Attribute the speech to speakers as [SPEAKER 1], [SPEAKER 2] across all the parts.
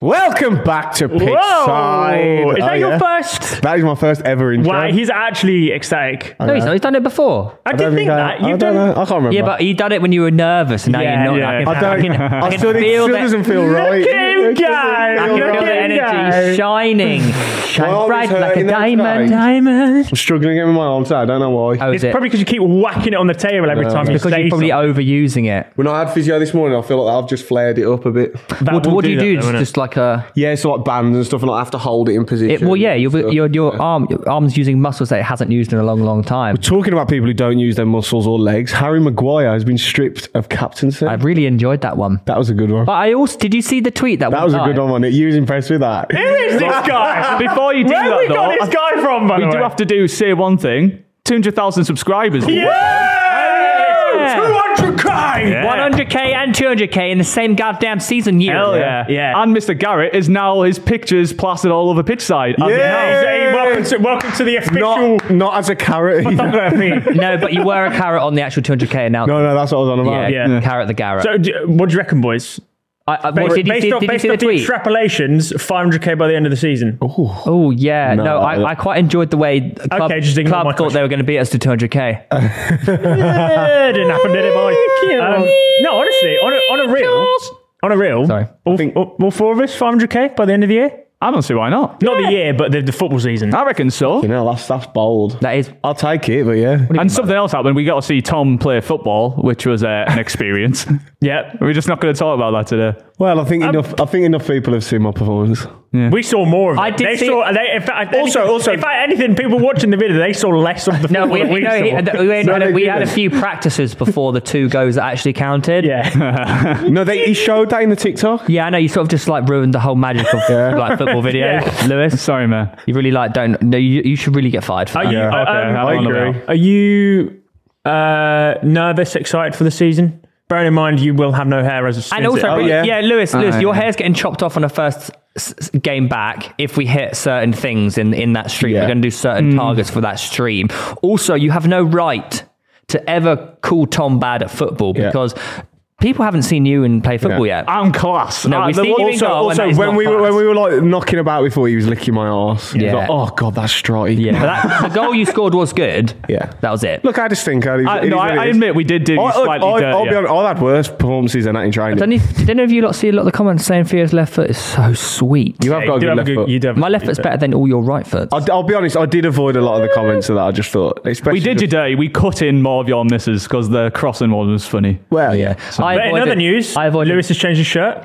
[SPEAKER 1] Welcome back to Pitch
[SPEAKER 2] Whoa!
[SPEAKER 1] Side.
[SPEAKER 2] Is that
[SPEAKER 1] Oh,
[SPEAKER 2] your
[SPEAKER 1] yeah.
[SPEAKER 2] first?
[SPEAKER 1] That is my first ever intro.
[SPEAKER 2] Wow, he's actually ecstatic. I,
[SPEAKER 3] No, he's not. He's done it before.
[SPEAKER 2] did think that.
[SPEAKER 1] I
[SPEAKER 2] You've
[SPEAKER 1] don't
[SPEAKER 2] done.
[SPEAKER 1] know. I can't remember.
[SPEAKER 3] Yeah, but you done it when you were nervous, and now
[SPEAKER 2] Yeah,
[SPEAKER 3] you're not.
[SPEAKER 2] yeah.
[SPEAKER 1] I
[SPEAKER 3] I
[SPEAKER 1] don't.
[SPEAKER 3] can, I can,
[SPEAKER 1] I
[SPEAKER 3] I can
[SPEAKER 1] still, it
[SPEAKER 3] feel
[SPEAKER 1] still
[SPEAKER 3] that.
[SPEAKER 1] doesn't feel right.
[SPEAKER 2] at him
[SPEAKER 1] It doesn't
[SPEAKER 2] go.
[SPEAKER 1] feel
[SPEAKER 3] I
[SPEAKER 2] Look
[SPEAKER 3] can feel
[SPEAKER 2] at
[SPEAKER 3] the
[SPEAKER 2] him
[SPEAKER 3] energy
[SPEAKER 2] go.
[SPEAKER 3] shining, shine
[SPEAKER 1] arm is
[SPEAKER 3] bright like a
[SPEAKER 1] hurting, that's
[SPEAKER 3] diamond,
[SPEAKER 1] right.
[SPEAKER 3] diamond.
[SPEAKER 1] I'm struggling getting my arms out. I don't know why.
[SPEAKER 3] Oh,
[SPEAKER 2] It's
[SPEAKER 3] is it?
[SPEAKER 2] probably because you keep whacking it on the table every
[SPEAKER 1] No,
[SPEAKER 2] time
[SPEAKER 1] it's
[SPEAKER 2] you
[SPEAKER 3] because
[SPEAKER 2] say
[SPEAKER 3] you're probably
[SPEAKER 2] something.
[SPEAKER 3] overusing it.
[SPEAKER 1] When I had physio this morning, I feel like I've just flared it up a bit.
[SPEAKER 2] That
[SPEAKER 3] What,
[SPEAKER 2] will
[SPEAKER 3] what do you
[SPEAKER 2] that
[SPEAKER 3] do?
[SPEAKER 2] though,
[SPEAKER 3] Just,
[SPEAKER 2] innit?
[SPEAKER 3] just like a
[SPEAKER 1] Yeah, so like bands and stuff, and I have to hold it in position.
[SPEAKER 3] it, well, yeah. Your
[SPEAKER 1] So-
[SPEAKER 3] your your arm your arms using muscles that it hasn't used in a long, long time.
[SPEAKER 1] Talking about people who don't use their muscles or legs, Harry Maguire has been stripped of captaincy.
[SPEAKER 3] I really enjoyed that one.
[SPEAKER 1] that was a good one.
[SPEAKER 3] But I also did you see the tweet that
[SPEAKER 1] That
[SPEAKER 3] one
[SPEAKER 1] was a
[SPEAKER 3] time?
[SPEAKER 1] good one. wasn't it? You was impressed with that.
[SPEAKER 2] Who is this guy?
[SPEAKER 4] Before you do
[SPEAKER 2] Where
[SPEAKER 4] that,
[SPEAKER 2] we
[SPEAKER 4] though,
[SPEAKER 2] got this guy from, by
[SPEAKER 4] we
[SPEAKER 2] the
[SPEAKER 4] do
[SPEAKER 2] way?
[SPEAKER 4] have to do say one thing: two hundred thousand subscribers.
[SPEAKER 2] Yeah! 200k!
[SPEAKER 3] 100k and 200k in the same goddamn season year.
[SPEAKER 4] Hell yeah.
[SPEAKER 2] Yeah.
[SPEAKER 4] And Mr. Garrett is now his pictures plastered all over pitchside. And
[SPEAKER 1] Yeah.
[SPEAKER 4] now-
[SPEAKER 2] Hey, welcome to, welcome to the official.
[SPEAKER 1] Not, not as a carrot. no,
[SPEAKER 2] I mean,
[SPEAKER 3] No, but you were a carrot on the actual 200k announcement.
[SPEAKER 1] no, that's what I was on
[SPEAKER 3] yeah,
[SPEAKER 1] about.
[SPEAKER 2] Yeah.
[SPEAKER 3] carrot the Garrett.
[SPEAKER 2] so, do, what do you reckon, boys?
[SPEAKER 3] I, I, what, did you
[SPEAKER 2] based
[SPEAKER 3] see,
[SPEAKER 2] off,
[SPEAKER 3] did you
[SPEAKER 2] based
[SPEAKER 3] see the
[SPEAKER 2] off the
[SPEAKER 3] tweet?
[SPEAKER 2] extrapolations, 500k by the end of the season.
[SPEAKER 3] oh yeah, no,
[SPEAKER 1] No, I-
[SPEAKER 3] I, I quite enjoyed the way the club,
[SPEAKER 2] Okay, just ignore
[SPEAKER 3] club
[SPEAKER 2] my
[SPEAKER 3] thought
[SPEAKER 2] question.
[SPEAKER 3] they were going to beat us to 200k.
[SPEAKER 2] Yeah, didn't happen, did it, boy? Um, no, honestly, on a, on a real, on a real,
[SPEAKER 3] Sorry.
[SPEAKER 2] all, all, all four of us, 500k by the end of the year.
[SPEAKER 4] I don't see why not.
[SPEAKER 2] Not the year, but the, the football season.
[SPEAKER 4] I reckon so.
[SPEAKER 1] You know, that's, that's bold.
[SPEAKER 3] That is
[SPEAKER 1] I'll take it, but yeah.
[SPEAKER 4] And something else happened. We got to see Tom play football, which was uh, an experience.
[SPEAKER 2] Yeah,
[SPEAKER 4] We're just not going to talk about that today.
[SPEAKER 1] Well, I think
[SPEAKER 4] Um,
[SPEAKER 1] enough. I think enough people have seen my performance.
[SPEAKER 2] we saw more of it.
[SPEAKER 3] I did
[SPEAKER 2] they
[SPEAKER 3] see-
[SPEAKER 2] saw, they, in fact,
[SPEAKER 1] Also-
[SPEAKER 2] anything,
[SPEAKER 1] also-
[SPEAKER 2] in fact, anything, people watching the video, they saw less of the
[SPEAKER 3] No,
[SPEAKER 2] football
[SPEAKER 3] we,
[SPEAKER 2] than
[SPEAKER 3] we, no,
[SPEAKER 2] saw.
[SPEAKER 3] he- and we, had,
[SPEAKER 1] No, they
[SPEAKER 3] we had a
[SPEAKER 1] didn't.
[SPEAKER 3] few practices before the two goes that actually counted.
[SPEAKER 2] yeah,
[SPEAKER 1] No, they, he showed that in the TikTok.
[SPEAKER 3] Yeah, I know you sort of just like ruined the whole magic of like football video, Lewis.
[SPEAKER 4] Sorry, man.
[SPEAKER 3] You really like don't. No, you, you should really get fired for
[SPEAKER 2] Are
[SPEAKER 3] that.
[SPEAKER 2] you,
[SPEAKER 4] Yeah,
[SPEAKER 2] uh,
[SPEAKER 4] okay,
[SPEAKER 2] um,
[SPEAKER 4] I don't know
[SPEAKER 1] agree.
[SPEAKER 4] about-
[SPEAKER 2] Are you uh, nervous, excited for the season? Bearing in mind, you will have no hair as a
[SPEAKER 3] And also,
[SPEAKER 1] Oh,
[SPEAKER 3] really-
[SPEAKER 1] yeah.
[SPEAKER 3] yeah. Lewis, Lewis,
[SPEAKER 4] Ah,
[SPEAKER 3] your
[SPEAKER 4] yeah.
[SPEAKER 3] hair's getting chopped off on the first s- s- game back if we hit certain things in in that stream.
[SPEAKER 1] Yeah. Mm.
[SPEAKER 3] We're going to do certain targets for that stream. Also, you have no right to ever call Tom bad at football
[SPEAKER 1] Yeah.
[SPEAKER 3] because people haven't seen you and play football yet.
[SPEAKER 4] I'm class.
[SPEAKER 3] No,
[SPEAKER 4] Uh,
[SPEAKER 3] we've
[SPEAKER 4] the-
[SPEAKER 3] seen you in
[SPEAKER 4] also-
[SPEAKER 3] goal. and
[SPEAKER 1] also,
[SPEAKER 3] that is
[SPEAKER 1] when
[SPEAKER 3] not
[SPEAKER 1] we were, when
[SPEAKER 3] fast.
[SPEAKER 1] we were like knocking about before, he was licking my ass. He was
[SPEAKER 3] Yeah.
[SPEAKER 1] like, oh god, that's strotty.
[SPEAKER 3] Yeah, but that, the goal you scored was good.
[SPEAKER 1] Yeah.
[SPEAKER 3] that was it.
[SPEAKER 1] Look, I just think. I,
[SPEAKER 4] I,
[SPEAKER 1] it is
[SPEAKER 4] Uh, no,
[SPEAKER 1] what
[SPEAKER 4] I,
[SPEAKER 1] it
[SPEAKER 4] I
[SPEAKER 1] is.
[SPEAKER 4] admit we did do
[SPEAKER 1] I,
[SPEAKER 4] you
[SPEAKER 1] I,
[SPEAKER 4] slightly
[SPEAKER 1] I,
[SPEAKER 4] dirty.
[SPEAKER 1] I'll be honest. I've had worse performances than that in training.
[SPEAKER 3] Don't you, did any of you lot see a lot of the comments saying Theo's left foot is so sweet?
[SPEAKER 1] you have got a
[SPEAKER 2] you do
[SPEAKER 1] good
[SPEAKER 2] have a
[SPEAKER 1] left
[SPEAKER 2] good,
[SPEAKER 1] foot.
[SPEAKER 2] you do have a
[SPEAKER 3] My
[SPEAKER 2] good
[SPEAKER 3] left foot's better than all your right foots.
[SPEAKER 1] I, will be honest. I did avoid a lot of the comments of that. I just thought, especially
[SPEAKER 4] we did
[SPEAKER 1] just-
[SPEAKER 4] you dirty. We cut in more of your misses because the crossing one was funny.
[SPEAKER 1] Well, yeah.
[SPEAKER 3] I
[SPEAKER 2] But in
[SPEAKER 3] avoided-
[SPEAKER 2] other news,
[SPEAKER 3] I avoided.
[SPEAKER 2] Lewis has changed his shirt.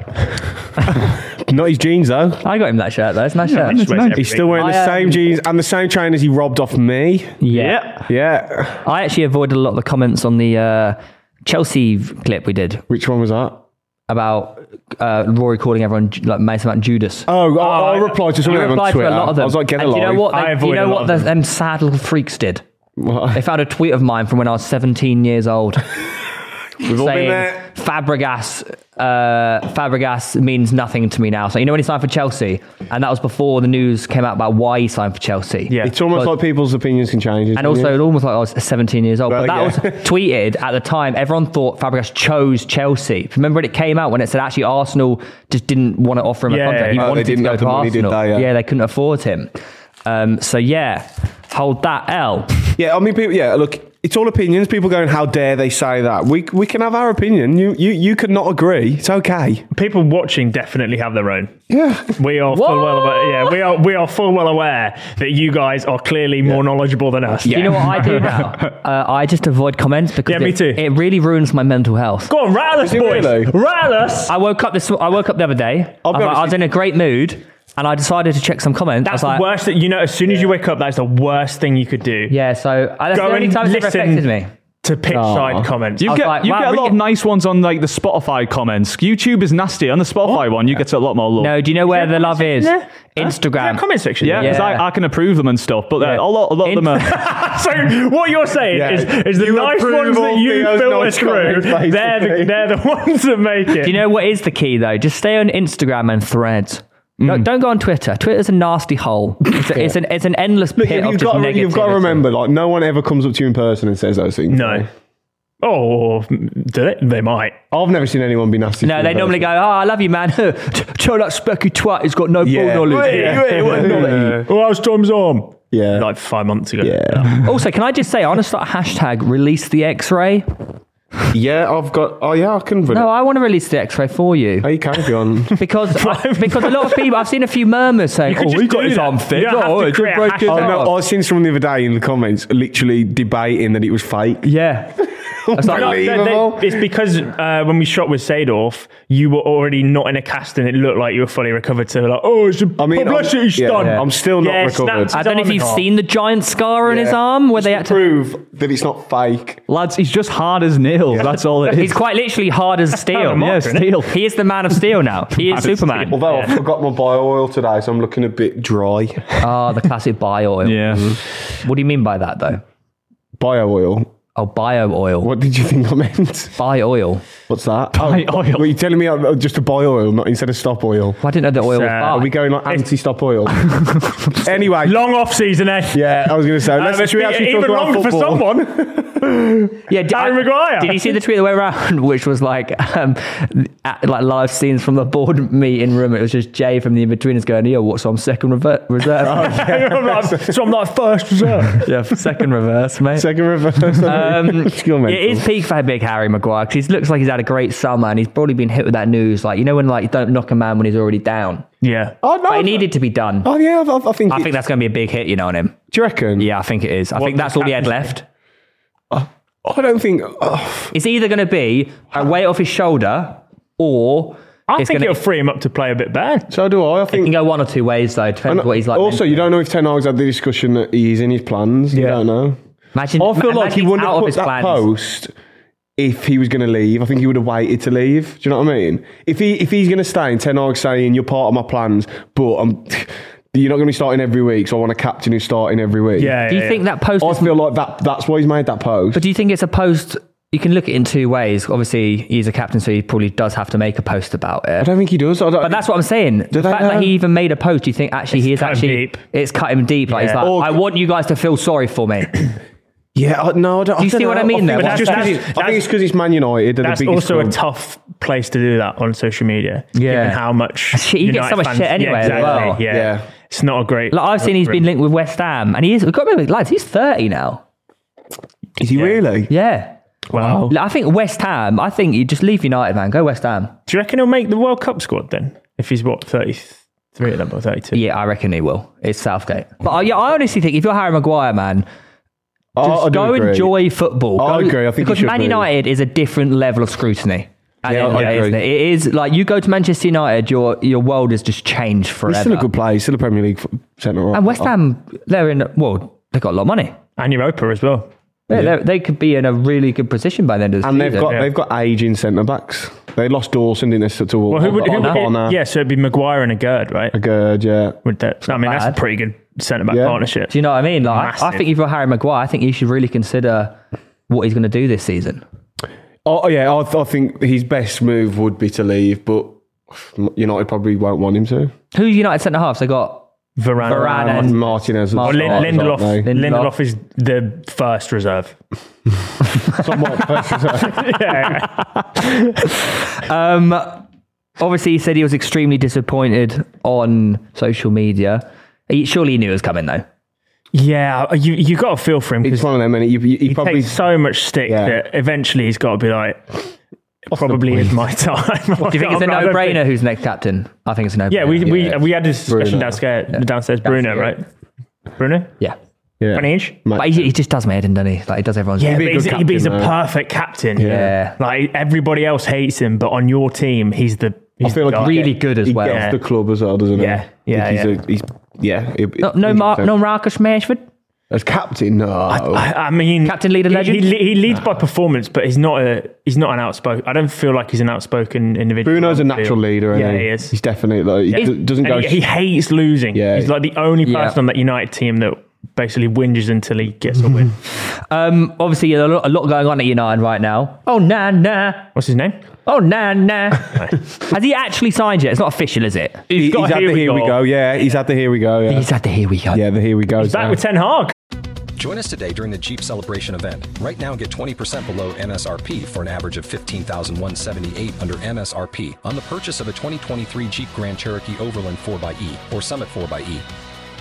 [SPEAKER 1] Not his jeans though.
[SPEAKER 3] I got him that shirt though. It's a nice shirt.
[SPEAKER 2] Just wears
[SPEAKER 1] He's still
[SPEAKER 2] everything.
[SPEAKER 1] wearing the
[SPEAKER 3] I,
[SPEAKER 1] same
[SPEAKER 3] um,
[SPEAKER 1] jeans and the same trainers he robbed off me.
[SPEAKER 3] Yeah.
[SPEAKER 1] Yeah.
[SPEAKER 3] I actually avoided a lot of the comments on the uh, Chelsea v- clip we did
[SPEAKER 1] Which one was that?
[SPEAKER 3] about uh, Rory calling everyone Ju- like Mason about Judas.
[SPEAKER 1] Oh, I, I
[SPEAKER 2] I-
[SPEAKER 1] replied to
[SPEAKER 3] You
[SPEAKER 1] something on
[SPEAKER 3] replied
[SPEAKER 1] Twitter.
[SPEAKER 3] to a lot of them.
[SPEAKER 1] I was like, get a
[SPEAKER 3] and do you know what?
[SPEAKER 2] I
[SPEAKER 3] They, you
[SPEAKER 2] avoided a
[SPEAKER 3] know
[SPEAKER 2] lot
[SPEAKER 3] what?
[SPEAKER 2] of
[SPEAKER 3] The,
[SPEAKER 2] them.
[SPEAKER 3] them sad little freaks did.
[SPEAKER 1] What?
[SPEAKER 3] They found a tweet of mine from when I was 17 years old.
[SPEAKER 1] We've all been
[SPEAKER 3] saying
[SPEAKER 1] there.
[SPEAKER 3] Fabregas, uh, Fabregas means nothing to me now. So you know when he signed for Chelsea, and that was before the news came out about why he signed for Chelsea.
[SPEAKER 2] Yeah.
[SPEAKER 1] It's almost like people's opinions can change. isn't
[SPEAKER 3] And also,
[SPEAKER 1] it?
[SPEAKER 3] almost like I was 17 years old.
[SPEAKER 1] Well,
[SPEAKER 3] But that
[SPEAKER 1] yeah.
[SPEAKER 3] was tweeted at the time. Everyone thought Fabregas chose Chelsea. Remember when it came out when it said actually Arsenal just didn't want to offer him
[SPEAKER 2] Yeah.
[SPEAKER 3] a contract. He
[SPEAKER 2] Oh,
[SPEAKER 1] they
[SPEAKER 3] wanted to
[SPEAKER 1] didn't
[SPEAKER 3] go
[SPEAKER 1] have
[SPEAKER 3] to
[SPEAKER 1] the money, did
[SPEAKER 3] Arsenal.
[SPEAKER 1] they? Yeah.
[SPEAKER 3] yeah. they couldn't afford him. Um, so yeah, hold that L.
[SPEAKER 1] yeah. I mean, people, yeah. Look, it's all opinions. People going, how dare they say that? We we can have our opinion. You you you could not agree. It's okay.
[SPEAKER 2] People watching definitely have their own.
[SPEAKER 1] Yeah.
[SPEAKER 2] We are full well aware. Yeah, we are we are full well aware that you guys are clearly more knowledgeable than us.
[SPEAKER 3] You know what I do now? Uh, I just avoid comments because
[SPEAKER 2] Yeah, me
[SPEAKER 3] it,
[SPEAKER 2] too.
[SPEAKER 3] it really ruins my mental health.
[SPEAKER 2] Go on, rattle us,
[SPEAKER 1] it
[SPEAKER 2] boys.
[SPEAKER 1] really?
[SPEAKER 2] Rattle us.
[SPEAKER 3] I woke up this. I woke up the other day. I
[SPEAKER 1] I'll
[SPEAKER 3] was,
[SPEAKER 1] be
[SPEAKER 3] like-
[SPEAKER 1] honest,
[SPEAKER 3] I was in a great mood, and I decided to check some comments.
[SPEAKER 2] That's
[SPEAKER 3] I was
[SPEAKER 2] the
[SPEAKER 3] like,
[SPEAKER 2] worst. That, you know, as soon as you wake up, that's the worst thing you could do.
[SPEAKER 3] Yeah, so uh, that's
[SPEAKER 2] Go
[SPEAKER 3] the only
[SPEAKER 2] and
[SPEAKER 3] time it's ever
[SPEAKER 2] listen.
[SPEAKER 3] affected me.
[SPEAKER 2] to pitch side comments. Oh,
[SPEAKER 4] You
[SPEAKER 3] was
[SPEAKER 4] get
[SPEAKER 3] like,
[SPEAKER 4] you
[SPEAKER 3] wow,
[SPEAKER 4] get a
[SPEAKER 3] we
[SPEAKER 4] lot of
[SPEAKER 3] get-
[SPEAKER 4] nice ones on like the Spotify comments. YouTube is nasty. On the Spotify one, you get a lot more love.
[SPEAKER 3] No, do you know where the love is?
[SPEAKER 2] there?
[SPEAKER 3] Instagram.
[SPEAKER 2] Yeah, comment section.
[SPEAKER 4] yeah, because
[SPEAKER 3] Yeah.
[SPEAKER 4] I, I can approve them and stuff. But uh,
[SPEAKER 3] Yeah.
[SPEAKER 4] a lot a lot of them are.
[SPEAKER 2] So what you're saying
[SPEAKER 1] Yeah.
[SPEAKER 2] is, is the
[SPEAKER 1] You
[SPEAKER 2] nice
[SPEAKER 1] approve
[SPEAKER 2] ones
[SPEAKER 1] all
[SPEAKER 2] that you
[SPEAKER 1] Theo's
[SPEAKER 2] filter
[SPEAKER 1] nice
[SPEAKER 2] through,
[SPEAKER 1] comments, basically.
[SPEAKER 2] they're the, they're the ones that make it.
[SPEAKER 3] Do you know what is the key though? Just stay on Instagram and Threads.
[SPEAKER 1] Mm.
[SPEAKER 3] Don't, don't go on Twitter. Twitter's a nasty hole. It's, a, it's an it's an endless
[SPEAKER 1] Look,
[SPEAKER 3] pit
[SPEAKER 1] you've,
[SPEAKER 3] of
[SPEAKER 1] you've
[SPEAKER 3] just
[SPEAKER 1] got, to,
[SPEAKER 3] negativity.
[SPEAKER 1] you've got to remember, like, no one ever comes up to you in person and says those things.
[SPEAKER 2] no. Oh, do they? They might.
[SPEAKER 1] I've never seen anyone be nasty. to
[SPEAKER 3] No,
[SPEAKER 1] you
[SPEAKER 3] they
[SPEAKER 1] in
[SPEAKER 3] normally
[SPEAKER 1] person.
[SPEAKER 3] go, "Oh, I love you, man." Show that specky twat. He's got no
[SPEAKER 1] Yeah.
[SPEAKER 3] ball knowledge.
[SPEAKER 1] Wait, wait, wait, wait.
[SPEAKER 2] Oh, how's Tom's arm?
[SPEAKER 1] Yeah.
[SPEAKER 2] Like five months ago.
[SPEAKER 1] yeah.
[SPEAKER 3] Also, can I just say, I want to start a hashtag release the X-ray.
[SPEAKER 1] yeah, I've got. Oh, yeah, I can.
[SPEAKER 3] No, I want to release the X-ray for you
[SPEAKER 1] Hey, carry on.
[SPEAKER 3] because because a lot of people I've seen a few murmurs saying,
[SPEAKER 2] You could
[SPEAKER 3] "Oh,
[SPEAKER 2] just
[SPEAKER 3] he got
[SPEAKER 2] do
[SPEAKER 3] his
[SPEAKER 2] that.
[SPEAKER 3] arm thick."
[SPEAKER 2] You don't have
[SPEAKER 3] Oh,
[SPEAKER 2] to
[SPEAKER 3] it's
[SPEAKER 2] create a
[SPEAKER 3] broken
[SPEAKER 1] Oh,
[SPEAKER 2] hashtag.
[SPEAKER 3] arm."
[SPEAKER 1] no, I've seen someone the other day in the comments literally debating that it was fake.
[SPEAKER 3] Yeah, That's like-
[SPEAKER 2] No, they- they-
[SPEAKER 1] Unbelievable.
[SPEAKER 2] it's because uh, when we shot with Sadorf, you were already not in a cast and it looked like you were fully recovered. So they're like, oh, it's a
[SPEAKER 1] I mean,
[SPEAKER 2] publicity
[SPEAKER 1] I'm, yeah,
[SPEAKER 2] stunt.
[SPEAKER 1] I'm still not
[SPEAKER 2] Yeah,
[SPEAKER 1] recovered.
[SPEAKER 2] snap-
[SPEAKER 3] I don't know if you've seen the giant scar on his
[SPEAKER 1] Yeah.
[SPEAKER 3] arm where they had
[SPEAKER 1] Just to
[SPEAKER 3] to
[SPEAKER 1] prove that it's not fake.
[SPEAKER 4] Lads, he's just hard as nails. That's all it is.
[SPEAKER 3] He's quite literally hard as steel.
[SPEAKER 4] Yeah, steel.
[SPEAKER 3] He is the man of steel now. He is Superman.
[SPEAKER 1] Although I forgot my bio oil today, so I'm looking a bit dry.
[SPEAKER 3] Ah, the classic bio oil.
[SPEAKER 4] yeah.
[SPEAKER 3] What do you mean by that though?
[SPEAKER 1] bio oil.
[SPEAKER 3] Oh, bio oil.
[SPEAKER 1] What did you think I meant?
[SPEAKER 3] Bio oil.
[SPEAKER 1] What's that?
[SPEAKER 4] Bio
[SPEAKER 1] oh,
[SPEAKER 4] oil.
[SPEAKER 1] Were you telling me I- I- just to buy oil, not instead of stop oil?
[SPEAKER 3] Well, I didn't know that oil was
[SPEAKER 2] Uh,
[SPEAKER 3] bio.
[SPEAKER 1] Are we going like anti-stop oil? anyway,
[SPEAKER 2] Long off season, eh?
[SPEAKER 1] yeah, I was going to say. Let's,
[SPEAKER 2] Uh,
[SPEAKER 1] should we actually talk
[SPEAKER 2] even
[SPEAKER 1] about
[SPEAKER 2] longer for
[SPEAKER 1] football?
[SPEAKER 2] someone.
[SPEAKER 3] yeah, did,
[SPEAKER 2] Harry Maguire.
[SPEAKER 3] Did you see the tweet the way around, which was like, um, at, like live scenes from the board meeting room? It was just Jay from the in betweeners going, "Yo, what's on second rever- reserve?
[SPEAKER 2] I'm like, so I'm like first reserve.
[SPEAKER 3] yeah, second reverse, mate."
[SPEAKER 1] Second reverse.
[SPEAKER 3] Um,
[SPEAKER 1] Skill mental.
[SPEAKER 3] it is peak for big Harry Maguire 'cause he looks like he's had a great summer and he's probably been hit with that news. Like you know when like you don't knock a man when he's already down.
[SPEAKER 2] Yeah.
[SPEAKER 1] Oh no!
[SPEAKER 3] But it needed to be done.
[SPEAKER 1] Oh yeah, I, I think.
[SPEAKER 3] I
[SPEAKER 1] it-
[SPEAKER 3] think that's going to be a big hit, you know, on him.
[SPEAKER 1] do you reckon?
[SPEAKER 3] Yeah, I think it is. I think that's all he had left.
[SPEAKER 1] I don't think. Oh,
[SPEAKER 3] It's either going to be a weight off his shoulder or
[SPEAKER 2] I
[SPEAKER 3] it's
[SPEAKER 2] think
[SPEAKER 3] gonna,
[SPEAKER 2] it'll free him up to play a bit better.
[SPEAKER 1] so do I. I think.
[SPEAKER 3] it can go one or two ways though, depending on what he's like.
[SPEAKER 1] also, you don't know if Ten Hag's had the discussion that he's in his plans. You
[SPEAKER 2] Yeah.
[SPEAKER 1] don't know.
[SPEAKER 3] imagine.
[SPEAKER 1] I feel
[SPEAKER 3] ma-
[SPEAKER 1] like he
[SPEAKER 3] imagine he's
[SPEAKER 1] wouldn't
[SPEAKER 3] out
[SPEAKER 1] have
[SPEAKER 3] of
[SPEAKER 1] put
[SPEAKER 3] his
[SPEAKER 1] that
[SPEAKER 3] plans.
[SPEAKER 1] post if he was going to leave. I think he would have waited to leave. Do you know what I mean? If he if he's going to stay and Ten Hag saying you're part of my plans, but I'm, you're not going to be starting every week, so I want a captain who's starting every week.
[SPEAKER 2] Yeah.
[SPEAKER 3] Do you
[SPEAKER 2] yeah,
[SPEAKER 3] think
[SPEAKER 2] yeah.
[SPEAKER 3] that post?
[SPEAKER 1] I
[SPEAKER 3] is-
[SPEAKER 1] feel like that. That's why he's made that post.
[SPEAKER 3] but do you think it's a post? You can look at it in two ways. Obviously, he's a captain, so he probably does have to make a post about it.
[SPEAKER 1] I don't think he does. I don't,
[SPEAKER 3] But that's what I'm saying.
[SPEAKER 1] they
[SPEAKER 3] The fact
[SPEAKER 1] know?
[SPEAKER 3] that he even made a post, do you think actually he is
[SPEAKER 2] cut him
[SPEAKER 3] actually
[SPEAKER 2] deep.
[SPEAKER 3] it's cut him deep? Like he's
[SPEAKER 2] Yeah.
[SPEAKER 3] like,
[SPEAKER 1] Or-
[SPEAKER 3] I want you guys to feel sorry for me.
[SPEAKER 1] yeah. I, no, I don't. Do
[SPEAKER 3] you see what I mean there?
[SPEAKER 1] I
[SPEAKER 3] But
[SPEAKER 1] think it's just
[SPEAKER 2] that's-
[SPEAKER 1] 'cause it's- I
[SPEAKER 2] that's-
[SPEAKER 1] think it's because it's Man United. They're
[SPEAKER 2] That's
[SPEAKER 1] the biggest
[SPEAKER 2] also a
[SPEAKER 1] club.
[SPEAKER 2] tough place to do that on social media.
[SPEAKER 3] Yeah.
[SPEAKER 2] Given how much.
[SPEAKER 3] Shit, you get
[SPEAKER 2] United
[SPEAKER 3] so much
[SPEAKER 2] fans-
[SPEAKER 3] shit anyway
[SPEAKER 2] Yeah,
[SPEAKER 3] as
[SPEAKER 2] exactly.
[SPEAKER 3] well.
[SPEAKER 2] Yeah.
[SPEAKER 1] Yeah.
[SPEAKER 2] It's not a great.
[SPEAKER 3] Like I've seen he's been linked with West Ham and he is we've got to remember, lads, he's thirty now.
[SPEAKER 1] Is he really?
[SPEAKER 3] Yeah.
[SPEAKER 2] Wow.
[SPEAKER 3] Like, I think West Ham, I think you just leave United, man. Go West Ham.
[SPEAKER 2] Do you reckon he'll make the World Cup squad then? If he's what thirty-three at number thirty-two.
[SPEAKER 3] Yeah, I reckon he will. It's Southgate. But I, yeah, I honestly think if you're Harry Maguire, man,
[SPEAKER 1] I- I
[SPEAKER 3] just
[SPEAKER 1] do
[SPEAKER 3] go
[SPEAKER 1] agree.
[SPEAKER 3] enjoy football.
[SPEAKER 1] I
[SPEAKER 3] Go-
[SPEAKER 1] agree. I think he
[SPEAKER 3] because
[SPEAKER 1] should
[SPEAKER 3] Man
[SPEAKER 1] move.
[SPEAKER 3] United is a different level of scrutiny. At the
[SPEAKER 1] Yeah,
[SPEAKER 3] end of
[SPEAKER 1] I
[SPEAKER 3] the day, isn't
[SPEAKER 1] agree.
[SPEAKER 3] it? it is like you go to Manchester United, your your world has just changed forever.
[SPEAKER 1] He's still a good player. He's still a Premier League f- centre. half.
[SPEAKER 3] And West Ham, they're in, well, they've got a lot of money.
[SPEAKER 2] And Europa as well.
[SPEAKER 3] Yeah, they're- They could be in a really good position by the end of the
[SPEAKER 1] And
[SPEAKER 3] season.
[SPEAKER 1] they've got
[SPEAKER 2] Yeah.
[SPEAKER 1] they've got aging centre backs. They lost Dawson, didn't they? To
[SPEAKER 2] Well, who would? Who would
[SPEAKER 1] Onana,
[SPEAKER 2] yeah, so it'd be Maguire and a Gerd, right?
[SPEAKER 1] Gerd, yeah.
[SPEAKER 2] Would that? I mean,
[SPEAKER 3] bad.
[SPEAKER 2] that's a pretty good centre back
[SPEAKER 1] Yeah.
[SPEAKER 2] partnership.
[SPEAKER 3] Do you know what I mean? Like, I, I
[SPEAKER 2] Massive.
[SPEAKER 3] think if you're Harry Maguire, I think you should really consider what he's going to do this season.
[SPEAKER 1] Oh yeah, I, th- I think his best move would be to leave, but United probably won't want him to.
[SPEAKER 3] Who United centre halves? They got
[SPEAKER 2] Varane.
[SPEAKER 3] Varane
[SPEAKER 1] Martin-
[SPEAKER 3] and-
[SPEAKER 1] Martinez,
[SPEAKER 3] Or
[SPEAKER 2] Or Lin-
[SPEAKER 3] Varane,
[SPEAKER 2] Lindelof.
[SPEAKER 1] aren't they?
[SPEAKER 3] Lindelof.
[SPEAKER 2] Lindelof is the first reserve.
[SPEAKER 1] Somewhat versus-
[SPEAKER 3] obviously he said he was extremely disappointed on social media. He, surely he knew it was coming though.
[SPEAKER 2] Yeah, you you got to feel for him
[SPEAKER 1] it's
[SPEAKER 2] because
[SPEAKER 1] one of them, and he, he, he
[SPEAKER 2] he
[SPEAKER 1] probably
[SPEAKER 2] takes so much stick
[SPEAKER 1] Yeah.
[SPEAKER 2] that eventually he's got to be like, probably is my time.
[SPEAKER 3] Do you think it's a no-brainer who's next captain? I think it's a no-brainer.
[SPEAKER 2] Yeah, we
[SPEAKER 1] Yeah.
[SPEAKER 2] we we had this discussion
[SPEAKER 1] Bruno.
[SPEAKER 2] downstairs. Downstairs, Bruno, right? Bruno,
[SPEAKER 3] yeah.
[SPEAKER 1] yeah.
[SPEAKER 2] Van Inch.
[SPEAKER 1] Mate,
[SPEAKER 3] But he, he just does my head in, doesn't he? Like he does everyone's.
[SPEAKER 2] Yeah,
[SPEAKER 1] be
[SPEAKER 2] but
[SPEAKER 1] a
[SPEAKER 2] he's,
[SPEAKER 1] good
[SPEAKER 2] he- but he's a
[SPEAKER 1] captain, though.
[SPEAKER 2] perfect captain.
[SPEAKER 3] Yeah.
[SPEAKER 2] like everybody else hates him, but on your team, he's the. He's
[SPEAKER 1] I feel
[SPEAKER 2] the
[SPEAKER 1] like
[SPEAKER 2] guy.
[SPEAKER 1] he
[SPEAKER 3] really
[SPEAKER 1] get-
[SPEAKER 3] good as
[SPEAKER 1] he
[SPEAKER 3] well.
[SPEAKER 1] gets the club as well, doesn't he?
[SPEAKER 2] Yeah, yeah,
[SPEAKER 1] Like, he's
[SPEAKER 2] yeah.
[SPEAKER 1] A, he's, yeah.
[SPEAKER 3] No, no, Mar- no Marcus Rashford.
[SPEAKER 1] As captain, no.
[SPEAKER 2] I, I mean,
[SPEAKER 3] Captain leader
[SPEAKER 2] he-
[SPEAKER 3] legend?
[SPEAKER 2] He, le- he leads by performance, but he's not a he's not an outspoken. I don't feel like he's an outspoken individual.
[SPEAKER 1] Bruno's a
[SPEAKER 2] on the
[SPEAKER 1] natural
[SPEAKER 2] field.
[SPEAKER 1] leader. isn't
[SPEAKER 2] Yeah, he is.
[SPEAKER 1] He's definitely like, he d- doesn't
[SPEAKER 2] and
[SPEAKER 1] go.
[SPEAKER 2] He, he hates losing.
[SPEAKER 1] Yeah.
[SPEAKER 2] he's like the only person
[SPEAKER 3] Yeah.
[SPEAKER 2] on that United team that basically whinges until he gets a win.
[SPEAKER 3] Um, obviously, a lot, a lot going on at United right now. Oh, nah, nah.
[SPEAKER 2] What's his name?
[SPEAKER 3] Oh, nah, nah. Has he actually signed yet? It's not official, is it?
[SPEAKER 1] He-
[SPEAKER 4] got
[SPEAKER 1] he's had
[SPEAKER 4] Here
[SPEAKER 1] the
[SPEAKER 4] We
[SPEAKER 1] here we
[SPEAKER 4] Go.
[SPEAKER 1] go. Yeah, he's had the here we go. Yeah,
[SPEAKER 3] He's had the here we go.
[SPEAKER 1] yeah the here we go.
[SPEAKER 2] Back with Ten Hag.
[SPEAKER 5] Join us today during the Jeep Celebration event. Right now, get 20% below MSRP for an average of 15178 under MSRP on the purchase of a 2023 Jeep Grand Cherokee Overland 4xE or Summit 4xE.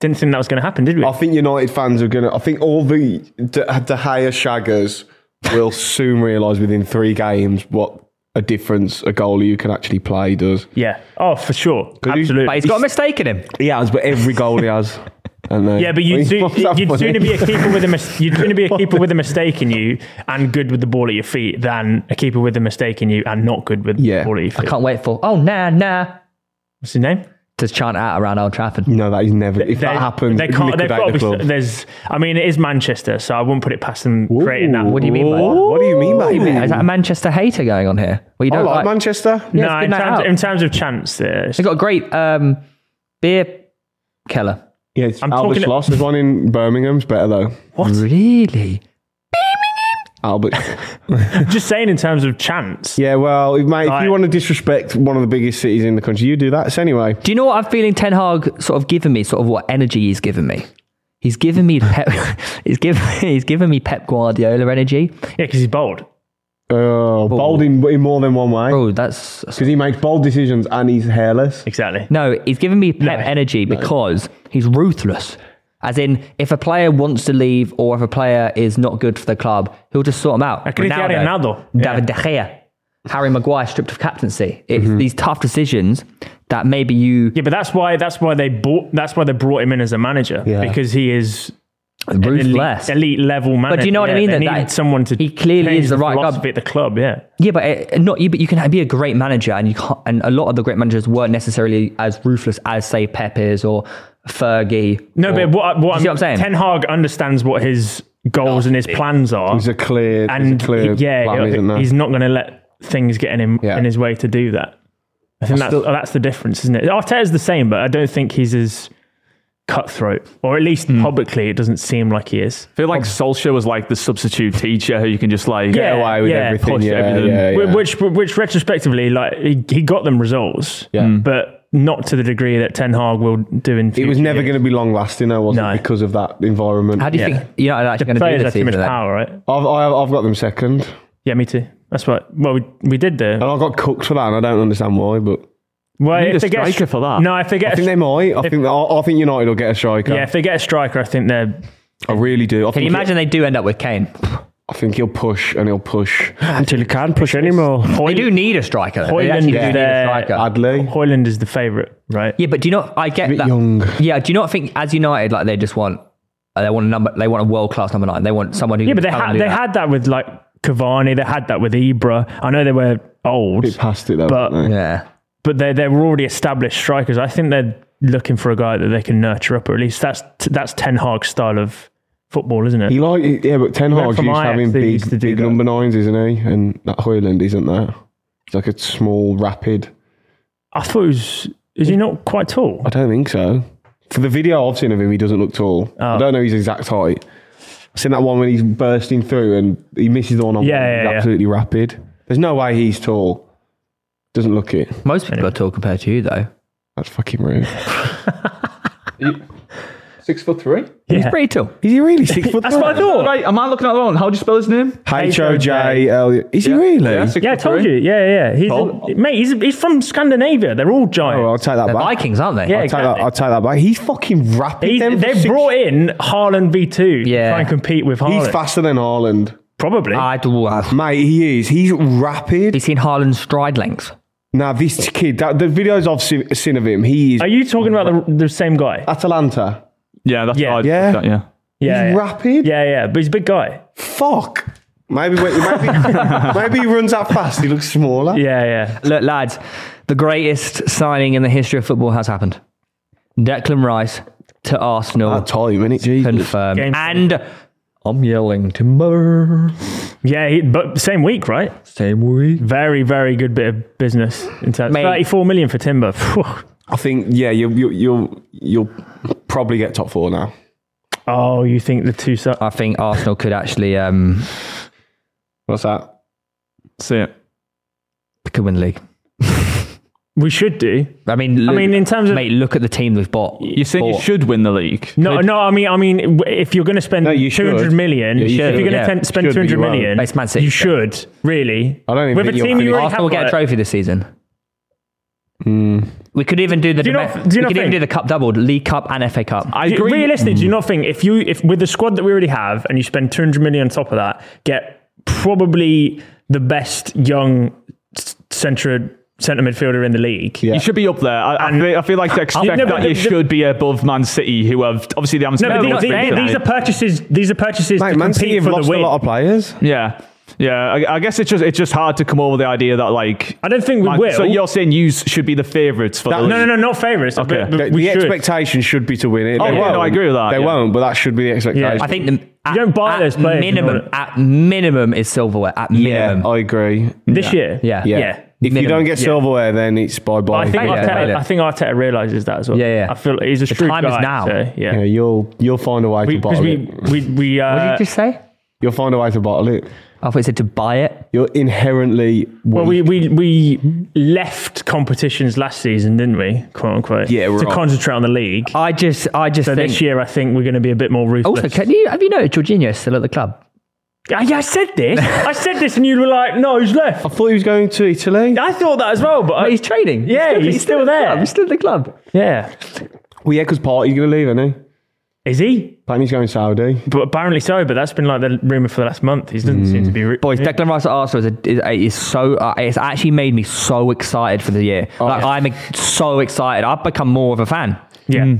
[SPEAKER 2] Didn't think that was going to happen, did we?
[SPEAKER 1] I think United fans are gonna. I think all the the, the higher shaggers will soon realise within three games what a difference a goalie who can actually play does.
[SPEAKER 2] yeah. Oh, for sure.
[SPEAKER 1] he's-
[SPEAKER 2] Absolutely.
[SPEAKER 3] But he's got a mistake in him.
[SPEAKER 1] He has, but every goalie has. And they,
[SPEAKER 2] Yeah, but you'd, soo- you'd sooner be a keeper with a mis- you'd sooner be a keeper with a mistake in you and good with the ball at your feet than a keeper with a mistake in you and not good with
[SPEAKER 1] Yeah.
[SPEAKER 2] the ball at your
[SPEAKER 3] I
[SPEAKER 2] feet.
[SPEAKER 3] can't wait for, oh, nah, nah,
[SPEAKER 2] What's his name?
[SPEAKER 3] to chant out around Old Trafford.
[SPEAKER 1] No, that is never. If
[SPEAKER 2] They-
[SPEAKER 1] that happens,
[SPEAKER 2] they
[SPEAKER 1] they
[SPEAKER 2] can't. They've got
[SPEAKER 1] liquidate
[SPEAKER 2] to
[SPEAKER 1] the
[SPEAKER 2] be,
[SPEAKER 1] club.
[SPEAKER 2] There's, I mean, it is Manchester, so I wouldn't put it past them creating that.
[SPEAKER 1] Ooh.
[SPEAKER 3] What do you mean by that?
[SPEAKER 1] What do you mean by
[SPEAKER 3] Is that a
[SPEAKER 1] that?
[SPEAKER 3] Manchester hater going on here? Well, you
[SPEAKER 1] I
[SPEAKER 3] don't
[SPEAKER 1] like Manchester.
[SPEAKER 3] Yeah,
[SPEAKER 2] no,
[SPEAKER 3] it's good
[SPEAKER 2] in
[SPEAKER 3] night
[SPEAKER 2] terms,
[SPEAKER 3] out.
[SPEAKER 2] in terms of chance, there.
[SPEAKER 3] They've got a great um, beer keller.
[SPEAKER 1] Yeah, it's
[SPEAKER 2] I'm
[SPEAKER 1] Albert
[SPEAKER 2] talking-
[SPEAKER 1] Schloss. There's one in Birmingham. It's better though.
[SPEAKER 3] Really?
[SPEAKER 1] Albert.
[SPEAKER 2] just saying, in terms of chance,
[SPEAKER 1] yeah, well, if- mate, if
[SPEAKER 2] Right.
[SPEAKER 1] you want to disrespect one of the biggest cities in the country, you do that. So anyway,
[SPEAKER 3] Do you know what I'm feeling? Ten Hag sort of giving me sort of what energy he's given me. He's given me Pep, he's given he's given me Pep Guardiola energy.
[SPEAKER 2] yeah, because he's bold.
[SPEAKER 1] oh, bold in, in more than one way
[SPEAKER 3] Bro, Oh, that's, that's-
[SPEAKER 1] because he makes bold decisions and he's hairless.
[SPEAKER 2] Exactly.
[SPEAKER 3] no. He's given me Pep energy because he's ruthless. As in, if a player wants to leave or if a player is not good for the club, he'll just sort them out.
[SPEAKER 2] Cristiano Ronaldo, yeah. Mm-hmm.
[SPEAKER 3] David De Gea, Harry Maguire stripped of captaincy. It's these tough decisions that maybe you
[SPEAKER 2] Yeah, but that's why that's why they bought that's why they brought him in as a manager because he is an elite,
[SPEAKER 3] ruthless.
[SPEAKER 2] elite level manager.
[SPEAKER 3] do you know what I
[SPEAKER 2] Yeah,
[SPEAKER 3] mean?
[SPEAKER 2] They
[SPEAKER 3] That-
[SPEAKER 2] needed
[SPEAKER 3] that-
[SPEAKER 2] someone to
[SPEAKER 3] he clearly
[SPEAKER 2] change
[SPEAKER 3] is the right guy.
[SPEAKER 2] philosophy at the club. Yeah,
[SPEAKER 3] Yeah, but uh, not you. But you can be a great manager, and you can't, and a lot of the great managers weren't necessarily as ruthless as say Pep is or Fergie.
[SPEAKER 2] no,
[SPEAKER 3] or-
[SPEAKER 2] but what, I-
[SPEAKER 3] You
[SPEAKER 2] what,
[SPEAKER 3] see what I'm saying?
[SPEAKER 2] Ten Hag understands what his goals and his plans are,
[SPEAKER 1] He's a clear, he's
[SPEAKER 2] and
[SPEAKER 1] a clear
[SPEAKER 2] he- yeah,
[SPEAKER 1] plan,
[SPEAKER 2] he'll-
[SPEAKER 1] isn't there?
[SPEAKER 2] he's not going to let things get in him
[SPEAKER 1] Yeah.
[SPEAKER 2] in his way to do that. I think that's that's the difference, isn't it? Arteta's the same, but I don't think he's as cutthroat, or at least
[SPEAKER 1] Hmm.
[SPEAKER 2] publicly, it doesn't seem like he is.
[SPEAKER 4] I feel like Solskjaer was like the substitute teacher who you can just like
[SPEAKER 2] Yeah.
[SPEAKER 1] away with
[SPEAKER 2] yeah,
[SPEAKER 1] everything.
[SPEAKER 4] push
[SPEAKER 1] Yeah,
[SPEAKER 4] everything.
[SPEAKER 1] yeah,
[SPEAKER 2] Wh-
[SPEAKER 1] yeah.
[SPEAKER 2] Which, which retrospectively, like he, he got them results,
[SPEAKER 1] Yeah. Mm.
[SPEAKER 2] but not to the degree that Ten Hag will do in.
[SPEAKER 1] It was never going to be long lasting, though, was
[SPEAKER 2] No.
[SPEAKER 1] it? Because of that environment.
[SPEAKER 3] how do you
[SPEAKER 2] Yeah.
[SPEAKER 3] think United are actually
[SPEAKER 2] The
[SPEAKER 3] going to do
[SPEAKER 2] players
[SPEAKER 3] this
[SPEAKER 2] have too much
[SPEAKER 3] season? then?
[SPEAKER 2] power, right?
[SPEAKER 1] I've, I've, I've got them second,
[SPEAKER 2] Yeah, me too. That's what. Well, we, we did
[SPEAKER 1] and
[SPEAKER 2] the.
[SPEAKER 1] I got cooked for that, and I don't understand why. But
[SPEAKER 2] Well,
[SPEAKER 4] need
[SPEAKER 2] if
[SPEAKER 4] a
[SPEAKER 2] they get
[SPEAKER 4] striker
[SPEAKER 2] stri-
[SPEAKER 4] for that.
[SPEAKER 2] No, if they get.
[SPEAKER 1] I
[SPEAKER 2] a
[SPEAKER 1] think they
[SPEAKER 2] stri-
[SPEAKER 1] might. I think I, I think United will get a striker.
[SPEAKER 2] yeah, if they get a striker, I think they're.
[SPEAKER 1] I really do. I
[SPEAKER 3] Can
[SPEAKER 1] think
[SPEAKER 3] you imagine they do end up with Kane?
[SPEAKER 1] I think he'll push and he'll push.
[SPEAKER 2] Until you can't push anymore.
[SPEAKER 3] They
[SPEAKER 2] Hoyland,
[SPEAKER 3] do need a striker. though. They
[SPEAKER 2] Hoyland
[SPEAKER 3] actually do
[SPEAKER 2] is
[SPEAKER 3] need a
[SPEAKER 2] their-
[SPEAKER 3] striker.
[SPEAKER 1] Adley.
[SPEAKER 2] Hoyland is the favourite, right?
[SPEAKER 3] yeah, but do you not? I get
[SPEAKER 1] bit
[SPEAKER 3] that.
[SPEAKER 1] young.
[SPEAKER 3] Yeah, do you not think as United like they just want uh, they want a number they want a world class number nine. They want someone who
[SPEAKER 2] Yeah,
[SPEAKER 3] can
[SPEAKER 2] but they
[SPEAKER 3] come and
[SPEAKER 2] had
[SPEAKER 3] do
[SPEAKER 2] they
[SPEAKER 3] that.
[SPEAKER 2] had that with like Cavani. They had that with Ibra. I know they were old,
[SPEAKER 1] Bit past it though.
[SPEAKER 2] But-
[SPEAKER 1] haven't they?
[SPEAKER 3] yeah.
[SPEAKER 2] but they they were already established strikers. I think they're looking for a guy that they can nurture up, or at least that's that's Ten Hag's style of football, isn't it?
[SPEAKER 1] he like yeah, but Ten
[SPEAKER 2] went
[SPEAKER 1] Hag's
[SPEAKER 2] from
[SPEAKER 1] used to
[SPEAKER 2] Ajax,
[SPEAKER 1] having
[SPEAKER 2] they
[SPEAKER 1] big,
[SPEAKER 2] used to do
[SPEAKER 1] big
[SPEAKER 2] that.
[SPEAKER 1] number nines, isn't he? And that Hoyland isn't that. It's like a small, rapid.
[SPEAKER 2] I thought he was is he not quite tall?
[SPEAKER 1] I don't think so. For the video I've seen of him, he doesn't look tall. I don't know his exact height. I've seen that one when he's bursting through and he misses the one on
[SPEAKER 2] Yeah,
[SPEAKER 1] one.
[SPEAKER 2] yeah,
[SPEAKER 1] He's
[SPEAKER 2] yeah.
[SPEAKER 1] absolutely rapid. There's no way he's tall. Doesn't look it.
[SPEAKER 3] Most people are tall compared to you though.
[SPEAKER 1] That's fucking rude.
[SPEAKER 6] Six foot three.
[SPEAKER 3] He's pretty tall.
[SPEAKER 1] Is he really six foot?
[SPEAKER 2] That's what I thought.
[SPEAKER 6] Right, am I looking at the wrong? How do you spell his name?
[SPEAKER 1] H O J L. Is he really?
[SPEAKER 6] six
[SPEAKER 2] Yeah, I
[SPEAKER 6] foot
[SPEAKER 2] told
[SPEAKER 6] three.
[SPEAKER 2] you. Yeah, yeah. He's
[SPEAKER 6] Paul?
[SPEAKER 2] mate. He's, he's from Scandinavia. They're all giants.
[SPEAKER 1] Oh, I'll take that
[SPEAKER 3] They're
[SPEAKER 1] back.
[SPEAKER 3] Vikings, aren't they?
[SPEAKER 2] Yeah,
[SPEAKER 1] I'll, take that, I'll take that back. He's fucking rapid.
[SPEAKER 2] He's-
[SPEAKER 1] then for
[SPEAKER 2] they've
[SPEAKER 1] six-
[SPEAKER 2] brought in Haaland V2
[SPEAKER 3] Yeah.
[SPEAKER 2] to try and compete with Haaland.
[SPEAKER 1] He's faster than Haaland.
[SPEAKER 2] Probably.
[SPEAKER 3] I do. Have
[SPEAKER 1] Mate, he is. He's rapid.
[SPEAKER 3] you seen Haaland's stride length?
[SPEAKER 1] Now, this kid, that, the videos I've seen, seen of him, he is
[SPEAKER 2] Are you talking about the, the same guy?
[SPEAKER 1] Atalanta.
[SPEAKER 4] Yeah, that's
[SPEAKER 2] Yeah.
[SPEAKER 4] what I-
[SPEAKER 1] Yeah.
[SPEAKER 4] that- yeah.
[SPEAKER 2] Yeah.
[SPEAKER 1] Uh, he's
[SPEAKER 2] yeah.
[SPEAKER 1] rapid?
[SPEAKER 2] Yeah, yeah, but he's a big guy.
[SPEAKER 1] Fuck. Maybe, wait, maybe, maybe he runs that fast. He looks smaller.
[SPEAKER 2] Yeah, yeah.
[SPEAKER 3] Look, lads, the greatest signing in the history of football has happened. Declan Rice to Arsenal
[SPEAKER 1] That time, innit? Jesus.
[SPEAKER 3] confirmed.
[SPEAKER 2] Ah, Game-
[SPEAKER 3] And I'm yelling timber.
[SPEAKER 2] Yeah, he, but same week, right?
[SPEAKER 3] Same week.
[SPEAKER 2] Very, very good bit of business. In terms,
[SPEAKER 3] Mate.
[SPEAKER 2] 34 million for Timber. Phew.
[SPEAKER 1] I think, yeah, you'll, you'll, you'll, you'll probably get top four now.
[SPEAKER 2] oh, you think the two... Su-
[SPEAKER 3] I think Arsenal could actually um,
[SPEAKER 1] What's that?
[SPEAKER 4] See it.
[SPEAKER 3] could win the league.
[SPEAKER 2] we should do.
[SPEAKER 3] I mean,
[SPEAKER 2] I
[SPEAKER 3] look-
[SPEAKER 2] mean, in terms of...
[SPEAKER 3] mate, look at the team we've bought.
[SPEAKER 4] You think you
[SPEAKER 3] Bought.
[SPEAKER 4] should win the league?
[SPEAKER 2] No, no. I mean, I mean, w- if you're going to spend
[SPEAKER 1] No, you
[SPEAKER 2] two hundred
[SPEAKER 1] should.
[SPEAKER 2] million,
[SPEAKER 1] Yeah, you
[SPEAKER 2] if
[SPEAKER 1] should.
[SPEAKER 2] you're going to
[SPEAKER 3] Yeah.
[SPEAKER 2] spend
[SPEAKER 1] Should,
[SPEAKER 2] two
[SPEAKER 1] but you
[SPEAKER 2] hundred million,
[SPEAKER 1] won't.
[SPEAKER 3] It's Man City,
[SPEAKER 2] you
[SPEAKER 3] so.
[SPEAKER 2] should really.
[SPEAKER 1] I don't even
[SPEAKER 2] With a
[SPEAKER 1] think you'll
[SPEAKER 2] team you
[SPEAKER 1] finish.
[SPEAKER 2] already
[SPEAKER 3] Arsenal will
[SPEAKER 2] have, uh,
[SPEAKER 3] get a
[SPEAKER 2] like-
[SPEAKER 3] trophy this season. We could even do the
[SPEAKER 2] Do you
[SPEAKER 3] domestic-
[SPEAKER 2] not- do you
[SPEAKER 3] we
[SPEAKER 2] not
[SPEAKER 3] could even
[SPEAKER 2] think-
[SPEAKER 3] do the cup doubled, League Cup and FA Cup.
[SPEAKER 4] I
[SPEAKER 2] Do you-
[SPEAKER 4] agree.
[SPEAKER 2] Realistically, do you not think if you if with the squad that we already have and you spend two hundred million on top of that, get probably the best young s- centre centre midfielder in the league?
[SPEAKER 4] You should be up there. I, I,
[SPEAKER 2] And-
[SPEAKER 4] feel, I feel like to expect
[SPEAKER 2] No, but
[SPEAKER 4] that
[SPEAKER 2] the-
[SPEAKER 4] you
[SPEAKER 2] the-
[SPEAKER 4] should be above Man City, who have obviously they haven't
[SPEAKER 2] No,
[SPEAKER 4] spent
[SPEAKER 2] but
[SPEAKER 4] a lot
[SPEAKER 2] these,
[SPEAKER 4] of money
[SPEAKER 2] these-
[SPEAKER 4] tonight.
[SPEAKER 2] these are purchases. These are purchases
[SPEAKER 1] Mate,
[SPEAKER 2] to
[SPEAKER 1] Man
[SPEAKER 2] compete
[SPEAKER 1] City have
[SPEAKER 2] for
[SPEAKER 1] lost
[SPEAKER 2] the
[SPEAKER 1] a
[SPEAKER 2] win.
[SPEAKER 1] lot of players.
[SPEAKER 4] Yeah, yeah. I, I guess it's just it's just hard to come over the idea that like
[SPEAKER 2] I don't think we
[SPEAKER 4] like,
[SPEAKER 2] will.
[SPEAKER 4] So you're saying you should be the favourites for
[SPEAKER 1] That-
[SPEAKER 4] the
[SPEAKER 2] no, no, no, not favourites.
[SPEAKER 4] Okay.
[SPEAKER 2] but- but
[SPEAKER 1] The,
[SPEAKER 2] we
[SPEAKER 1] the
[SPEAKER 2] should.
[SPEAKER 1] expectation should be to win it.
[SPEAKER 4] Oh,
[SPEAKER 1] They
[SPEAKER 4] yeah,
[SPEAKER 1] won't.
[SPEAKER 4] no, I agree with that,
[SPEAKER 1] They
[SPEAKER 4] yeah.
[SPEAKER 1] won't, but that should be the expectation.
[SPEAKER 2] Yeah,
[SPEAKER 3] I think the, at,
[SPEAKER 2] don't buy
[SPEAKER 3] at
[SPEAKER 2] those players in
[SPEAKER 3] minimum
[SPEAKER 2] order-
[SPEAKER 3] at minimum is silverware at
[SPEAKER 1] yeah, Uh,
[SPEAKER 3] minimum.
[SPEAKER 1] I agree.
[SPEAKER 2] this year.
[SPEAKER 3] Yeah.
[SPEAKER 1] Yeah.
[SPEAKER 2] yeah.
[SPEAKER 1] If you
[SPEAKER 3] Minimum,
[SPEAKER 1] don't get
[SPEAKER 2] yeah.
[SPEAKER 1] silverware, then it's bye bye.
[SPEAKER 2] I think
[SPEAKER 3] Yeah,
[SPEAKER 2] Arteta,
[SPEAKER 3] yeah.
[SPEAKER 2] I think Arteta realizes that as well.
[SPEAKER 3] Yeah, yeah.
[SPEAKER 2] I feel like he's a
[SPEAKER 3] The
[SPEAKER 2] shrewd
[SPEAKER 3] time is
[SPEAKER 2] guy.
[SPEAKER 3] now.
[SPEAKER 2] so,
[SPEAKER 1] Yeah,
[SPEAKER 2] yeah.
[SPEAKER 1] you'll you'll find a way to
[SPEAKER 2] Because
[SPEAKER 1] bottle
[SPEAKER 2] we,
[SPEAKER 1] it.
[SPEAKER 2] we, we, uh,
[SPEAKER 3] what did you just say?
[SPEAKER 1] You'll find a way to bottle it.
[SPEAKER 3] I thought you said to buy it.
[SPEAKER 1] You're inherently
[SPEAKER 2] well,
[SPEAKER 1] weak.
[SPEAKER 2] we, we, we left competitions last season, didn't we? Quote unquote.
[SPEAKER 1] Yeah,
[SPEAKER 2] To
[SPEAKER 1] right.
[SPEAKER 2] concentrate on the league.
[SPEAKER 3] I just I just
[SPEAKER 2] so
[SPEAKER 3] think
[SPEAKER 2] this year, I think we're going to be a bit more ruthless.
[SPEAKER 3] also can you have you noticed Jorginho's still at the club?
[SPEAKER 2] I, yeah, I said this. I said this, and you were like, "No, he's left."
[SPEAKER 1] I thought he was going to Italy.
[SPEAKER 2] I thought that as well, but, I-
[SPEAKER 3] But he's training.
[SPEAKER 2] yeah,
[SPEAKER 3] he's still,
[SPEAKER 2] he's still
[SPEAKER 3] at the
[SPEAKER 2] there.
[SPEAKER 3] club, He's still at the club.
[SPEAKER 2] yeah,
[SPEAKER 1] Well, yeah, because Party's going to leave, isn't he?
[SPEAKER 2] is he?
[SPEAKER 1] Apparently he's going Saudi.
[SPEAKER 2] But apparently so. But that's been like the rumor for the last month. He doesn't seem to be. Re-
[SPEAKER 3] Boys, Declan Rice at Arsenal is, a, is, a- is so uh, it's actually made me so excited for the year. Like, I'm ex- so excited. I've become more of a fan.
[SPEAKER 2] yeah,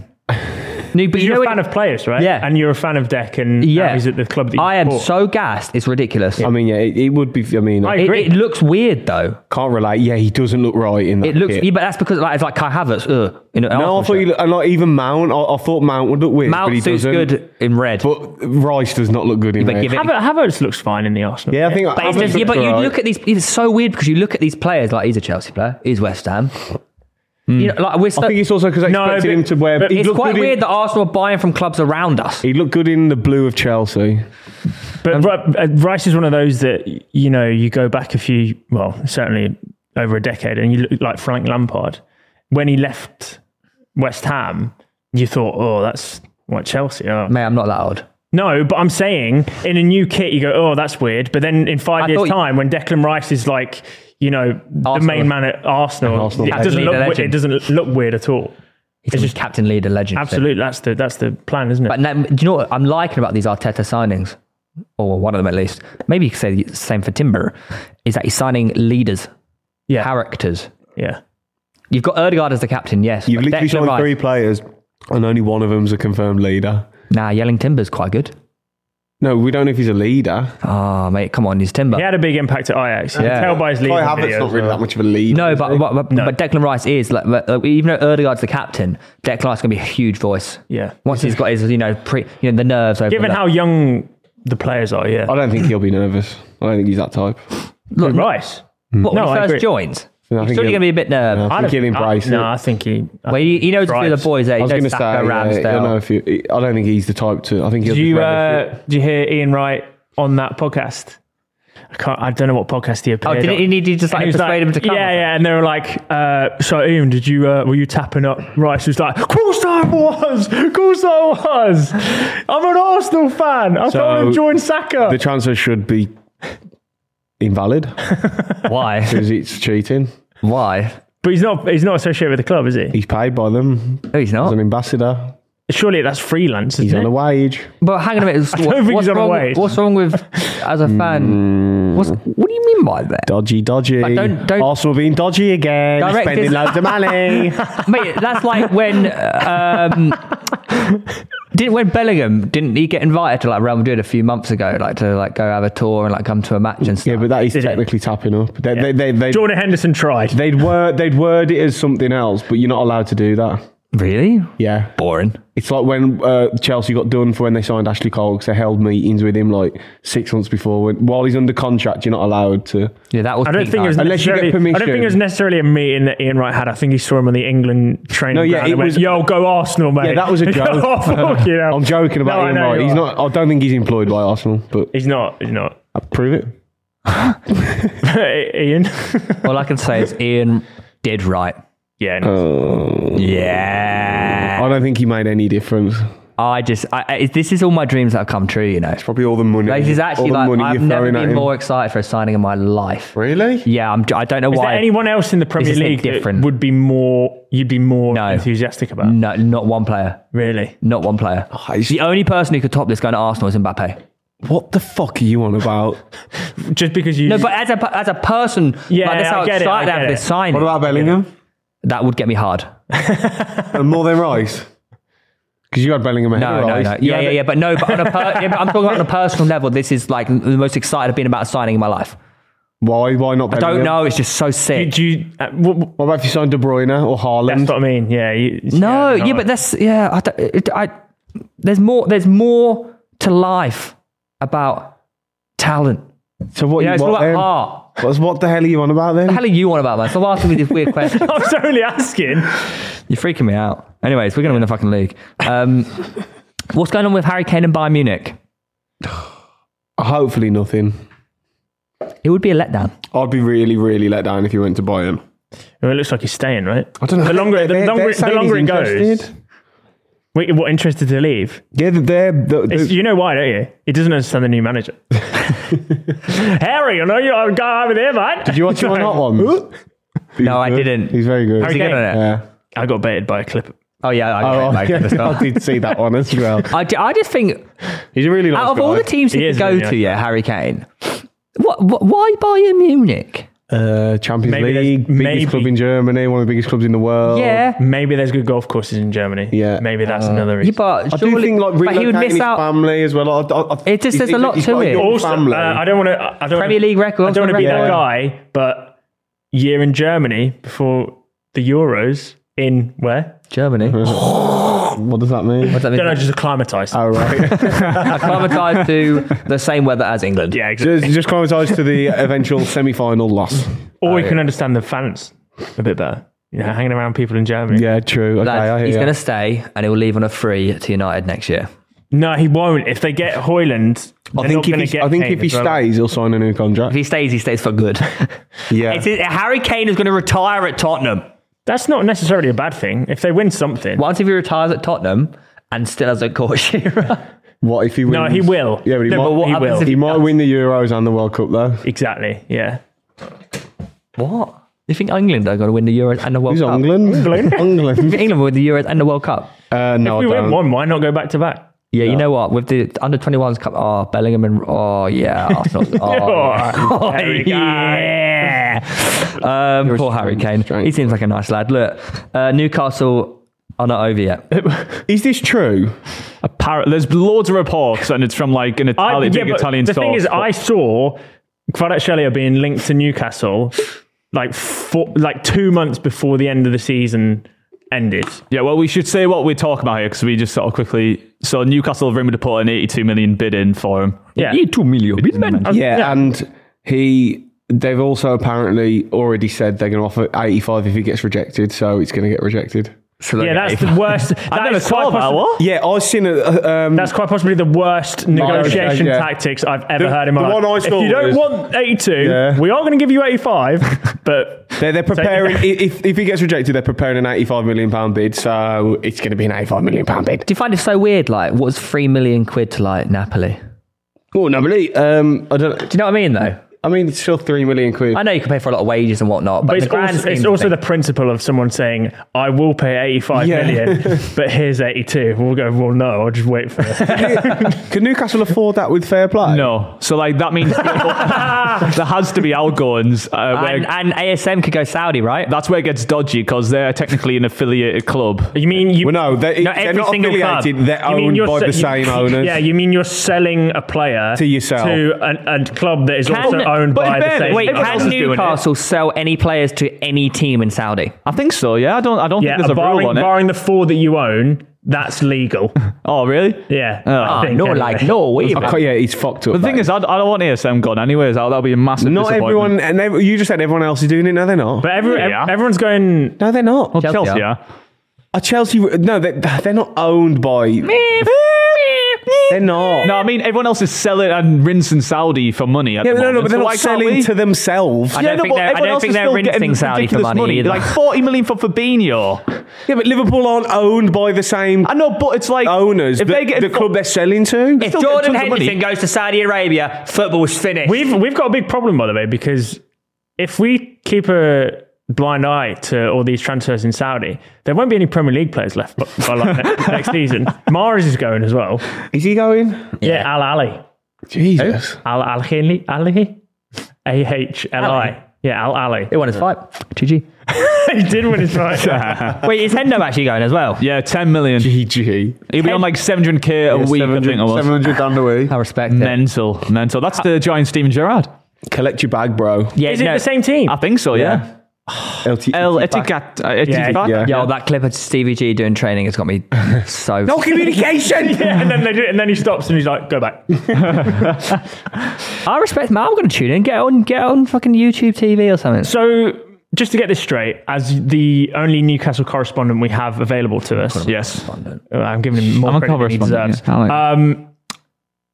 [SPEAKER 3] No, but you
[SPEAKER 2] you're
[SPEAKER 3] know
[SPEAKER 2] a
[SPEAKER 3] what-
[SPEAKER 2] fan of players, right?
[SPEAKER 3] Mm. Yeah.
[SPEAKER 2] and you're a fan of Deck, and yeah,
[SPEAKER 3] yeah.
[SPEAKER 2] he's at the club that you
[SPEAKER 3] I am
[SPEAKER 2] support.
[SPEAKER 3] so gassed. It's ridiculous.
[SPEAKER 1] I mean, yeah, it, it would be. I mean,
[SPEAKER 2] I
[SPEAKER 1] I
[SPEAKER 3] It,
[SPEAKER 2] agree.
[SPEAKER 3] it looks weird though.
[SPEAKER 1] can't relate. Yeah, he doesn't look right in that.
[SPEAKER 3] It looks,
[SPEAKER 1] kit.
[SPEAKER 3] yeah, but that's because like, it's like Kai Havertz. Ugh, you know, an
[SPEAKER 1] no,
[SPEAKER 3] Arsenal
[SPEAKER 1] I thought
[SPEAKER 3] shirt.
[SPEAKER 1] he looked, and like even Mount. I, I thought Mount would look weird. but he
[SPEAKER 3] Mount suits
[SPEAKER 1] doesn't.
[SPEAKER 3] good in red.
[SPEAKER 1] But Rice does not look good in
[SPEAKER 3] But
[SPEAKER 1] red.
[SPEAKER 3] give it-
[SPEAKER 2] Haver- Havertz looks fine in the Arsenal.
[SPEAKER 1] yeah, I think.
[SPEAKER 3] But, it's just, yeah, but you look at these. It's so weird because you look at these players like he's a Chelsea player, he's West Ham. You know, like we're so,
[SPEAKER 1] I think it's also because I
[SPEAKER 2] No,
[SPEAKER 1] expected
[SPEAKER 2] but-
[SPEAKER 1] him to wear.
[SPEAKER 2] but
[SPEAKER 1] he
[SPEAKER 3] it's
[SPEAKER 1] looked
[SPEAKER 3] quite
[SPEAKER 1] good in-
[SPEAKER 3] weird that Arsenal are buying from clubs around us.
[SPEAKER 1] He looked good in the blue of Chelsea.
[SPEAKER 2] But Ri- uh, Rice is one of those that you know you go back a few, well, certainly over a decade, and you look like Frank Lampard when he left West Ham. You thought, oh, that's what Chelsea are.
[SPEAKER 3] Mate, I'm not that old.
[SPEAKER 2] No, but I'm saying in a new kit, you go, oh, that's weird. But then in five
[SPEAKER 3] I
[SPEAKER 2] years'
[SPEAKER 3] thought-
[SPEAKER 2] time, when Declan Rice is like, you know, the
[SPEAKER 3] Arsenal.
[SPEAKER 2] main man at Arsenal,
[SPEAKER 1] Arsenal.
[SPEAKER 2] it, doesn't
[SPEAKER 3] Leader
[SPEAKER 2] look, we- it
[SPEAKER 3] legend.
[SPEAKER 2] doesn't look weird at all.
[SPEAKER 3] He's just captain, leader, legend.
[SPEAKER 2] Absolutely, that's the that's the plan, isn't it?
[SPEAKER 3] But now, do you know what I'm liking about these Arteta signings, or one of them at least? Maybe you could say the same for Timber. Is that he's signing leaders,
[SPEAKER 2] yeah,
[SPEAKER 3] characters?
[SPEAKER 2] yeah.
[SPEAKER 3] You've got Erdegaard as the captain, yes.
[SPEAKER 1] You've
[SPEAKER 3] but
[SPEAKER 1] literally
[SPEAKER 3] Declan
[SPEAKER 1] signed
[SPEAKER 3] Rice-
[SPEAKER 1] three players, and only one of them's a confirmed leader.
[SPEAKER 3] Nah, yelling Timber's quite good.
[SPEAKER 1] No, we don't know if he's a leader.
[SPEAKER 3] Ah, mate, come on, he's Timber.
[SPEAKER 2] He had a big impact at Ajax. You
[SPEAKER 3] Yeah.
[SPEAKER 2] can tell by his leaving
[SPEAKER 1] Kai Havertz
[SPEAKER 2] videos.
[SPEAKER 1] not really that much of a leader.
[SPEAKER 3] No,
[SPEAKER 1] is
[SPEAKER 3] but
[SPEAKER 1] he?
[SPEAKER 3] but, but,
[SPEAKER 2] eh? No.
[SPEAKER 3] but Declan Rice is like, but, like, even though Erdegaard's the captain, Declan Rice is going to be a huge voice.
[SPEAKER 2] Yeah.
[SPEAKER 3] Once he's got his you know pre, you know the nerves over.
[SPEAKER 2] Given how young the players are, yeah.
[SPEAKER 1] I don't think he'll be nervous. I don't think he's that type.
[SPEAKER 3] look,
[SPEAKER 2] Rice.
[SPEAKER 3] what,
[SPEAKER 2] No, I
[SPEAKER 3] when he first
[SPEAKER 2] agree.
[SPEAKER 3] joins,
[SPEAKER 1] I
[SPEAKER 3] he's
[SPEAKER 1] think
[SPEAKER 3] surely
[SPEAKER 1] he'll-
[SPEAKER 3] going to be a bit nervous.
[SPEAKER 1] I
[SPEAKER 2] don't-
[SPEAKER 1] think he'll embrace
[SPEAKER 2] I,
[SPEAKER 1] it.
[SPEAKER 2] No, I think he. I
[SPEAKER 3] Well, he, he knows a few of
[SPEAKER 2] thrives.
[SPEAKER 3] the boys there.
[SPEAKER 1] I
[SPEAKER 3] He
[SPEAKER 1] was going to
[SPEAKER 3] knows
[SPEAKER 1] say,
[SPEAKER 3] Saka,
[SPEAKER 1] yeah, I don't know
[SPEAKER 3] Ramsdale.
[SPEAKER 1] if you, I don't think he's the type to. I think he'll.
[SPEAKER 2] Did
[SPEAKER 1] just
[SPEAKER 2] uh, you
[SPEAKER 1] relish it.
[SPEAKER 2] uh, did you hear Ian Wright on that podcast? I, can't, I don't know what podcast he appeared.
[SPEAKER 3] Oh, didn't
[SPEAKER 2] on.
[SPEAKER 3] he need you to just
[SPEAKER 2] And
[SPEAKER 3] like
[SPEAKER 2] he was
[SPEAKER 3] persuade him to come?
[SPEAKER 2] Yeah, yeah. And they were like, uh, so Ian, did you uh, were you tapping up Rice? He was like, of course I was, of course I was. I'm an Arsenal fan. I thought I'd join Saka.
[SPEAKER 1] The transfer should be invalid
[SPEAKER 3] Why?
[SPEAKER 1] because it's cheating.
[SPEAKER 3] Why?
[SPEAKER 2] but he's not he's not associated with the club, is he?
[SPEAKER 1] He's paid by them
[SPEAKER 3] No, he's
[SPEAKER 1] as
[SPEAKER 3] not.
[SPEAKER 1] an ambassador.
[SPEAKER 2] Surely that's freelance, isn't
[SPEAKER 1] He's on
[SPEAKER 2] it?
[SPEAKER 1] a wage.
[SPEAKER 3] But hang on a minute.
[SPEAKER 2] don't think
[SPEAKER 3] what's,
[SPEAKER 2] he's on a
[SPEAKER 3] wrong,
[SPEAKER 2] wage.
[SPEAKER 3] what's wrong with as a fan? What's, what do you mean by that?
[SPEAKER 1] Dodgy, dodgy.
[SPEAKER 3] But don't- don't-
[SPEAKER 1] Arsenal being dodgy again.
[SPEAKER 3] Direct
[SPEAKER 1] spending
[SPEAKER 3] dis-
[SPEAKER 1] loads of money.
[SPEAKER 3] Mate, that's like when um, didn't when Bellingham didn't he get invited to like Real Madrid a few months ago, like to like go have a tour and like come to a match and stuff.
[SPEAKER 1] yeah, but that is
[SPEAKER 2] Did it?
[SPEAKER 1] technically tapping up. They, they, they, they,
[SPEAKER 2] Jordan Henderson tried.
[SPEAKER 1] they'd, word, they'd word it as something else, but you're not allowed to do that.
[SPEAKER 3] really
[SPEAKER 1] Yeah.
[SPEAKER 3] boring.
[SPEAKER 1] It's like when uh, Chelsea got done for when they signed Ashley Cole because they held meetings with him like six months before. When, while he's under contract, you're not allowed to.
[SPEAKER 3] Yeah, that was.
[SPEAKER 2] I don't
[SPEAKER 3] peak
[SPEAKER 2] think it was
[SPEAKER 3] time.
[SPEAKER 1] Unless you get
[SPEAKER 2] necessarily- I don't think
[SPEAKER 1] permission.
[SPEAKER 2] it was necessarily a meeting that Ian Wright had. I think he saw him on the England training
[SPEAKER 1] No, yeah,
[SPEAKER 2] ground and
[SPEAKER 1] it
[SPEAKER 2] went,
[SPEAKER 1] was-
[SPEAKER 2] "Yo, go Arsenal, mate." Oh,
[SPEAKER 1] Yeah, that was a
[SPEAKER 2] Go
[SPEAKER 1] joke.
[SPEAKER 2] off, you know.
[SPEAKER 1] I'm joking about
[SPEAKER 2] No, I
[SPEAKER 1] him,
[SPEAKER 2] know
[SPEAKER 1] right?
[SPEAKER 2] you
[SPEAKER 1] He's
[SPEAKER 2] are.
[SPEAKER 1] not. I don't think he's employed by Arsenal, but
[SPEAKER 2] He's not. He's not.
[SPEAKER 1] I prove it.
[SPEAKER 2] Ian.
[SPEAKER 3] All I can say is Ian did right.
[SPEAKER 2] yeah. No.
[SPEAKER 3] Oh. Uh, Yeah,
[SPEAKER 1] I don't think he made any difference.
[SPEAKER 3] I just I, I, this is all my dreams that have come true. You know,
[SPEAKER 1] Probably all the money.
[SPEAKER 3] this is actually
[SPEAKER 1] all the
[SPEAKER 3] like
[SPEAKER 1] money
[SPEAKER 3] I've
[SPEAKER 1] you're
[SPEAKER 3] never
[SPEAKER 1] throwing at
[SPEAKER 3] been
[SPEAKER 1] him.
[SPEAKER 3] more excited for a signing in my life.
[SPEAKER 1] Really?
[SPEAKER 3] Yeah, I'm. I don't know
[SPEAKER 2] Is
[SPEAKER 3] why.
[SPEAKER 2] there anyone else in the Premier
[SPEAKER 3] is a bit
[SPEAKER 2] League that
[SPEAKER 3] different.
[SPEAKER 2] would be more? You'd be more
[SPEAKER 3] No. Mm.
[SPEAKER 2] enthusiastic about?
[SPEAKER 3] no, not one player.
[SPEAKER 2] Really?
[SPEAKER 3] Not one player.
[SPEAKER 2] Oh.
[SPEAKER 3] the only person who could top this going to Arsenal is Mbappe.
[SPEAKER 1] What the fuck are you on about?
[SPEAKER 2] Just because you?
[SPEAKER 3] No, but as a as a person,
[SPEAKER 2] Yeah,
[SPEAKER 3] like, that's how
[SPEAKER 2] I get it,
[SPEAKER 3] excited
[SPEAKER 2] I
[SPEAKER 3] I am
[SPEAKER 2] get
[SPEAKER 3] for
[SPEAKER 2] it.
[SPEAKER 3] this signing.
[SPEAKER 1] what about Bellingham?
[SPEAKER 3] that would get me hard.
[SPEAKER 1] and more than Rice? Because you had Bellingham ahead
[SPEAKER 3] No,
[SPEAKER 1] of
[SPEAKER 3] no,
[SPEAKER 1] Rice.
[SPEAKER 3] no.
[SPEAKER 1] You
[SPEAKER 3] Yeah,
[SPEAKER 1] had
[SPEAKER 3] yeah,
[SPEAKER 1] it-
[SPEAKER 3] yeah. But no, but on a per- yeah, but I'm talking about on a personal level. This is like the most excited I've been about a signing in my life.
[SPEAKER 1] Why? Why not?
[SPEAKER 3] I
[SPEAKER 1] Bellingham?
[SPEAKER 3] don't know. It's just so
[SPEAKER 2] do,
[SPEAKER 3] sick.
[SPEAKER 2] do you? Uh, what, what-
[SPEAKER 1] What about if you signed De Bruyne or
[SPEAKER 2] that's
[SPEAKER 1] Haaland?
[SPEAKER 2] what I mean. Yeah. You,
[SPEAKER 3] no,
[SPEAKER 2] no,
[SPEAKER 3] yeah, but that's yeah. I, don't- it- I, there's more. There's more to life about talent.
[SPEAKER 1] so what?
[SPEAKER 3] You know,
[SPEAKER 1] you
[SPEAKER 3] it's all
[SPEAKER 1] want
[SPEAKER 3] about
[SPEAKER 1] then?
[SPEAKER 3] heart.
[SPEAKER 1] What's- what the hell are you on about then?
[SPEAKER 3] What the hell are you on about, man? Stop asking me these weird questions.
[SPEAKER 2] I was only asking.
[SPEAKER 3] You're freaking me out. Anyways, we're going to win the fucking league. Um, what's going on with Harry Kane and Bayern Munich?
[SPEAKER 1] Hopefully nothing.
[SPEAKER 3] It would be a letdown.
[SPEAKER 1] I'd be really, really let down if you went to Bayern.
[SPEAKER 2] Well, it looks like he's staying, right?
[SPEAKER 1] I don't know.
[SPEAKER 2] The longer, the
[SPEAKER 1] They're-
[SPEAKER 2] longer,
[SPEAKER 1] they're
[SPEAKER 2] the
[SPEAKER 1] saying
[SPEAKER 2] longer
[SPEAKER 1] he's
[SPEAKER 2] it goes.
[SPEAKER 1] interested.
[SPEAKER 2] Wait, what interested to leave?
[SPEAKER 1] Yeah, they're. they're,
[SPEAKER 2] It's, you know why, don't you? He doesn't understand the new manager. Harry, I know you. I'm going over there, mate.
[SPEAKER 1] did you watch him on Hot Ones?
[SPEAKER 3] No, I didn't.
[SPEAKER 1] He's very good.
[SPEAKER 3] Is he
[SPEAKER 2] Kane.
[SPEAKER 3] good on it?
[SPEAKER 1] Yeah.
[SPEAKER 2] I got baited by a clip.
[SPEAKER 3] Oh yeah, I,
[SPEAKER 1] Oh,
[SPEAKER 3] I,
[SPEAKER 1] yeah, I
[SPEAKER 3] I,
[SPEAKER 1] did see that one as well.
[SPEAKER 3] ju- I just think
[SPEAKER 1] He's a really nice
[SPEAKER 3] out of
[SPEAKER 1] guy.
[SPEAKER 3] all the teams he,
[SPEAKER 2] He
[SPEAKER 3] could
[SPEAKER 2] is
[SPEAKER 3] go
[SPEAKER 2] really
[SPEAKER 3] to,
[SPEAKER 2] nice
[SPEAKER 3] yeah, Harry Kane. What, what? Why Bayern Munich?
[SPEAKER 1] uh, Champions
[SPEAKER 2] Maybe there's-
[SPEAKER 1] League, biggest
[SPEAKER 2] maybe.
[SPEAKER 1] club in Germany, one of the biggest clubs in the world.
[SPEAKER 3] yeah,
[SPEAKER 2] Maybe there's good golf courses in Germany.
[SPEAKER 1] Yeah. Uh,
[SPEAKER 2] Maybe that's another
[SPEAKER 3] yeah,
[SPEAKER 2] reason.
[SPEAKER 3] but
[SPEAKER 1] I do
[SPEAKER 3] surely-
[SPEAKER 1] think like
[SPEAKER 3] but he would
[SPEAKER 1] relocating
[SPEAKER 3] miss
[SPEAKER 1] his
[SPEAKER 3] out
[SPEAKER 1] family as well. I, I, I,
[SPEAKER 3] It just-
[SPEAKER 1] he's-
[SPEAKER 3] there's a
[SPEAKER 1] he's-
[SPEAKER 3] lot
[SPEAKER 1] he's
[SPEAKER 3] to
[SPEAKER 1] got a
[SPEAKER 3] it.
[SPEAKER 1] young
[SPEAKER 2] also,
[SPEAKER 1] family.
[SPEAKER 2] uh, I don't want to. I don't
[SPEAKER 3] Premier
[SPEAKER 2] wanna,
[SPEAKER 3] League record.
[SPEAKER 2] I don't want to be
[SPEAKER 3] Premier
[SPEAKER 2] that
[SPEAKER 3] League.
[SPEAKER 2] guy, but year in Germany before the Euros in where?
[SPEAKER 3] Germany. What's
[SPEAKER 1] what does that mean?
[SPEAKER 3] that
[SPEAKER 2] Don't know,
[SPEAKER 3] mean?
[SPEAKER 2] just acclimatized.
[SPEAKER 1] All right.
[SPEAKER 3] Acclimatized to the same weather as England.
[SPEAKER 2] yeah, exactly.
[SPEAKER 1] just just climatise to the eventual semi-final loss.
[SPEAKER 2] or you can understand the fans a bit better. You know, hanging around people in Germany.
[SPEAKER 1] Yeah, true. Okay,
[SPEAKER 3] Lad,
[SPEAKER 1] I hear
[SPEAKER 3] he's
[SPEAKER 1] ya.
[SPEAKER 3] going to stay and he'll leave on a free to United next year.
[SPEAKER 2] No, he won't. If they get Hoyland,
[SPEAKER 1] I think if he,
[SPEAKER 2] get
[SPEAKER 1] I think
[SPEAKER 2] Kane
[SPEAKER 1] if he
[SPEAKER 2] as well.
[SPEAKER 1] stays, he'll sign a new
[SPEAKER 3] If
[SPEAKER 1] contract.
[SPEAKER 3] he stays, he stays for good.
[SPEAKER 1] Yeah.
[SPEAKER 3] It's- Harry Kane is going to retire at Tottenham.
[SPEAKER 2] that's not necessarily a bad thing. If they win something,
[SPEAKER 3] Once if he retires at Tottenham and still hasn't caught Shearer,
[SPEAKER 1] What if he wins?
[SPEAKER 2] No, he will.
[SPEAKER 1] Yeah, but he
[SPEAKER 2] No,
[SPEAKER 1] might,
[SPEAKER 2] but what
[SPEAKER 1] he,
[SPEAKER 2] happens
[SPEAKER 1] will.
[SPEAKER 2] if
[SPEAKER 1] he
[SPEAKER 2] he
[SPEAKER 1] might win the Euros and the World Cup though.
[SPEAKER 2] exactly. Yeah.
[SPEAKER 3] what? You think England are going to win the Euros and the World
[SPEAKER 1] Who's
[SPEAKER 3] Cup?
[SPEAKER 1] England?
[SPEAKER 2] England.
[SPEAKER 3] You
[SPEAKER 1] England.
[SPEAKER 3] think England will win the Euros and the World Cup?
[SPEAKER 1] Uh, no,
[SPEAKER 2] If we
[SPEAKER 1] I don't.
[SPEAKER 2] win one, why not go back to back?
[SPEAKER 3] Yeah, you know what? With the under 21s cup, oh, Bellingham and oh yeah, Arsenal. Oh,
[SPEAKER 2] Oh, there we go.
[SPEAKER 3] yeah. Um, poor Harry Kane.
[SPEAKER 1] strange, strange.
[SPEAKER 3] He seems like a nice lad. Look, uh, Newcastle are not over yet.
[SPEAKER 1] Is this true?
[SPEAKER 4] Apparent, there's loads of reports, and it's from like an
[SPEAKER 2] I-
[SPEAKER 4] Italian,
[SPEAKER 2] yeah,
[SPEAKER 4] big
[SPEAKER 2] but
[SPEAKER 4] Italian
[SPEAKER 2] the thing
[SPEAKER 4] source,
[SPEAKER 2] is,
[SPEAKER 4] but-
[SPEAKER 2] I saw Kvaratskhelia being linked to Newcastle like four, like two months before the end of the season ended.
[SPEAKER 4] Yeah, well, we should say what we're talking about here because we just sort of quickly. So Newcastle are rumored to put an 82 million bid in for him.
[SPEAKER 2] Yeah.
[SPEAKER 3] two million.
[SPEAKER 1] Yeah,
[SPEAKER 2] Oh, yeah.
[SPEAKER 1] and he. They've also apparently already said they're going to offer 85 if he gets rejected, so it's going to get rejected.
[SPEAKER 2] Yeah, that's the worst. that
[SPEAKER 4] never
[SPEAKER 2] is quite
[SPEAKER 4] saw that.
[SPEAKER 2] possi-
[SPEAKER 4] What?
[SPEAKER 1] Yeah, I've seen it. uh, Um,
[SPEAKER 2] That's quite possibly the worst negotiation
[SPEAKER 1] yeah.
[SPEAKER 2] tactics I've ever
[SPEAKER 1] The-
[SPEAKER 2] heard in my
[SPEAKER 1] the
[SPEAKER 2] life.
[SPEAKER 1] one I saw
[SPEAKER 2] if you don't
[SPEAKER 1] was-
[SPEAKER 2] want 82,
[SPEAKER 1] Yeah.
[SPEAKER 2] we are going to give you 85, but
[SPEAKER 1] they're, they're
[SPEAKER 2] Take it
[SPEAKER 1] preparing.
[SPEAKER 2] back.
[SPEAKER 1] i- if, if he gets rejected, they're preparing an 85 million pound bid. So it's going to be an 85 million pound bid.
[SPEAKER 3] Do you find it so weird? Like, what's three million quid to like Napoli?
[SPEAKER 1] Oh no, really? Um, I don't.
[SPEAKER 3] Do you know what I mean? Though
[SPEAKER 1] I mean, it's still three million quid.
[SPEAKER 3] I know you can pay for a lot of wages and whatnot, but,
[SPEAKER 2] But
[SPEAKER 3] in the
[SPEAKER 2] it's
[SPEAKER 3] grand
[SPEAKER 2] also, it's
[SPEAKER 3] scheme of
[SPEAKER 2] also the
[SPEAKER 3] things-
[SPEAKER 2] principle of someone saying, I will pay eighty-five
[SPEAKER 1] Yeah.
[SPEAKER 2] million, but here's 82. We'll go, well, no, I'll just wait for it.
[SPEAKER 1] Can Newcastle afford that with fair play?
[SPEAKER 4] No. So like that means there has to be outgoings. Uh, where,
[SPEAKER 3] and, and ASM could go Saudi, right?
[SPEAKER 4] that's where it gets dodgy because they're technically an affiliated club.
[SPEAKER 2] you mean you.
[SPEAKER 1] Well, no, they're,
[SPEAKER 2] No,
[SPEAKER 1] they're
[SPEAKER 2] every
[SPEAKER 1] not
[SPEAKER 2] single club.
[SPEAKER 1] affiliated. They're
[SPEAKER 2] You mean
[SPEAKER 1] owned
[SPEAKER 2] you're
[SPEAKER 1] by
[SPEAKER 2] se-
[SPEAKER 1] the
[SPEAKER 2] you-
[SPEAKER 1] same owners.
[SPEAKER 2] Yeah, you mean you're selling a player
[SPEAKER 1] To yourself.
[SPEAKER 2] to an, a club that is also owned
[SPEAKER 4] but in
[SPEAKER 2] by the
[SPEAKER 4] fairness-
[SPEAKER 2] same.
[SPEAKER 3] Wait,
[SPEAKER 4] Everyone else
[SPEAKER 3] can
[SPEAKER 4] is doing it.
[SPEAKER 3] Newcastle sell any players to any team in Saudi?
[SPEAKER 4] I think so. Yeah. I don't. I don't
[SPEAKER 2] yeah,
[SPEAKER 4] think there's a
[SPEAKER 2] barring,
[SPEAKER 4] rule on it.
[SPEAKER 2] barring the four that you own, that's legal.
[SPEAKER 4] oh really?
[SPEAKER 2] Yeah,
[SPEAKER 4] Oh.
[SPEAKER 2] I
[SPEAKER 4] Ah,
[SPEAKER 2] think,
[SPEAKER 3] no,
[SPEAKER 2] anyway.
[SPEAKER 3] like no, wait. a
[SPEAKER 1] I
[SPEAKER 3] minute.
[SPEAKER 1] can't- yeah, he's fucked up.
[SPEAKER 4] The thing
[SPEAKER 1] mate.
[SPEAKER 4] is, I, I don't want ASM gone anyways. That'll, that'll be a massive.
[SPEAKER 1] not everyone.
[SPEAKER 4] disappointment.
[SPEAKER 1] And ev- you just said everyone else is doing it. No, they're not.
[SPEAKER 2] But every, ev-
[SPEAKER 4] Yeah.
[SPEAKER 2] everyone's going.
[SPEAKER 1] no, they're not.
[SPEAKER 4] Well, Chelsea.
[SPEAKER 3] Chelsea
[SPEAKER 4] yeah.
[SPEAKER 3] are.
[SPEAKER 1] Are Chelsea? No, they, they're not owned by. They're not.
[SPEAKER 4] No, I mean everyone else is selling and rinsing Saudi for money. At
[SPEAKER 1] Yeah,
[SPEAKER 4] the
[SPEAKER 1] no, no,
[SPEAKER 4] moment,
[SPEAKER 1] but they're
[SPEAKER 4] so
[SPEAKER 1] not
[SPEAKER 4] why can't
[SPEAKER 1] selling
[SPEAKER 4] we?
[SPEAKER 1] to themselves.
[SPEAKER 3] I don't think they're- I
[SPEAKER 4] everyone
[SPEAKER 3] don't
[SPEAKER 4] else
[SPEAKER 3] think
[SPEAKER 4] is
[SPEAKER 3] they're
[SPEAKER 4] still
[SPEAKER 3] rinsing
[SPEAKER 4] getting
[SPEAKER 3] Saudi for
[SPEAKER 4] ridiculous
[SPEAKER 3] money either.
[SPEAKER 4] Like forty million for Fabinho.
[SPEAKER 1] Yeah, but Liverpool aren't owned by the same
[SPEAKER 4] I know, but it's like
[SPEAKER 1] owners.
[SPEAKER 4] If
[SPEAKER 1] the,
[SPEAKER 4] they get
[SPEAKER 1] the club they're selling to.
[SPEAKER 3] If
[SPEAKER 4] still get
[SPEAKER 3] Jordan
[SPEAKER 4] tons of money.
[SPEAKER 3] Henderson goes to Saudi Arabia, football's finished.
[SPEAKER 2] We've we've got a big problem by the way because if we keep a blind eye to all these transfers in Saudi, there won't be any Premier League players left by, by like ne- next season. Mars is going as well.
[SPEAKER 1] is he going?
[SPEAKER 2] Yeah, Al Ali,
[SPEAKER 1] Jesus.
[SPEAKER 2] Al Al Hili- Ali, A H L I. Yeah, Al Ali.
[SPEAKER 3] They won his fight. GG.
[SPEAKER 2] he did win his fight.
[SPEAKER 3] Wait, is Hendo actually going as well?
[SPEAKER 4] Uh, yeah, ten million.
[SPEAKER 1] GG.
[SPEAKER 4] He'll be on like seven hundred k a week. I think it was.
[SPEAKER 1] 700 down the way.
[SPEAKER 3] I respect it.
[SPEAKER 4] Mental, mental. That's the giant Steven Gerrard.
[SPEAKER 1] Collect your bag, bro.
[SPEAKER 3] Yeah,
[SPEAKER 2] Is it
[SPEAKER 3] no.
[SPEAKER 2] the same team?
[SPEAKER 4] I think so. Yeah.
[SPEAKER 1] LT.
[SPEAKER 4] El uh,
[SPEAKER 1] back.
[SPEAKER 4] Etikat.
[SPEAKER 2] Yeah,
[SPEAKER 4] Etikat.
[SPEAKER 1] yeah.
[SPEAKER 3] Yo, that clip of Stevie G doing training has got me so.
[SPEAKER 1] No communication.
[SPEAKER 2] yeah, and then they do, and then he stops and he's like, "Go back."
[SPEAKER 3] I respect man. I'm going to tune in. Get on, get on fucking YouTube TV or something.
[SPEAKER 2] So, just to get this straight, as the only Newcastle correspondent we have available to us,
[SPEAKER 4] Yes.
[SPEAKER 2] Uh, I'm giving him more
[SPEAKER 4] I'm a
[SPEAKER 2] credit than he
[SPEAKER 4] correspondent,
[SPEAKER 2] deserves.
[SPEAKER 4] yeah. I like that.
[SPEAKER 2] um,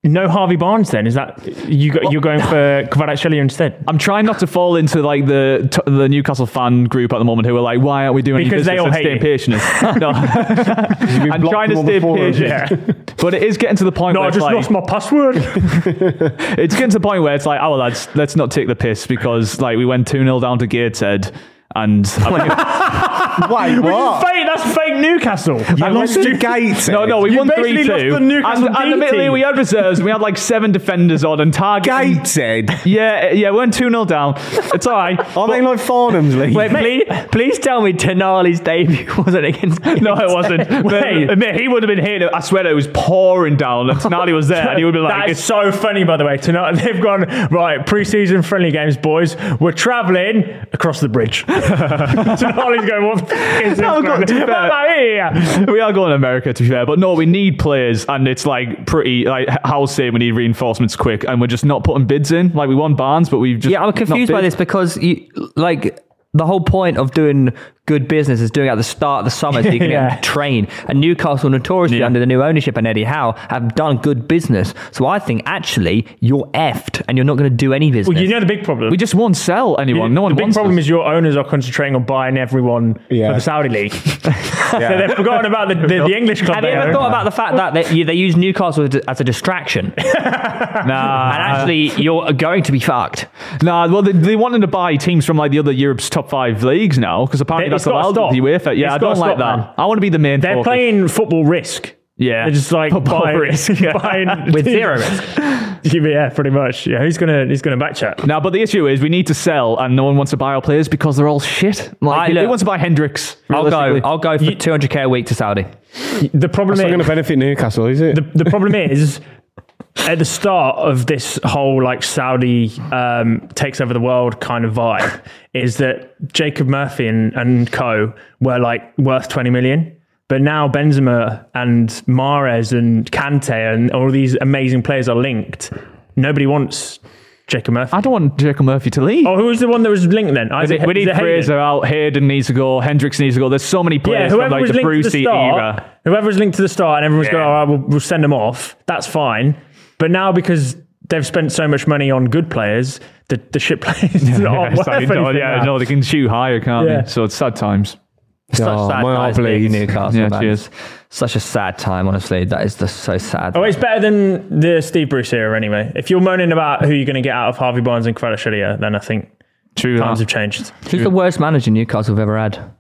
[SPEAKER 2] no Harvey Barnes. Then is that you? Go, you're going for Kvaratskhelia instead
[SPEAKER 4] I'm trying not to fall into like the t- the Newcastle fan group at the moment who are like, why aren't we doing
[SPEAKER 2] Because they
[SPEAKER 4] any business
[SPEAKER 2] all
[SPEAKER 4] and
[SPEAKER 2] hate you.
[SPEAKER 4] staying patient? no, I'm
[SPEAKER 1] blocked
[SPEAKER 4] trying to
[SPEAKER 1] from all
[SPEAKER 4] stay
[SPEAKER 1] the forums.
[SPEAKER 4] patient, but it is getting to the point.
[SPEAKER 2] No,
[SPEAKER 4] where
[SPEAKER 2] I
[SPEAKER 4] it's
[SPEAKER 2] just
[SPEAKER 4] like,
[SPEAKER 2] lost my password.
[SPEAKER 4] It's getting to the point where it's like, oh lads, let's not take the piss because like we went two 0 down to Gateshead. And
[SPEAKER 1] Wait, what?
[SPEAKER 2] fake, that's fake Newcastle.
[SPEAKER 1] I lost to Gates.
[SPEAKER 4] no, no, we
[SPEAKER 2] You
[SPEAKER 4] won
[SPEAKER 2] basically
[SPEAKER 4] three
[SPEAKER 2] lost
[SPEAKER 4] two.
[SPEAKER 2] the
[SPEAKER 4] And,
[SPEAKER 2] Newcastle
[SPEAKER 4] and
[SPEAKER 2] B
[SPEAKER 4] admittedly,
[SPEAKER 2] team.
[SPEAKER 4] we had reserves. and We had like seven defenders on and target.
[SPEAKER 1] Gated.
[SPEAKER 4] Yeah, yeah, we went two 0 down. It's all right.
[SPEAKER 1] Are they like Farnham's league?
[SPEAKER 3] Wait, please, please tell me Tenali's debut wasn't against.
[SPEAKER 4] No, it wasn't.
[SPEAKER 2] Wait.
[SPEAKER 4] But, admit, he would have been hitting it. I swear it was pouring down. And Tonali was there, and he would be like,
[SPEAKER 2] that is
[SPEAKER 4] it's
[SPEAKER 2] so funny, by the way. Tonight they've gone right preseason friendly games, boys. We're travelling across the bridge. Tonight he's going. What the f- is this?
[SPEAKER 4] No, God, to be fair.
[SPEAKER 2] man?
[SPEAKER 4] we are going to America to be fair, but no, we need players, and it's like pretty like how say we need reinforcements quick, and we're just not putting bids in. Like we won Barnes, but we've just
[SPEAKER 3] Yeah, I'm
[SPEAKER 4] not
[SPEAKER 3] confused by
[SPEAKER 4] bid.
[SPEAKER 3] this because you like the whole point of doing good business is doing it at the start of the summer so you can
[SPEAKER 2] Yeah.
[SPEAKER 3] train. And Newcastle, notoriously under the new ownership and Eddie Howe, have done good business. So I think actually you're effed and you're not going to do any business.
[SPEAKER 2] Well, you know the big problem.
[SPEAKER 4] We just won't sell anyone. no one.
[SPEAKER 2] the big
[SPEAKER 4] wants
[SPEAKER 2] problem
[SPEAKER 4] us.
[SPEAKER 2] is your owners are concentrating on buying everyone
[SPEAKER 1] Yeah.
[SPEAKER 2] for the Saudi league. So they've forgotten about the, the, the English club.
[SPEAKER 3] have you
[SPEAKER 2] they
[SPEAKER 3] ever
[SPEAKER 2] own.
[SPEAKER 3] thought about the fact that they, you, they use Newcastle as a- as a distraction?
[SPEAKER 4] nah,
[SPEAKER 3] and actually, you're going to be fucked.
[SPEAKER 4] nah. Well, they, they wanted to buy teams from like the other Europe's top five leagues now because apparently
[SPEAKER 2] It's
[SPEAKER 4] that's allowed
[SPEAKER 2] gotta
[SPEAKER 4] with the
[SPEAKER 2] stop.
[SPEAKER 4] UEFA. Yeah,
[SPEAKER 2] It's
[SPEAKER 4] I
[SPEAKER 2] gotta
[SPEAKER 4] don't
[SPEAKER 2] stop,
[SPEAKER 4] like that.
[SPEAKER 2] man.
[SPEAKER 4] I want to be the main.
[SPEAKER 2] They're
[SPEAKER 4] focus.
[SPEAKER 2] playing football risk.
[SPEAKER 4] Yeah,
[SPEAKER 2] They're just like
[SPEAKER 4] Football
[SPEAKER 2] buying,
[SPEAKER 4] risk, yeah.
[SPEAKER 2] buying
[SPEAKER 3] With zero risk.
[SPEAKER 2] yeah, pretty much. Yeah, who's gonna who's gonna back chat?
[SPEAKER 4] Now, but the issue is we need to sell, and no one wants to buy our players because they're all shit. Like,
[SPEAKER 3] I
[SPEAKER 4] they
[SPEAKER 3] look-
[SPEAKER 4] want to buy Hendricks.
[SPEAKER 3] I'll go.
[SPEAKER 4] realistically.
[SPEAKER 3] I'll go for 200k a week to Saudi.
[SPEAKER 2] The problem
[SPEAKER 1] It's not going to
[SPEAKER 2] is
[SPEAKER 1] benefit Newcastle, is it?
[SPEAKER 2] the, the problem is at the start of this whole like Saudi um, takes over the world kind of vibe is that Jacob Murphy and, and co were like worth 20 million. But now Benzema and Mares and Kante and all these amazing players are linked. Nobody wants Jacob Murphy.
[SPEAKER 4] I don't want Jacob Murphy to leave.
[SPEAKER 2] oh, who was the one that was linked then?
[SPEAKER 4] Is
[SPEAKER 2] Isaac,
[SPEAKER 4] it- we
[SPEAKER 2] is
[SPEAKER 4] need
[SPEAKER 2] it Hayden?
[SPEAKER 4] Fraser out. Hayden needs to go. Hendricks needs to go. There's so many
[SPEAKER 2] Yeah,
[SPEAKER 4] players from
[SPEAKER 2] whoever
[SPEAKER 4] like
[SPEAKER 2] was
[SPEAKER 4] the
[SPEAKER 2] linked to the
[SPEAKER 4] Brucey
[SPEAKER 2] start,
[SPEAKER 4] era.
[SPEAKER 2] whoever was linked to the start, and everyone's going,
[SPEAKER 4] Yeah.
[SPEAKER 2] "All right, we'll, we'll send them off." That's fine. But now because they've spent so much money on good players, the, the shit players
[SPEAKER 4] Yeah,
[SPEAKER 2] aren't
[SPEAKER 4] it's
[SPEAKER 2] worth
[SPEAKER 4] like,
[SPEAKER 2] anything.
[SPEAKER 4] no, yeah,
[SPEAKER 2] now.
[SPEAKER 4] no, they can shoot higher, can't
[SPEAKER 2] Yeah.
[SPEAKER 4] they? So it's sad times.
[SPEAKER 3] Such
[SPEAKER 1] Oh,
[SPEAKER 3] sad
[SPEAKER 1] my heart
[SPEAKER 3] times being
[SPEAKER 1] bleeds.
[SPEAKER 3] Newcastle,
[SPEAKER 4] Yeah,
[SPEAKER 3] man.
[SPEAKER 4] cheers.
[SPEAKER 3] Such a sad time, honestly. That is just so sad.
[SPEAKER 2] Oh, it's better than the Steve Bruce era anyway. If you're moaning about who you're going to get out of Harvey Barnes and Kvaratskhelia, then I think
[SPEAKER 4] True.
[SPEAKER 2] times
[SPEAKER 4] that.
[SPEAKER 2] have changed.
[SPEAKER 3] Who's the worst manager Newcastle have ever had?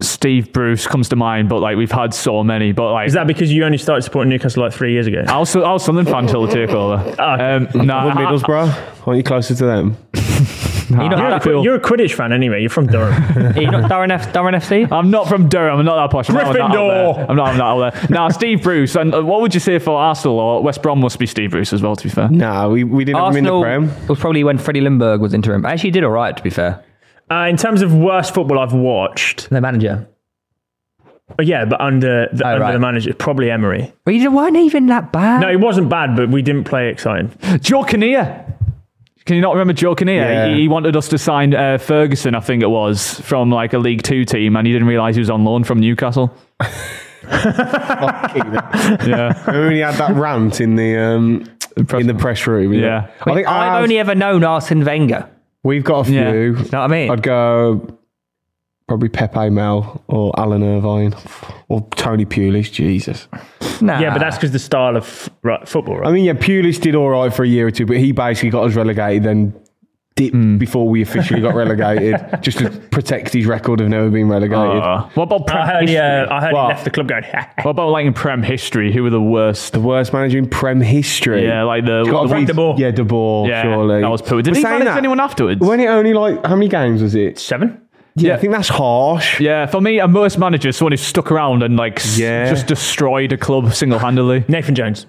[SPEAKER 4] Steve Bruce comes to mind, but like we've had so many. But like
[SPEAKER 2] Is that because you only started supporting Newcastle like three years ago?
[SPEAKER 4] I was, I was Sunderland fan till the takeover.
[SPEAKER 2] Ah,
[SPEAKER 4] Um, nah,
[SPEAKER 1] Or Middlesbrough? Aren't you closer to them?
[SPEAKER 3] you not
[SPEAKER 4] I-
[SPEAKER 2] You're a,
[SPEAKER 4] I feel-
[SPEAKER 2] Qu- you're a Quidditch fan anyway. You're from Durham.
[SPEAKER 3] Are you not Durham, F- Durham FC?
[SPEAKER 4] I'm not from Durham. I'm not that posh. I'm not- I'm not out
[SPEAKER 2] Gryffindor.
[SPEAKER 4] there. I'm not. I'm not out there. Now, Steve Bruce. And uh, what would you say for Arsenal or West Brom? Must be Steve Bruce as well. To be fair,
[SPEAKER 1] Nah, we, we didn't have them in the
[SPEAKER 3] Arsenal
[SPEAKER 1] Prem.
[SPEAKER 3] was probably when Freddie Lindbergh was interim. Actually, he did all right, to be fair.
[SPEAKER 2] uh, in terms of worst football I've watched,
[SPEAKER 3] Their manager.
[SPEAKER 2] but yeah, but under the,
[SPEAKER 3] Oh,
[SPEAKER 2] under
[SPEAKER 3] right.
[SPEAKER 2] the manager, probably Emery.
[SPEAKER 3] But you weren't even that bad.
[SPEAKER 2] No, it wasn't bad, but we didn't play exciting.
[SPEAKER 4] Joe Kinnear. Can you not remember Joe Kinnear?
[SPEAKER 1] Yeah.
[SPEAKER 4] He, he wanted us to sign uh, Ferguson, I think it was, from like a League Two team, and he didn't realise he was on loan from Newcastle.
[SPEAKER 1] Remember when he had that rant in the um,
[SPEAKER 4] press
[SPEAKER 1] in the press room? you know?
[SPEAKER 4] Yeah.
[SPEAKER 1] I think
[SPEAKER 3] I've
[SPEAKER 1] I've,
[SPEAKER 3] only ever known Arsene Wenger.
[SPEAKER 1] we've got a few.
[SPEAKER 4] Yeah.
[SPEAKER 1] You
[SPEAKER 3] know what I mean?
[SPEAKER 1] I'd go probably Pepe Mel or Alan Irvine or Tony Pulis. Jesus,
[SPEAKER 3] Nah.
[SPEAKER 2] Yeah, but that's because the style of f- right, football, right?
[SPEAKER 1] I mean, yeah, Pulis did all right for a year or two, but he basically got us relegated then. Dipped
[SPEAKER 4] Hmm.
[SPEAKER 1] before we officially got relegated, just to protect his record of never being relegated.
[SPEAKER 4] Uh, what about Prem
[SPEAKER 2] I
[SPEAKER 1] Ah,
[SPEAKER 2] heard,
[SPEAKER 4] history?
[SPEAKER 2] he, uh, I heard he
[SPEAKER 1] What?
[SPEAKER 2] left the club going.
[SPEAKER 4] What about like in Prem history? Who were the worst?
[SPEAKER 1] the worst manager in Prem history.
[SPEAKER 4] Yeah, like the-
[SPEAKER 1] It's gotta
[SPEAKER 4] the-
[SPEAKER 1] be-
[SPEAKER 2] De Boer.
[SPEAKER 1] Yeah, De Boer,
[SPEAKER 4] Yeah,
[SPEAKER 1] surely.
[SPEAKER 4] that was poor. Did
[SPEAKER 1] We're
[SPEAKER 4] he
[SPEAKER 1] saying
[SPEAKER 4] manage
[SPEAKER 1] that.
[SPEAKER 4] anyone afterwards?
[SPEAKER 1] When it only like how many games was it?
[SPEAKER 2] Seven.
[SPEAKER 1] Yeah, I think that's harsh.
[SPEAKER 4] Yeah, for me, a most manager is someone who's stuck around and like s-
[SPEAKER 1] Yeah.
[SPEAKER 4] just destroyed a club single handedly.
[SPEAKER 2] Nathan Jones.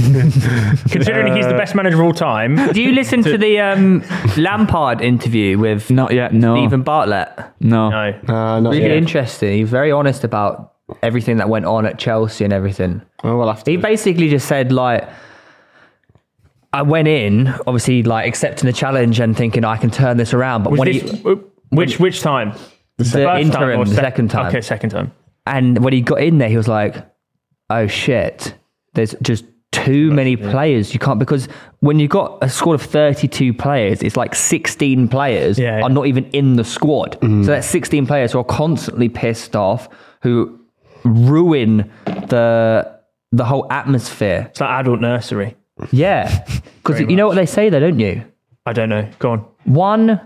[SPEAKER 2] Considering he's the best manager of all time,
[SPEAKER 3] Do you listen to the um, Lampard interview with
[SPEAKER 4] Not yet. No.
[SPEAKER 3] Stephen Bartlett?
[SPEAKER 4] no.
[SPEAKER 2] no.
[SPEAKER 1] Uh, not
[SPEAKER 3] Really
[SPEAKER 1] yet.
[SPEAKER 3] interesting. He's very honest about everything that went on at Chelsea and everything.
[SPEAKER 1] Oh, well, after
[SPEAKER 3] He basically just said like I went in, obviously like accepting the challenge and thinking I can turn this around. But
[SPEAKER 2] Was
[SPEAKER 3] when
[SPEAKER 2] this-
[SPEAKER 3] he
[SPEAKER 2] which which time? The,
[SPEAKER 3] interim, the second time.
[SPEAKER 2] Okay, second time.
[SPEAKER 3] and when he got in there, he was like, "Oh shit, there's just too many players. You can't because when you've got a squad of 32 players, it's like 16 players
[SPEAKER 2] Yeah, Mm. yeah.
[SPEAKER 3] are not even in the squad. So that's 16 players who are constantly pissed off, who ruin the the whole atmosphere.
[SPEAKER 2] It's like adult nursery.
[SPEAKER 3] Yeah, because you know what they say, though, don't you?
[SPEAKER 2] I don't know. Go on.
[SPEAKER 3] One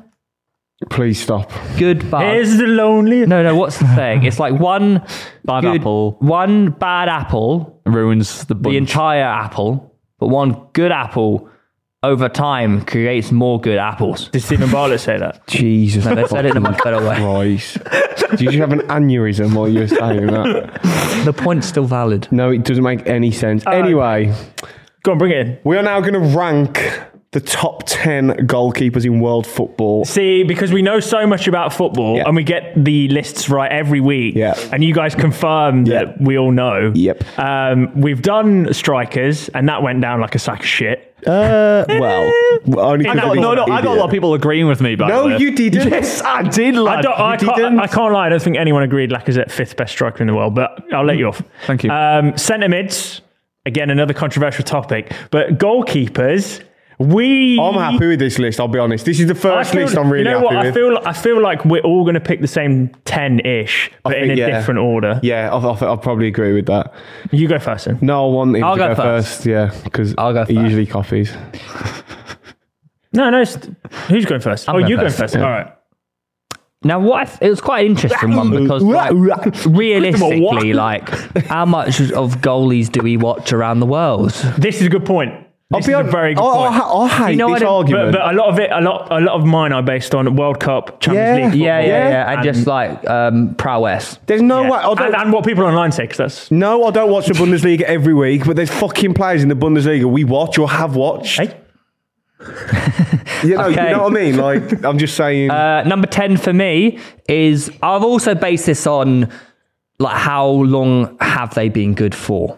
[SPEAKER 1] please stop.
[SPEAKER 3] good buzz.
[SPEAKER 2] Here's the lonely.
[SPEAKER 3] no, no. What's the saying? It's like one
[SPEAKER 4] Bad
[SPEAKER 3] good-
[SPEAKER 4] apple
[SPEAKER 3] one bad apple
[SPEAKER 4] ruins the bunch.
[SPEAKER 3] the entire apple, but one good apple over time creates more good apples.
[SPEAKER 2] Did Stephen Bartlett say that?
[SPEAKER 1] Jesus.
[SPEAKER 3] They said it in a much better way.
[SPEAKER 1] Christ. Do you just have an aneurysm while you're saying that?
[SPEAKER 3] The point's still valid.
[SPEAKER 1] No, it doesn't make any sense. Anyway,
[SPEAKER 2] Go on, bring it in.
[SPEAKER 1] we are now going to rank the top 10 goalkeepers in world football.
[SPEAKER 2] See, because we know so much about football
[SPEAKER 1] Yeah.
[SPEAKER 2] and we get the lists right every week,
[SPEAKER 1] Yeah.
[SPEAKER 2] and you guys confirm that we all know.
[SPEAKER 1] Yep.
[SPEAKER 2] Um, we've done strikers, and that went down like a sack of shit.
[SPEAKER 1] Uh, well, only 'cause
[SPEAKER 4] I
[SPEAKER 1] of
[SPEAKER 4] got,
[SPEAKER 1] this
[SPEAKER 4] no, no, I got a lot
[SPEAKER 1] idiot.
[SPEAKER 4] of people agreeing with me. By
[SPEAKER 1] No,
[SPEAKER 4] the way.
[SPEAKER 1] you didn't.
[SPEAKER 4] Yes, I did. Lad.
[SPEAKER 2] I, don't, I,
[SPEAKER 4] You
[SPEAKER 2] can't, I can't lie. I don't think anyone agreed Lacazette fifth best striker in the world, but I'll let you off.
[SPEAKER 4] Thank you.
[SPEAKER 2] Um, centre mids, again another controversial topic, but goalkeepers. We.
[SPEAKER 1] I'm happy with this list, I'll be honest. This is the
[SPEAKER 2] I
[SPEAKER 1] first
[SPEAKER 2] feel-
[SPEAKER 1] list I'm really
[SPEAKER 2] you know
[SPEAKER 1] happy
[SPEAKER 2] what?
[SPEAKER 1] with.
[SPEAKER 2] I feel. I feel like we're all going to pick the same ten-ish, but in a
[SPEAKER 1] think, yeah.
[SPEAKER 2] different order.
[SPEAKER 1] yeah, I'll, I'll, I'll probably agree with that.
[SPEAKER 2] You go first. Then.
[SPEAKER 1] No, I want him
[SPEAKER 3] I'll
[SPEAKER 1] to
[SPEAKER 3] go
[SPEAKER 1] go,
[SPEAKER 3] first.
[SPEAKER 1] first. Yeah, because
[SPEAKER 3] I'll go
[SPEAKER 1] he
[SPEAKER 3] first.
[SPEAKER 1] usually copies.
[SPEAKER 2] No, no. it's- Who's going 1st oh,
[SPEAKER 3] going
[SPEAKER 2] you go
[SPEAKER 3] first.
[SPEAKER 2] first. All right.
[SPEAKER 3] Now, what I th- it was quite an interesting one because, like, realistically, like, how much of goalies do we watch around the world?
[SPEAKER 2] This is a good point. This is a very good
[SPEAKER 1] I,
[SPEAKER 2] point.
[SPEAKER 1] I, I hate
[SPEAKER 3] You know, I
[SPEAKER 1] this
[SPEAKER 3] don't- but-
[SPEAKER 1] argument.
[SPEAKER 2] but, but a lot of it, a lot, a lot of mine are based on World Cup,
[SPEAKER 1] Yeah.
[SPEAKER 2] Champions League,
[SPEAKER 3] Yeah, yeah,
[SPEAKER 2] football,
[SPEAKER 3] yeah. And, just like um, prowess.
[SPEAKER 1] There's no
[SPEAKER 2] yeah.
[SPEAKER 1] way. I don't,
[SPEAKER 2] and, and what people online say because that's
[SPEAKER 1] no, I don't watch the Bundesliga every week, but there's fucking players in the Bundesliga we watch or have watched.
[SPEAKER 2] Hey.
[SPEAKER 1] You, know,
[SPEAKER 3] Okay.
[SPEAKER 1] you know what I mean? Like, I'm just saying.
[SPEAKER 3] Uh, number 10 for me is I've also based this on like how long have they been good for?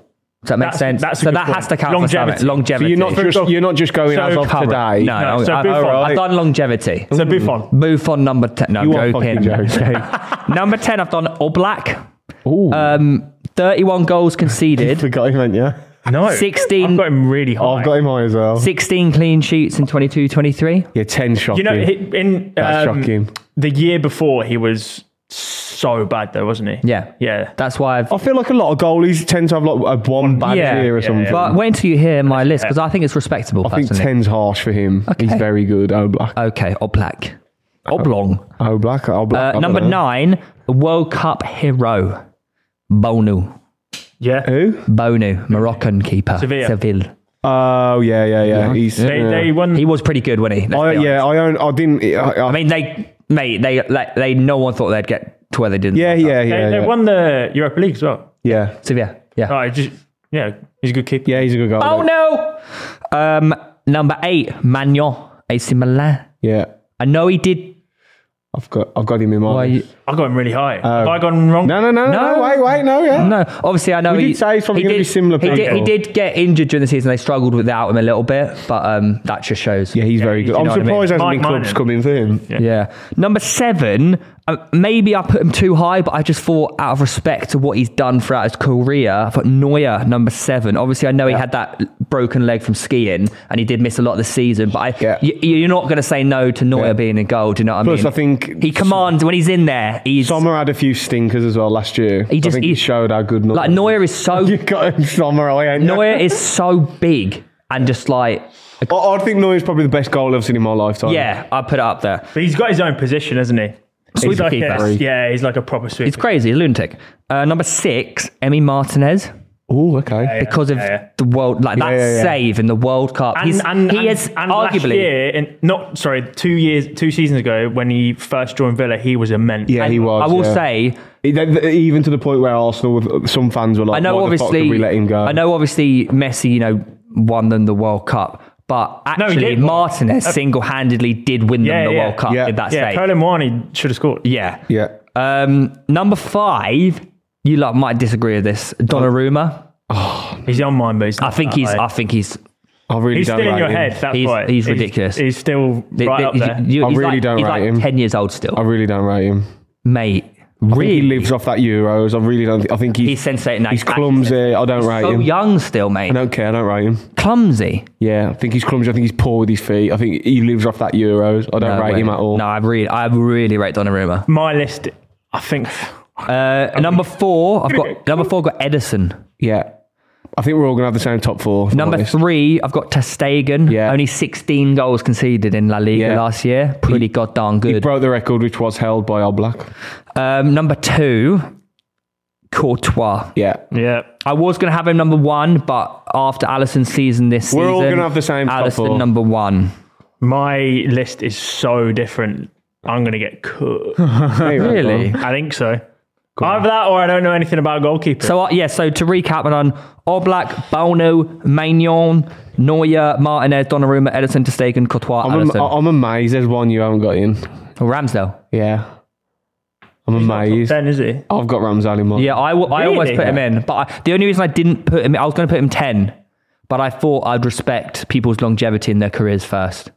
[SPEAKER 3] Does that make
[SPEAKER 2] That's-
[SPEAKER 3] sense?
[SPEAKER 2] that's a
[SPEAKER 3] so
[SPEAKER 2] good
[SPEAKER 3] that
[SPEAKER 2] point.
[SPEAKER 3] has to count for
[SPEAKER 2] Longevity.
[SPEAKER 3] something. Longevity.
[SPEAKER 1] You're not
[SPEAKER 2] First
[SPEAKER 1] just
[SPEAKER 2] off-
[SPEAKER 1] you're not just going
[SPEAKER 2] so
[SPEAKER 1] as of
[SPEAKER 2] current.
[SPEAKER 1] today.
[SPEAKER 3] No,
[SPEAKER 2] No,
[SPEAKER 3] no,
[SPEAKER 2] so
[SPEAKER 3] I've,
[SPEAKER 2] Buffon-
[SPEAKER 3] I've done longevity.
[SPEAKER 1] Mm.
[SPEAKER 2] So Buffon.
[SPEAKER 3] Move on number ten. No,
[SPEAKER 1] You are
[SPEAKER 3] I'm joking.
[SPEAKER 1] fucking joking.
[SPEAKER 3] number ten, I've done all black. Um, Thirty-one goals conceded,
[SPEAKER 1] Forgot him, haven't you?
[SPEAKER 2] No.
[SPEAKER 3] 16
[SPEAKER 2] I've got him really high.
[SPEAKER 1] I've got him high as well.
[SPEAKER 3] sixteen clean sheets in 22-23.
[SPEAKER 1] Yeah, ten shocking.
[SPEAKER 2] You know, he- in
[SPEAKER 1] That's
[SPEAKER 2] um,
[SPEAKER 1] shocking.
[SPEAKER 2] the year before, he was so bad, though, wasn't he?
[SPEAKER 3] Yeah.
[SPEAKER 2] Yeah. Oh,
[SPEAKER 3] That's why I've.
[SPEAKER 1] I feel like a lot of goalies tend to have like a one bad
[SPEAKER 3] Yeah,
[SPEAKER 1] year or
[SPEAKER 3] yeah,
[SPEAKER 1] something.
[SPEAKER 2] yeah.
[SPEAKER 3] But wait until you hear my list because I think it's respectable.
[SPEAKER 1] I think
[SPEAKER 3] personally.
[SPEAKER 1] ten's harsh for him. He's
[SPEAKER 3] Okay.
[SPEAKER 1] very good. Oh black.
[SPEAKER 2] Uh,
[SPEAKER 3] Okay, or black, oblong.
[SPEAKER 1] Oh black. Oh black. I
[SPEAKER 3] Uh,
[SPEAKER 1] don't
[SPEAKER 3] number
[SPEAKER 1] know.
[SPEAKER 3] nine, World Cup hero, Bonu.
[SPEAKER 2] Yeah.
[SPEAKER 1] Who?
[SPEAKER 3] Bonu, Moroccan keeper.
[SPEAKER 2] Sevilla.
[SPEAKER 1] Oh yeah, yeah, yeah. He's.
[SPEAKER 2] They,
[SPEAKER 1] yeah.
[SPEAKER 2] they won.
[SPEAKER 3] He was pretty good, wasn't he? Let's
[SPEAKER 1] I,
[SPEAKER 3] be honest.
[SPEAKER 1] Oh, yeah, I own. I didn't. I, I-
[SPEAKER 3] I mean, they, mate, they, like, they, no one thought they'd get to where they didn't.
[SPEAKER 1] yeah, yeah,
[SPEAKER 2] they,
[SPEAKER 1] yeah,
[SPEAKER 2] they
[SPEAKER 1] yeah.
[SPEAKER 2] won the Europa League as well.
[SPEAKER 1] yeah.
[SPEAKER 3] Sevilla. Yeah.
[SPEAKER 2] Oh, I just, yeah, he's a good keeper.
[SPEAKER 1] Yeah, he's a good goalie.
[SPEAKER 3] Oh no. Um, number eight, Magnon, AC Milan.
[SPEAKER 1] Yeah,
[SPEAKER 3] I know he did.
[SPEAKER 1] I've got, I've got him in mind.
[SPEAKER 3] Why-
[SPEAKER 2] I got him really high. Have I gone wrong?
[SPEAKER 1] No, no, no, no,
[SPEAKER 3] Oh. No.
[SPEAKER 1] no. Wait, wait, no, yeah.
[SPEAKER 3] No, obviously I know
[SPEAKER 1] We
[SPEAKER 3] he
[SPEAKER 1] did say he's probably
[SPEAKER 3] he
[SPEAKER 1] gonna be
[SPEAKER 3] did-
[SPEAKER 1] similar
[SPEAKER 3] He did, he
[SPEAKER 1] people.
[SPEAKER 3] did get injured during the season. They struggled without him a little bit, but um, that just shows.
[SPEAKER 1] Yeah, he's very
[SPEAKER 2] you
[SPEAKER 1] good.
[SPEAKER 2] know
[SPEAKER 1] I'm
[SPEAKER 2] what I mean.
[SPEAKER 1] surprised there hasn't
[SPEAKER 2] Mike
[SPEAKER 1] been clubs
[SPEAKER 2] Minor.
[SPEAKER 1] coming for him.
[SPEAKER 3] Yeah. Number seven, uh, maybe I put him too high, but I just thought out of respect to what he's done throughout his career, I put Neuer number seven. Obviously, I know he had that broken leg from skiing and he did miss a lot of the season, but I,
[SPEAKER 1] Yeah.
[SPEAKER 3] y- you're not going to say no to Neuer
[SPEAKER 1] Yeah.
[SPEAKER 3] being in goal. Do you know what
[SPEAKER 1] Plus,
[SPEAKER 3] I mean?
[SPEAKER 1] I think-
[SPEAKER 3] he commands when he's in there. He's
[SPEAKER 1] Sommer had a few stinkers as well last year.
[SPEAKER 3] He just-
[SPEAKER 1] I think
[SPEAKER 3] he-
[SPEAKER 1] he showed how good.
[SPEAKER 3] like Neuer is so
[SPEAKER 1] You got him Sommer, I ain't.
[SPEAKER 3] Neuer is so big and just like
[SPEAKER 1] I, I think Neuer's probably the best goal I've seen in my lifetime.
[SPEAKER 3] yeah, I put it up there.
[SPEAKER 2] But he's got his own position, hasn't he?
[SPEAKER 3] Sweeper
[SPEAKER 2] like
[SPEAKER 3] keeper.
[SPEAKER 2] a, yeah, he's like a proper sweeper.
[SPEAKER 3] It's crazy, lunatic. Uh, number six, Emmy Martinez.
[SPEAKER 1] Oh, okay.
[SPEAKER 3] because of
[SPEAKER 2] yeah, yeah.
[SPEAKER 3] the world, like that
[SPEAKER 1] yeah, yeah.
[SPEAKER 3] save in the World Cup.
[SPEAKER 2] And,
[SPEAKER 3] He's-
[SPEAKER 2] and,
[SPEAKER 3] he
[SPEAKER 2] and,
[SPEAKER 3] is
[SPEAKER 2] and last
[SPEAKER 3] arguably.
[SPEAKER 2] year, in, not sorry, two years, two seasons ago, when he first joined Villa, he was immense.
[SPEAKER 1] Yeah, he was.
[SPEAKER 3] I will
[SPEAKER 1] yeah.
[SPEAKER 3] say,
[SPEAKER 1] He- they- they- even to the point where Arsenal, with some fans were like,
[SPEAKER 3] I know
[SPEAKER 1] "Why the fuck
[SPEAKER 3] obviously.
[SPEAKER 1] did we let him go?"
[SPEAKER 3] I know obviously Messi, you know, won them the World Cup, but
[SPEAKER 2] No, he
[SPEAKER 3] actually
[SPEAKER 2] did.
[SPEAKER 3] Martinez
[SPEAKER 2] Uh,
[SPEAKER 3] single-handedly did win
[SPEAKER 2] Yeah,
[SPEAKER 3] them the
[SPEAKER 2] yeah.
[SPEAKER 3] World Cup
[SPEAKER 1] Yeah.
[SPEAKER 3] with that
[SPEAKER 2] yeah.
[SPEAKER 3] save.
[SPEAKER 2] Kolo Muani should have scored.
[SPEAKER 3] Yeah.
[SPEAKER 1] Yeah,
[SPEAKER 3] Um, number five, you lot might disagree with this. Donnarumma.
[SPEAKER 2] He's on mine, but he's
[SPEAKER 3] I
[SPEAKER 2] not
[SPEAKER 3] think
[SPEAKER 2] that
[SPEAKER 3] he's.
[SPEAKER 2] high.
[SPEAKER 3] I think he's.
[SPEAKER 1] I really
[SPEAKER 2] he's
[SPEAKER 1] don't
[SPEAKER 2] still in
[SPEAKER 1] rate
[SPEAKER 2] your
[SPEAKER 1] him.
[SPEAKER 2] head. That's
[SPEAKER 3] He's-
[SPEAKER 2] right.
[SPEAKER 3] he's ridiculous.
[SPEAKER 2] He's still
[SPEAKER 3] th-
[SPEAKER 2] right
[SPEAKER 3] th-
[SPEAKER 2] up there.
[SPEAKER 3] you-
[SPEAKER 1] I
[SPEAKER 3] he's
[SPEAKER 1] really
[SPEAKER 3] like-
[SPEAKER 1] don't
[SPEAKER 3] he's
[SPEAKER 1] rate
[SPEAKER 3] like
[SPEAKER 1] him.
[SPEAKER 3] Ten years old still,
[SPEAKER 1] I really don't rate him.
[SPEAKER 3] mate.
[SPEAKER 1] I think
[SPEAKER 3] Really,
[SPEAKER 1] He lives off that Euros. I really don't. Think, I think he's
[SPEAKER 3] He's sensating that
[SPEAKER 1] He's
[SPEAKER 3] he's back,
[SPEAKER 1] clumsy. I don't rate
[SPEAKER 3] so
[SPEAKER 1] him.
[SPEAKER 3] young still, mate.
[SPEAKER 1] I don't care. I don't rate him.
[SPEAKER 3] Clumsy.
[SPEAKER 1] Yeah, I think he's clumsy. I think he's poor with his feet. I think he lives off that Euros. I don't
[SPEAKER 3] No
[SPEAKER 1] rate
[SPEAKER 3] way.
[SPEAKER 1] him at all.
[SPEAKER 3] uh, No, I really, I really rate Donnarumma.
[SPEAKER 2] My list, I think.
[SPEAKER 3] Uh, number four, I've got number four. I've got Edison.
[SPEAKER 1] Yeah, I think we're all gonna have the same top four. if I'm
[SPEAKER 3] Number
[SPEAKER 1] honest.
[SPEAKER 3] three, I've got Testegen.
[SPEAKER 1] Yeah.
[SPEAKER 3] Only 16 goals conceded in La Liga
[SPEAKER 1] Yeah.
[SPEAKER 3] last year. Pretty goddamn
[SPEAKER 1] He
[SPEAKER 3] good.
[SPEAKER 1] broke the record, which was held by Oblak.
[SPEAKER 3] um, number two, Courtois.
[SPEAKER 1] Yeah,
[SPEAKER 2] Yeah.
[SPEAKER 3] I was going to have him number one, but after Allison's season this
[SPEAKER 1] We're
[SPEAKER 3] season,
[SPEAKER 1] all gonna have the same top
[SPEAKER 3] Allison
[SPEAKER 1] four.
[SPEAKER 3] number one.
[SPEAKER 2] My list is so different. I'm going to get cooked.
[SPEAKER 3] Really?
[SPEAKER 2] I think so. Either that or I don't know anything about goalkeepers.
[SPEAKER 3] So uh, yeah, so to recap, and on Oblak, Bono, Magnon, Neuer, Martinez, Donnarumma, Edison, Testegen, Courtois,
[SPEAKER 1] I'm, uh, am-
[SPEAKER 3] Allison,
[SPEAKER 1] I'm amazed. There's one you haven't got in.
[SPEAKER 3] Ramsdale.
[SPEAKER 1] Yeah, I'm amazed.
[SPEAKER 2] then is he?
[SPEAKER 1] I've got Ramsdale in mind.
[SPEAKER 3] Yeah, I, w- I almost
[SPEAKER 2] Really?
[SPEAKER 3] put him in, but I, the only reason I didn't put him, I was going to put him ten, but I thought I'd respect people's longevity in their careers first.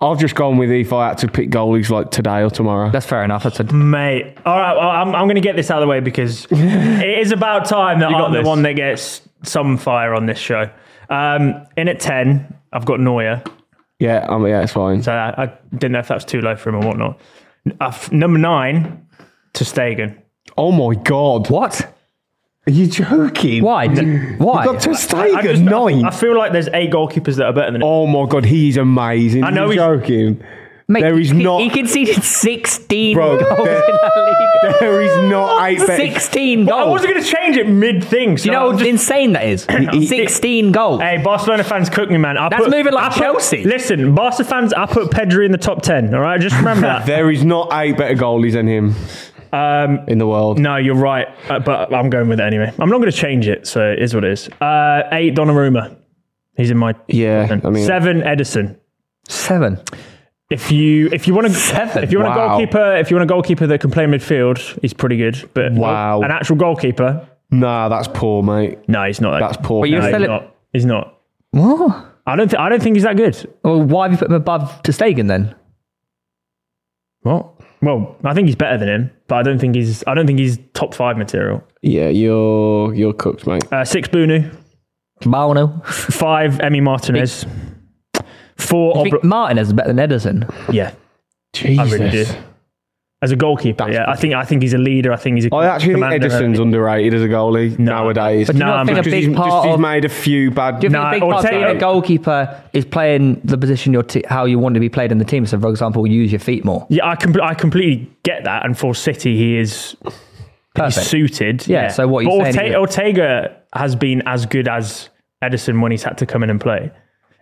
[SPEAKER 1] I've just gone with if I had to pick goalies like today or tomorrow.
[SPEAKER 3] That's fair enough. That's a,
[SPEAKER 1] Hmm.
[SPEAKER 2] Mate. All right. Well, I'm, I'm going to get this out of the way because it is about time that
[SPEAKER 4] got
[SPEAKER 2] I'm the
[SPEAKER 4] this.
[SPEAKER 2] one that gets some fire on this show. Um, in at 10, I've got Neuer.
[SPEAKER 1] yeah, I mean, yeah, it's fine.
[SPEAKER 2] So I, I didn't know if that was too low for him or whatnot. Uh, f- number nine, to Stegen.
[SPEAKER 1] Oh my god,
[SPEAKER 3] what?
[SPEAKER 1] are you joking?
[SPEAKER 3] Why? D- Why?
[SPEAKER 1] Got to
[SPEAKER 2] I, just-
[SPEAKER 1] Stegen nine.
[SPEAKER 2] I feel like there's eight goalkeepers that are better than him.
[SPEAKER 1] Oh my god, he's amazing. I
[SPEAKER 2] know
[SPEAKER 1] know he's
[SPEAKER 2] he's-
[SPEAKER 1] joking.
[SPEAKER 3] Mate,
[SPEAKER 1] there is
[SPEAKER 3] he,
[SPEAKER 1] not-
[SPEAKER 3] He conceded sixteen
[SPEAKER 1] Bro,
[SPEAKER 3] goals
[SPEAKER 1] there-
[SPEAKER 3] in La
[SPEAKER 1] There is not eight
[SPEAKER 3] Liga.
[SPEAKER 1] better.
[SPEAKER 3] Sixteen
[SPEAKER 2] I
[SPEAKER 3] goals.
[SPEAKER 2] wasn't going to change it mid thing. So
[SPEAKER 3] Do you know
[SPEAKER 2] I'm
[SPEAKER 3] how
[SPEAKER 2] just-
[SPEAKER 3] insane that is? Sixteen goals.
[SPEAKER 2] Hey, Barcelona fans, cook me, man. I
[SPEAKER 3] That's moving like
[SPEAKER 2] I put-
[SPEAKER 3] Chelsea.
[SPEAKER 2] Listen, Barca fans, I put Pedri in the top 10, all right? Just remember that.
[SPEAKER 1] There is not eight better goalies than him
[SPEAKER 2] Um,
[SPEAKER 1] in the world.
[SPEAKER 2] no, you're right, uh, but I'm going with it anyway. I'm not going to change it, so it is what it is. Uh, eight, Donnarumma. He's in my
[SPEAKER 1] Yeah, I mean,
[SPEAKER 2] seven, Edison.
[SPEAKER 3] Seven.
[SPEAKER 2] If you if you want to
[SPEAKER 3] Seven?
[SPEAKER 2] if you want
[SPEAKER 1] Wow.
[SPEAKER 2] a goalkeeper if you want a goalkeeper that can play midfield, he's pretty good. But
[SPEAKER 1] Wow.
[SPEAKER 2] an actual goalkeeper,
[SPEAKER 1] Nah, that's poor, mate.
[SPEAKER 2] No, he's not.
[SPEAKER 1] That's poor.
[SPEAKER 3] But you're
[SPEAKER 2] No, he's
[SPEAKER 3] selling-
[SPEAKER 2] not. He's not.
[SPEAKER 3] What?
[SPEAKER 2] I don't. Th- I don't think he's that good.
[SPEAKER 3] Well, why have you put him above to Stegen then?
[SPEAKER 2] What? Well, I think he's better than him, but I don't think he's. I don't think he's top five material.
[SPEAKER 1] Yeah, you're you're cooked, mate.
[SPEAKER 2] Uh, six Bunu,
[SPEAKER 3] Bono.
[SPEAKER 2] five Emmy Martinez, four.
[SPEAKER 3] I think
[SPEAKER 2] Obra-
[SPEAKER 3] Martinez is better than Edison.
[SPEAKER 2] yeah, I
[SPEAKER 1] Jesus.
[SPEAKER 2] really do. As a goalkeeper,
[SPEAKER 1] That's
[SPEAKER 2] yeah, I think I think he's a leader. I think he's. A
[SPEAKER 1] I actually think
[SPEAKER 2] commander.
[SPEAKER 1] Edison's underrated as a goalie
[SPEAKER 2] No.
[SPEAKER 1] nowadays.
[SPEAKER 2] But do you not
[SPEAKER 1] Nah,
[SPEAKER 2] think a
[SPEAKER 1] because
[SPEAKER 3] big
[SPEAKER 1] he's,
[SPEAKER 3] part
[SPEAKER 1] just, he's
[SPEAKER 3] of-
[SPEAKER 1] made a few bad.
[SPEAKER 3] Do you think
[SPEAKER 2] Nah,
[SPEAKER 3] a big
[SPEAKER 2] or
[SPEAKER 3] part of
[SPEAKER 2] take-
[SPEAKER 3] being a goalkeeper is playing the position your t- how you want to be played in the team? So, for example, use your feet more.
[SPEAKER 2] Yeah, I, com- I completely get that. And for City, he is he's
[SPEAKER 3] Perfect.
[SPEAKER 2] suited.
[SPEAKER 3] Yeah, so what you're
[SPEAKER 2] but
[SPEAKER 3] saying is-
[SPEAKER 2] Ortega has been as good as Edison when he's had to come in and play.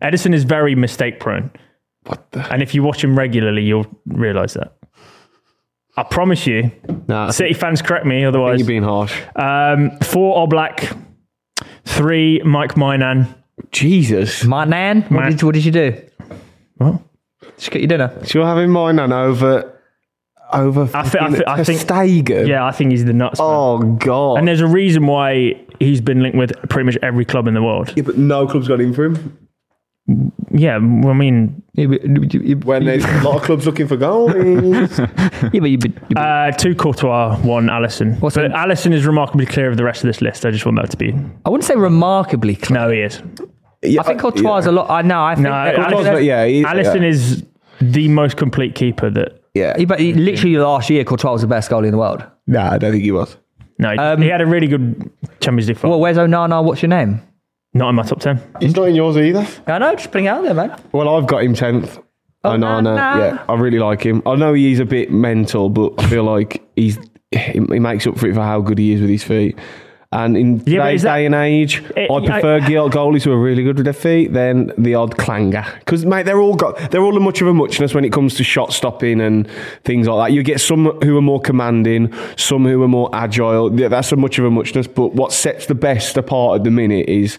[SPEAKER 2] Edison is very mistake prone.
[SPEAKER 1] What the?
[SPEAKER 2] And if you watch him regularly, you'll realise that. I promise you.
[SPEAKER 1] Nah, I think
[SPEAKER 2] City fans correct me, otherwise.
[SPEAKER 1] you're being harsh.
[SPEAKER 2] Um, four Oblak, three Mike Minan.
[SPEAKER 1] Um, Jesus,
[SPEAKER 3] My nan, what
[SPEAKER 2] Man.
[SPEAKER 3] did, what did you do?
[SPEAKER 2] What?
[SPEAKER 3] Just get your dinner.
[SPEAKER 1] so you're having mine on over over. I
[SPEAKER 2] thi- I thi- I think-
[SPEAKER 1] Stegen.
[SPEAKER 2] Yeah, I think he's the nuts. man.
[SPEAKER 1] Oh god.
[SPEAKER 2] And there's a reason why he's been linked with pretty much every club in the world.
[SPEAKER 1] yeah, but no club's got in for him.
[SPEAKER 2] Yeah, well, I mean,
[SPEAKER 3] Yeah, but, yeah, but,
[SPEAKER 1] When there's a lot of clubs looking for goalies.
[SPEAKER 3] you be- you be-
[SPEAKER 2] Uh, two Courtois, one Allison.
[SPEAKER 3] What's
[SPEAKER 2] but
[SPEAKER 3] in-
[SPEAKER 2] Allison is remarkably clear of the rest of this list. I just want that to be.
[SPEAKER 3] I wouldn't say remarkably clear.
[SPEAKER 2] No, he is.
[SPEAKER 1] yeah,
[SPEAKER 3] I think Courtois is a lot. I know. I think
[SPEAKER 2] No,
[SPEAKER 3] that-
[SPEAKER 2] Courtois,
[SPEAKER 3] I think
[SPEAKER 1] but yeah, he's,
[SPEAKER 2] Allison
[SPEAKER 1] yeah.
[SPEAKER 2] is the most complete keeper that.
[SPEAKER 1] Yeah.
[SPEAKER 3] that- but he- literally last year, Courtois was the best goalie in the world.
[SPEAKER 1] Nah, I don't think he was.
[SPEAKER 2] No,
[SPEAKER 1] Um,
[SPEAKER 2] he had a really good Champions League.
[SPEAKER 3] Well,
[SPEAKER 2] Well,
[SPEAKER 3] where's Onana? What's your name?
[SPEAKER 2] not in my top ten.
[SPEAKER 1] He's not in yours either.
[SPEAKER 3] I know. Just putting it out there, man.
[SPEAKER 1] Well, I've got him tenth.
[SPEAKER 3] Oh,
[SPEAKER 1] I know,
[SPEAKER 3] nah,
[SPEAKER 1] I know.
[SPEAKER 3] nah.
[SPEAKER 1] Yeah, I really like him. I know he's a bit mental, but I feel like he's he, he makes up for it for how good he is with his feet. And in
[SPEAKER 2] Yeah, but
[SPEAKER 1] today's
[SPEAKER 2] is that-
[SPEAKER 1] day and age,
[SPEAKER 2] Eh,
[SPEAKER 1] I
[SPEAKER 2] I-
[SPEAKER 1] prefer goal goalies who are really good with their feet than the odd clanger. Because mate, they're all got they're all a much of a muchness when it comes to shot stopping and things like that. You get some who are more commanding, some who are more agile. Yeah, that's a much of a muchness. But what sets the best apart at the minute is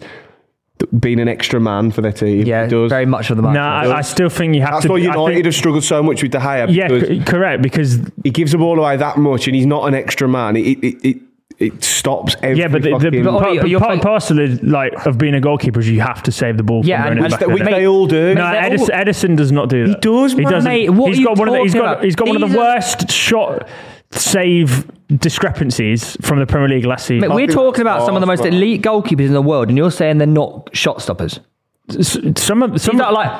[SPEAKER 1] th- being an extra man for their team. It
[SPEAKER 3] Yeah,
[SPEAKER 1] does.
[SPEAKER 3] very much of the match.
[SPEAKER 2] No, I, I still think you have
[SPEAKER 1] That's
[SPEAKER 2] to.
[SPEAKER 1] why
[SPEAKER 2] I
[SPEAKER 1] United
[SPEAKER 2] think-
[SPEAKER 1] have struggled so much with De Gea.
[SPEAKER 2] yeah,
[SPEAKER 1] because
[SPEAKER 2] c- correct. Because
[SPEAKER 1] he gives the ball away that much, and he's not an extra man. It it it, it stops every.
[SPEAKER 2] yeah, but the, the
[SPEAKER 1] fucking-
[SPEAKER 2] part,
[SPEAKER 3] Ollie,
[SPEAKER 2] but
[SPEAKER 3] you're
[SPEAKER 2] part and
[SPEAKER 3] play-
[SPEAKER 2] parcel of, like of being a goalkeeper is you have to save the ball.
[SPEAKER 3] Yeah,
[SPEAKER 2] from
[SPEAKER 3] and-
[SPEAKER 2] running
[SPEAKER 3] and
[SPEAKER 2] back
[SPEAKER 3] that-
[SPEAKER 2] in
[SPEAKER 1] which
[SPEAKER 2] it.
[SPEAKER 3] Mate,
[SPEAKER 1] they all do.
[SPEAKER 2] No,
[SPEAKER 3] they're
[SPEAKER 2] Edison,
[SPEAKER 3] all-
[SPEAKER 2] Edison does not do that.
[SPEAKER 1] He does,
[SPEAKER 2] He
[SPEAKER 1] man.
[SPEAKER 2] doesn't.
[SPEAKER 3] Mate, what
[SPEAKER 2] he's
[SPEAKER 3] are you
[SPEAKER 2] got one. Of the, he's
[SPEAKER 3] talking
[SPEAKER 2] got.
[SPEAKER 3] about?
[SPEAKER 2] He's got one of
[SPEAKER 3] These
[SPEAKER 2] the
[SPEAKER 3] are-
[SPEAKER 2] worst shot save discrepancies from the Premier League last season.
[SPEAKER 3] Mate, we're
[SPEAKER 1] think
[SPEAKER 3] talking about some of the most
[SPEAKER 1] Arsenal-
[SPEAKER 3] elite goalkeepers in the world, and you're saying they're not shot stoppers.
[SPEAKER 2] S- some of some
[SPEAKER 3] These are like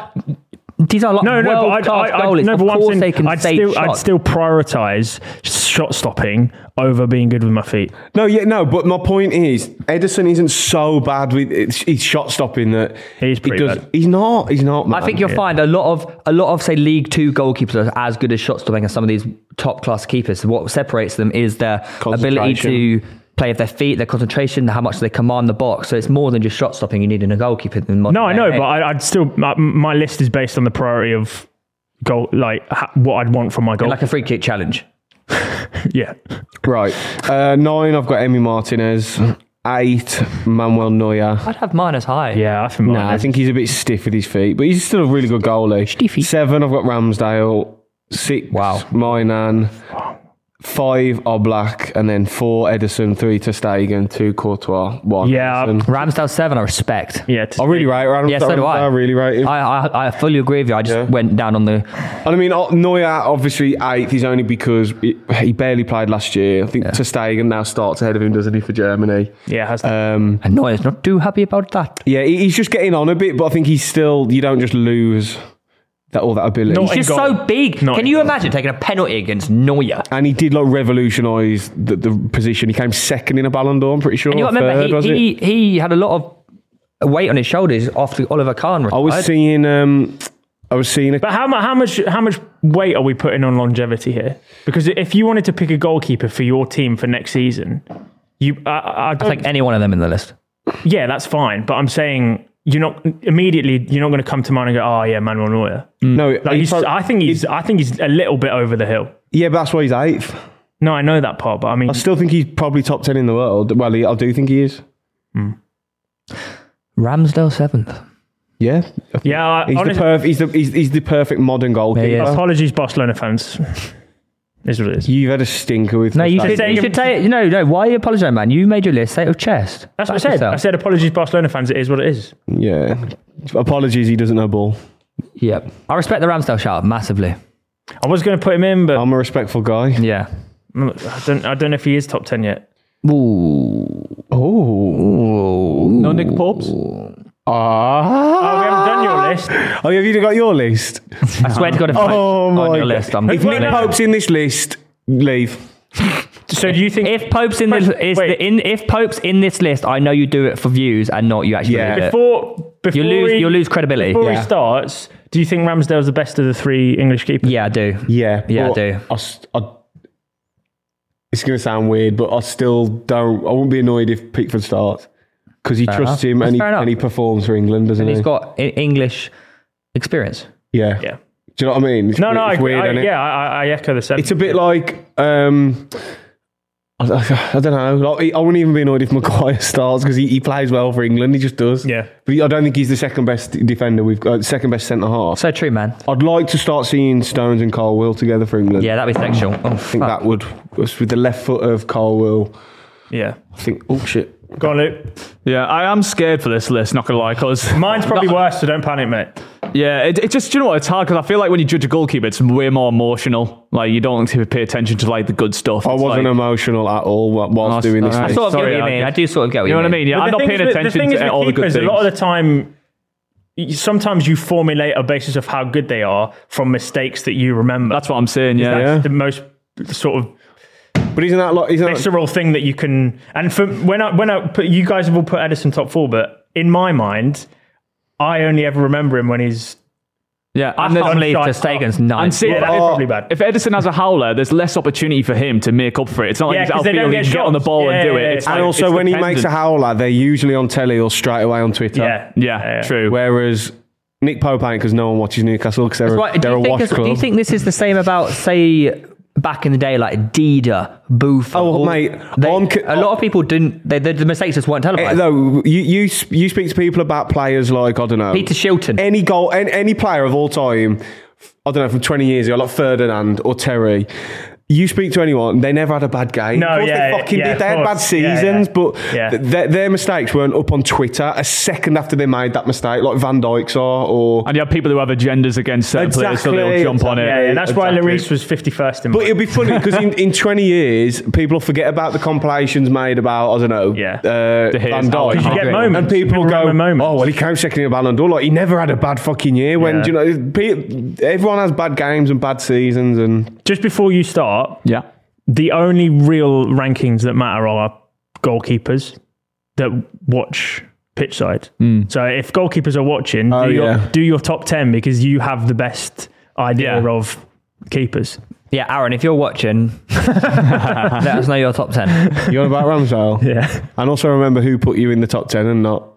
[SPEAKER 3] these are like
[SPEAKER 2] no, no,
[SPEAKER 3] world
[SPEAKER 2] but I,
[SPEAKER 3] class
[SPEAKER 2] I, I,
[SPEAKER 3] goalies.
[SPEAKER 2] no,
[SPEAKER 3] of
[SPEAKER 2] but what I'm
[SPEAKER 3] course
[SPEAKER 2] saying,
[SPEAKER 3] they can
[SPEAKER 2] I'd
[SPEAKER 3] save
[SPEAKER 2] still, I'd
[SPEAKER 3] shots.
[SPEAKER 2] still prioritize shot stopping over being good with my feet.
[SPEAKER 1] no, yeah, no. But my point is, Edison isn't so bad with it's, he's shot stopping that
[SPEAKER 2] He's
[SPEAKER 1] he
[SPEAKER 2] pretty
[SPEAKER 1] does.
[SPEAKER 2] bad.
[SPEAKER 1] He's not. He's not. Man.
[SPEAKER 3] I think you'll find a lot of a lot of say League Two goalkeepers are as good as shot stopping as some of these top class keepers. What separates them is their ability to
[SPEAKER 1] Concentration.
[SPEAKER 3] play with their feet, their concentration, how much they command the box. So it's more than just shot stopping. You need in a goalkeeper. In modern
[SPEAKER 2] No, I
[SPEAKER 3] day
[SPEAKER 2] know,
[SPEAKER 3] and
[SPEAKER 2] but
[SPEAKER 3] age.
[SPEAKER 2] I, I'd still. My, my list is based on the priority of goal, like ha, what I'd want from my goal.
[SPEAKER 3] like a free kick challenge.
[SPEAKER 2] yeah,
[SPEAKER 1] right. Uh, nine. I've got Emi Martinez. Eight. Manuel Neuer.
[SPEAKER 3] I'd have mine as high.
[SPEAKER 2] yeah, I think.
[SPEAKER 1] Nah, I think he's a bit stiff with his feet, but he's still a really good goalie.
[SPEAKER 3] Stiffy.
[SPEAKER 1] Seven, I've got Ramsdale. Six,
[SPEAKER 3] Wow.
[SPEAKER 1] Minan. Five, Oblak. And then four, Edison. Three, Ter Stegen. Two, Courtois. One.
[SPEAKER 2] Yeah.
[SPEAKER 1] Edison.
[SPEAKER 3] Ramsdale seven, I respect.
[SPEAKER 2] yeah. to-
[SPEAKER 1] I really rate Ramsdale.
[SPEAKER 3] Yeah, so do I.
[SPEAKER 1] I really rate him. I,
[SPEAKER 3] I, I, I fully agree with you. I just
[SPEAKER 1] Yeah.
[SPEAKER 3] went down on the
[SPEAKER 1] and I mean, uh, Neuer, obviously, eighth is only because he, he barely played last year. I think Ter Stegen now starts ahead of him, doesn't he, for Germany?
[SPEAKER 2] yeah, has
[SPEAKER 1] Um,
[SPEAKER 3] And Neuer's not too happy about that.
[SPEAKER 1] yeah, he- he's just getting on a bit, but I think he's still, you don't just lose that all that ability.
[SPEAKER 2] Not
[SPEAKER 3] He's just
[SPEAKER 2] in goal.
[SPEAKER 3] so big.
[SPEAKER 2] Not
[SPEAKER 3] Can
[SPEAKER 2] in
[SPEAKER 3] you
[SPEAKER 2] goal.
[SPEAKER 3] imagine taking a penalty against Neuer?
[SPEAKER 1] and he did like revolutionise the, the position. He came second in a Ballon d'Or, I'm pretty sure.
[SPEAKER 3] And you
[SPEAKER 1] or
[SPEAKER 3] got to
[SPEAKER 1] third,
[SPEAKER 3] remember,
[SPEAKER 1] was it?
[SPEAKER 3] he, he, he had a lot of weight on his shoulders after Oliver Kahn retired.
[SPEAKER 1] I was seeing. Um, I was seeing a.
[SPEAKER 2] But how, mu- how much how much weight are we putting on longevity here? Because if you wanted to pick a goalkeeper for your team for next season, you I, I, I
[SPEAKER 3] I
[SPEAKER 2] don't,
[SPEAKER 3] think any one of them in the list.
[SPEAKER 2] yeah, that's fine. But I'm saying you're not immediately you're not going to come to mind and go, oh yeah, Manuel Neuer.
[SPEAKER 1] No,
[SPEAKER 2] Like
[SPEAKER 1] he
[SPEAKER 2] he's,
[SPEAKER 1] pro-
[SPEAKER 2] I think he's I think he's a little bit over the hill.
[SPEAKER 1] yeah, but that's why he's eighth.
[SPEAKER 2] No, I know that part, but I mean,
[SPEAKER 1] I still think he's probably top ten in the world. Well, he, I do think he is.
[SPEAKER 3] Ramsdale seventh.
[SPEAKER 1] Yeah, I think-
[SPEAKER 2] yeah, I,
[SPEAKER 1] He's the,
[SPEAKER 2] honest-
[SPEAKER 1] perf- he's, the, he's, he's the perfect modern goalkeeper.
[SPEAKER 3] Yeah, yeah.
[SPEAKER 2] apologies, Barcelona fans. Is what it is.
[SPEAKER 1] You've had a stinker with.
[SPEAKER 3] No, you should,
[SPEAKER 2] said-
[SPEAKER 3] you should say it. No, no. Why are you apologising, man? You made your list. Say it with chest.
[SPEAKER 2] That's what I
[SPEAKER 3] Back
[SPEAKER 2] said.
[SPEAKER 3] yourself.
[SPEAKER 2] I said apologies, Barcelona fans. It is what it is.
[SPEAKER 1] Yeah. Apologies, he doesn't know ball.
[SPEAKER 3] Yep. I respect the Ramsdale shout massively.
[SPEAKER 2] I was going to put him in, but
[SPEAKER 1] I'm a respectful guy.
[SPEAKER 3] Yeah.
[SPEAKER 2] I don't. I don't know if he is top ten yet.
[SPEAKER 3] Ooh.
[SPEAKER 1] Oh.
[SPEAKER 4] No Nick Popes.
[SPEAKER 1] Ah.
[SPEAKER 2] Oh, we haven't done your list.
[SPEAKER 1] Oh, have you got your list?
[SPEAKER 3] I swear to God, if
[SPEAKER 1] Oh
[SPEAKER 3] Pope's on
[SPEAKER 1] my
[SPEAKER 3] your
[SPEAKER 1] God.
[SPEAKER 3] list, I'm
[SPEAKER 1] If Nick
[SPEAKER 2] no.
[SPEAKER 1] Pope's in this list, leave.
[SPEAKER 2] So do you think
[SPEAKER 3] If Pope's in this, is
[SPEAKER 2] Wait.
[SPEAKER 3] the, in, if Pope's in in this list, I know you do it for views and not you actually.
[SPEAKER 1] Yeah.
[SPEAKER 3] believe it.
[SPEAKER 2] before before
[SPEAKER 3] you lose,
[SPEAKER 2] he,
[SPEAKER 3] you lose credibility.
[SPEAKER 2] before
[SPEAKER 1] Yeah.
[SPEAKER 2] he starts, do you think Ramsdale's the best of the three English keepers?
[SPEAKER 3] Yeah, I do.
[SPEAKER 1] Yeah.
[SPEAKER 3] Yeah, I
[SPEAKER 1] but
[SPEAKER 3] do.
[SPEAKER 1] I s- I- it's going to sound weird, but I still don't. I won't be annoyed if Pickford starts because he trusts
[SPEAKER 3] enough.
[SPEAKER 1] him
[SPEAKER 3] That's
[SPEAKER 1] and he,
[SPEAKER 3] fair enough.
[SPEAKER 1] and he performs for England, doesn't
[SPEAKER 3] And
[SPEAKER 1] he?
[SPEAKER 3] he's got E- English experience.
[SPEAKER 1] yeah.
[SPEAKER 2] Yeah.
[SPEAKER 1] Do you know what I mean? It's
[SPEAKER 2] No,
[SPEAKER 1] we-
[SPEAKER 2] no, I,
[SPEAKER 1] it's weird,
[SPEAKER 2] I,
[SPEAKER 1] isn't it?
[SPEAKER 2] yeah, I, I echo the same.
[SPEAKER 1] It's a bit like. Um, I, don't know. Like, I wouldn't even be annoyed if Maguire starts because he, he plays well for England. He just does.
[SPEAKER 2] Yeah.
[SPEAKER 1] But he- I don't think he's the second best defender we've got, second best centre half.
[SPEAKER 3] So true, man.
[SPEAKER 1] I'd like to start seeing Stones and Carl Will together for England.
[SPEAKER 3] Yeah, that'd be sexual. Oh,
[SPEAKER 1] I think
[SPEAKER 3] fuck.
[SPEAKER 1] that would, with the left foot of Carl Will,
[SPEAKER 2] yeah.
[SPEAKER 1] I think, oh shit.
[SPEAKER 2] Go on, Luke.
[SPEAKER 4] Yeah, I am scared for this list. Not gonna lie, cause
[SPEAKER 2] Mine's probably worse, so don't panic, mate.
[SPEAKER 4] yeah, it, it just you know what it's hard because I feel like when you judge a goalkeeper, it's way more emotional. Like you don't pay attention to like the good stuff.
[SPEAKER 1] I
[SPEAKER 4] It's
[SPEAKER 1] wasn't
[SPEAKER 4] like-
[SPEAKER 1] emotional at all whi-
[SPEAKER 4] Oh,
[SPEAKER 1] whilst doing this.
[SPEAKER 4] alright.
[SPEAKER 3] I
[SPEAKER 1] thing.
[SPEAKER 3] sort of get
[SPEAKER 4] Sorry,
[SPEAKER 3] what you
[SPEAKER 4] I-
[SPEAKER 3] mean. I do sort of get what
[SPEAKER 4] You
[SPEAKER 3] you,
[SPEAKER 4] know what I mean? Yeah,
[SPEAKER 2] But
[SPEAKER 4] I'm
[SPEAKER 2] the
[SPEAKER 4] not
[SPEAKER 2] thing is
[SPEAKER 4] paying
[SPEAKER 2] with-
[SPEAKER 4] attention
[SPEAKER 2] the thing is
[SPEAKER 4] to
[SPEAKER 2] with
[SPEAKER 4] all the good
[SPEAKER 2] keepers,
[SPEAKER 4] things.
[SPEAKER 2] A lot of the time, y- sometimes you formulate a basis of how good they are from mistakes that you remember.
[SPEAKER 4] That's what I'm saying. Yeah,
[SPEAKER 2] That's the most sort of
[SPEAKER 1] But isn't that like, isn't that,
[SPEAKER 2] visceral thing that you can. And for when I when I put you guys have all put Edison top four, but in my mind, I only ever remember him when he's.
[SPEAKER 4] yeah.
[SPEAKER 3] I
[SPEAKER 4] And there's-
[SPEAKER 3] can't believe
[SPEAKER 2] shite.
[SPEAKER 3] Stegen's
[SPEAKER 4] And
[SPEAKER 3] nice.
[SPEAKER 4] see,
[SPEAKER 2] Yeah,
[SPEAKER 4] that-
[SPEAKER 2] that's
[SPEAKER 1] Oh.
[SPEAKER 2] probably bad.
[SPEAKER 4] if Edison has a howler, there's less opportunity for him to make up for it. It's not like
[SPEAKER 2] Yeah,
[SPEAKER 4] he's
[SPEAKER 2] 'cause they
[SPEAKER 4] outfield,
[SPEAKER 2] don't
[SPEAKER 4] he
[SPEAKER 2] get
[SPEAKER 4] can get on the
[SPEAKER 2] shots.
[SPEAKER 4] ball
[SPEAKER 2] Yeah,
[SPEAKER 4] and
[SPEAKER 2] yeah,
[SPEAKER 4] do
[SPEAKER 2] yeah,
[SPEAKER 4] it. It's
[SPEAKER 2] yeah.
[SPEAKER 1] and
[SPEAKER 4] like-
[SPEAKER 1] also
[SPEAKER 4] it's
[SPEAKER 1] when he
[SPEAKER 4] dependent.
[SPEAKER 1] makes a howler, they're usually on telly or straight away on Twitter.
[SPEAKER 2] yeah,
[SPEAKER 4] Yeah, true.
[SPEAKER 1] Whereas Nick Pope ain't because no one watches Newcastle because they're,
[SPEAKER 3] Right,
[SPEAKER 1] a,
[SPEAKER 3] do,
[SPEAKER 1] they're a
[SPEAKER 3] you think
[SPEAKER 1] wash
[SPEAKER 3] this,
[SPEAKER 1] club.
[SPEAKER 3] do you think this is the same about, say, back in the day, like Dida, Booth?
[SPEAKER 1] Oh,
[SPEAKER 3] all-
[SPEAKER 1] mate,
[SPEAKER 3] they-
[SPEAKER 1] I'm c-
[SPEAKER 3] a lot of people didn't. They, the, the mistakes just weren't
[SPEAKER 1] Eh,
[SPEAKER 3] televised.
[SPEAKER 1] though you, you s- you speak to people about players like I don't know
[SPEAKER 3] Peter Shilton.
[SPEAKER 1] any goal any, any player of all time I don't know from 20 years ago like Ferdinand or Terry you speak to anyone they never had a bad game
[SPEAKER 2] No,
[SPEAKER 1] of course
[SPEAKER 2] yeah,
[SPEAKER 1] they fucking
[SPEAKER 2] yeah,
[SPEAKER 1] did they
[SPEAKER 2] of
[SPEAKER 1] had bad
[SPEAKER 2] course. Yeah, yeah.
[SPEAKER 1] seasons but
[SPEAKER 2] Yeah.
[SPEAKER 1] th- their, their mistakes weren't up on Twitter a second after they made that mistake like Van Dijk's are or
[SPEAKER 4] And you have people who have agendas against certain players, so
[SPEAKER 1] Exactly,
[SPEAKER 4] they'll jump on it.
[SPEAKER 2] Yeah, yeah, that's why
[SPEAKER 4] Exactly.
[SPEAKER 2] Lloris was 51st in
[SPEAKER 1] But
[SPEAKER 2] my-
[SPEAKER 1] it'll be funny because in, in 20 years, people forget about the compilations made about, I don't know,
[SPEAKER 2] Yeah.
[SPEAKER 1] uh,
[SPEAKER 4] Hits.
[SPEAKER 1] Van Dijk.
[SPEAKER 4] Because
[SPEAKER 2] you get moments.
[SPEAKER 1] And people,
[SPEAKER 2] People
[SPEAKER 1] go,
[SPEAKER 2] remember moments.
[SPEAKER 1] oh, well, he came second in the Ballon d'Or. Like, he never had a bad fucking year. When,
[SPEAKER 2] Yeah.
[SPEAKER 1] do you know, pe- everyone has bad games and bad seasons. And
[SPEAKER 2] Just before you start,
[SPEAKER 4] Yeah.
[SPEAKER 2] the only real rankings that matter are goalkeepers that watch pitch side. So if goalkeepers are watching,
[SPEAKER 1] Oh,
[SPEAKER 2] do, your,
[SPEAKER 1] yeah.
[SPEAKER 2] do your top 10 because you have the best idea
[SPEAKER 4] Yeah.
[SPEAKER 2] of keepers.
[SPEAKER 3] yeah, Aaron, if you're watching, let us know your top 10.
[SPEAKER 1] you're on about Ramsdale.
[SPEAKER 2] Yeah.
[SPEAKER 1] And also remember who put you in the top 10 and not,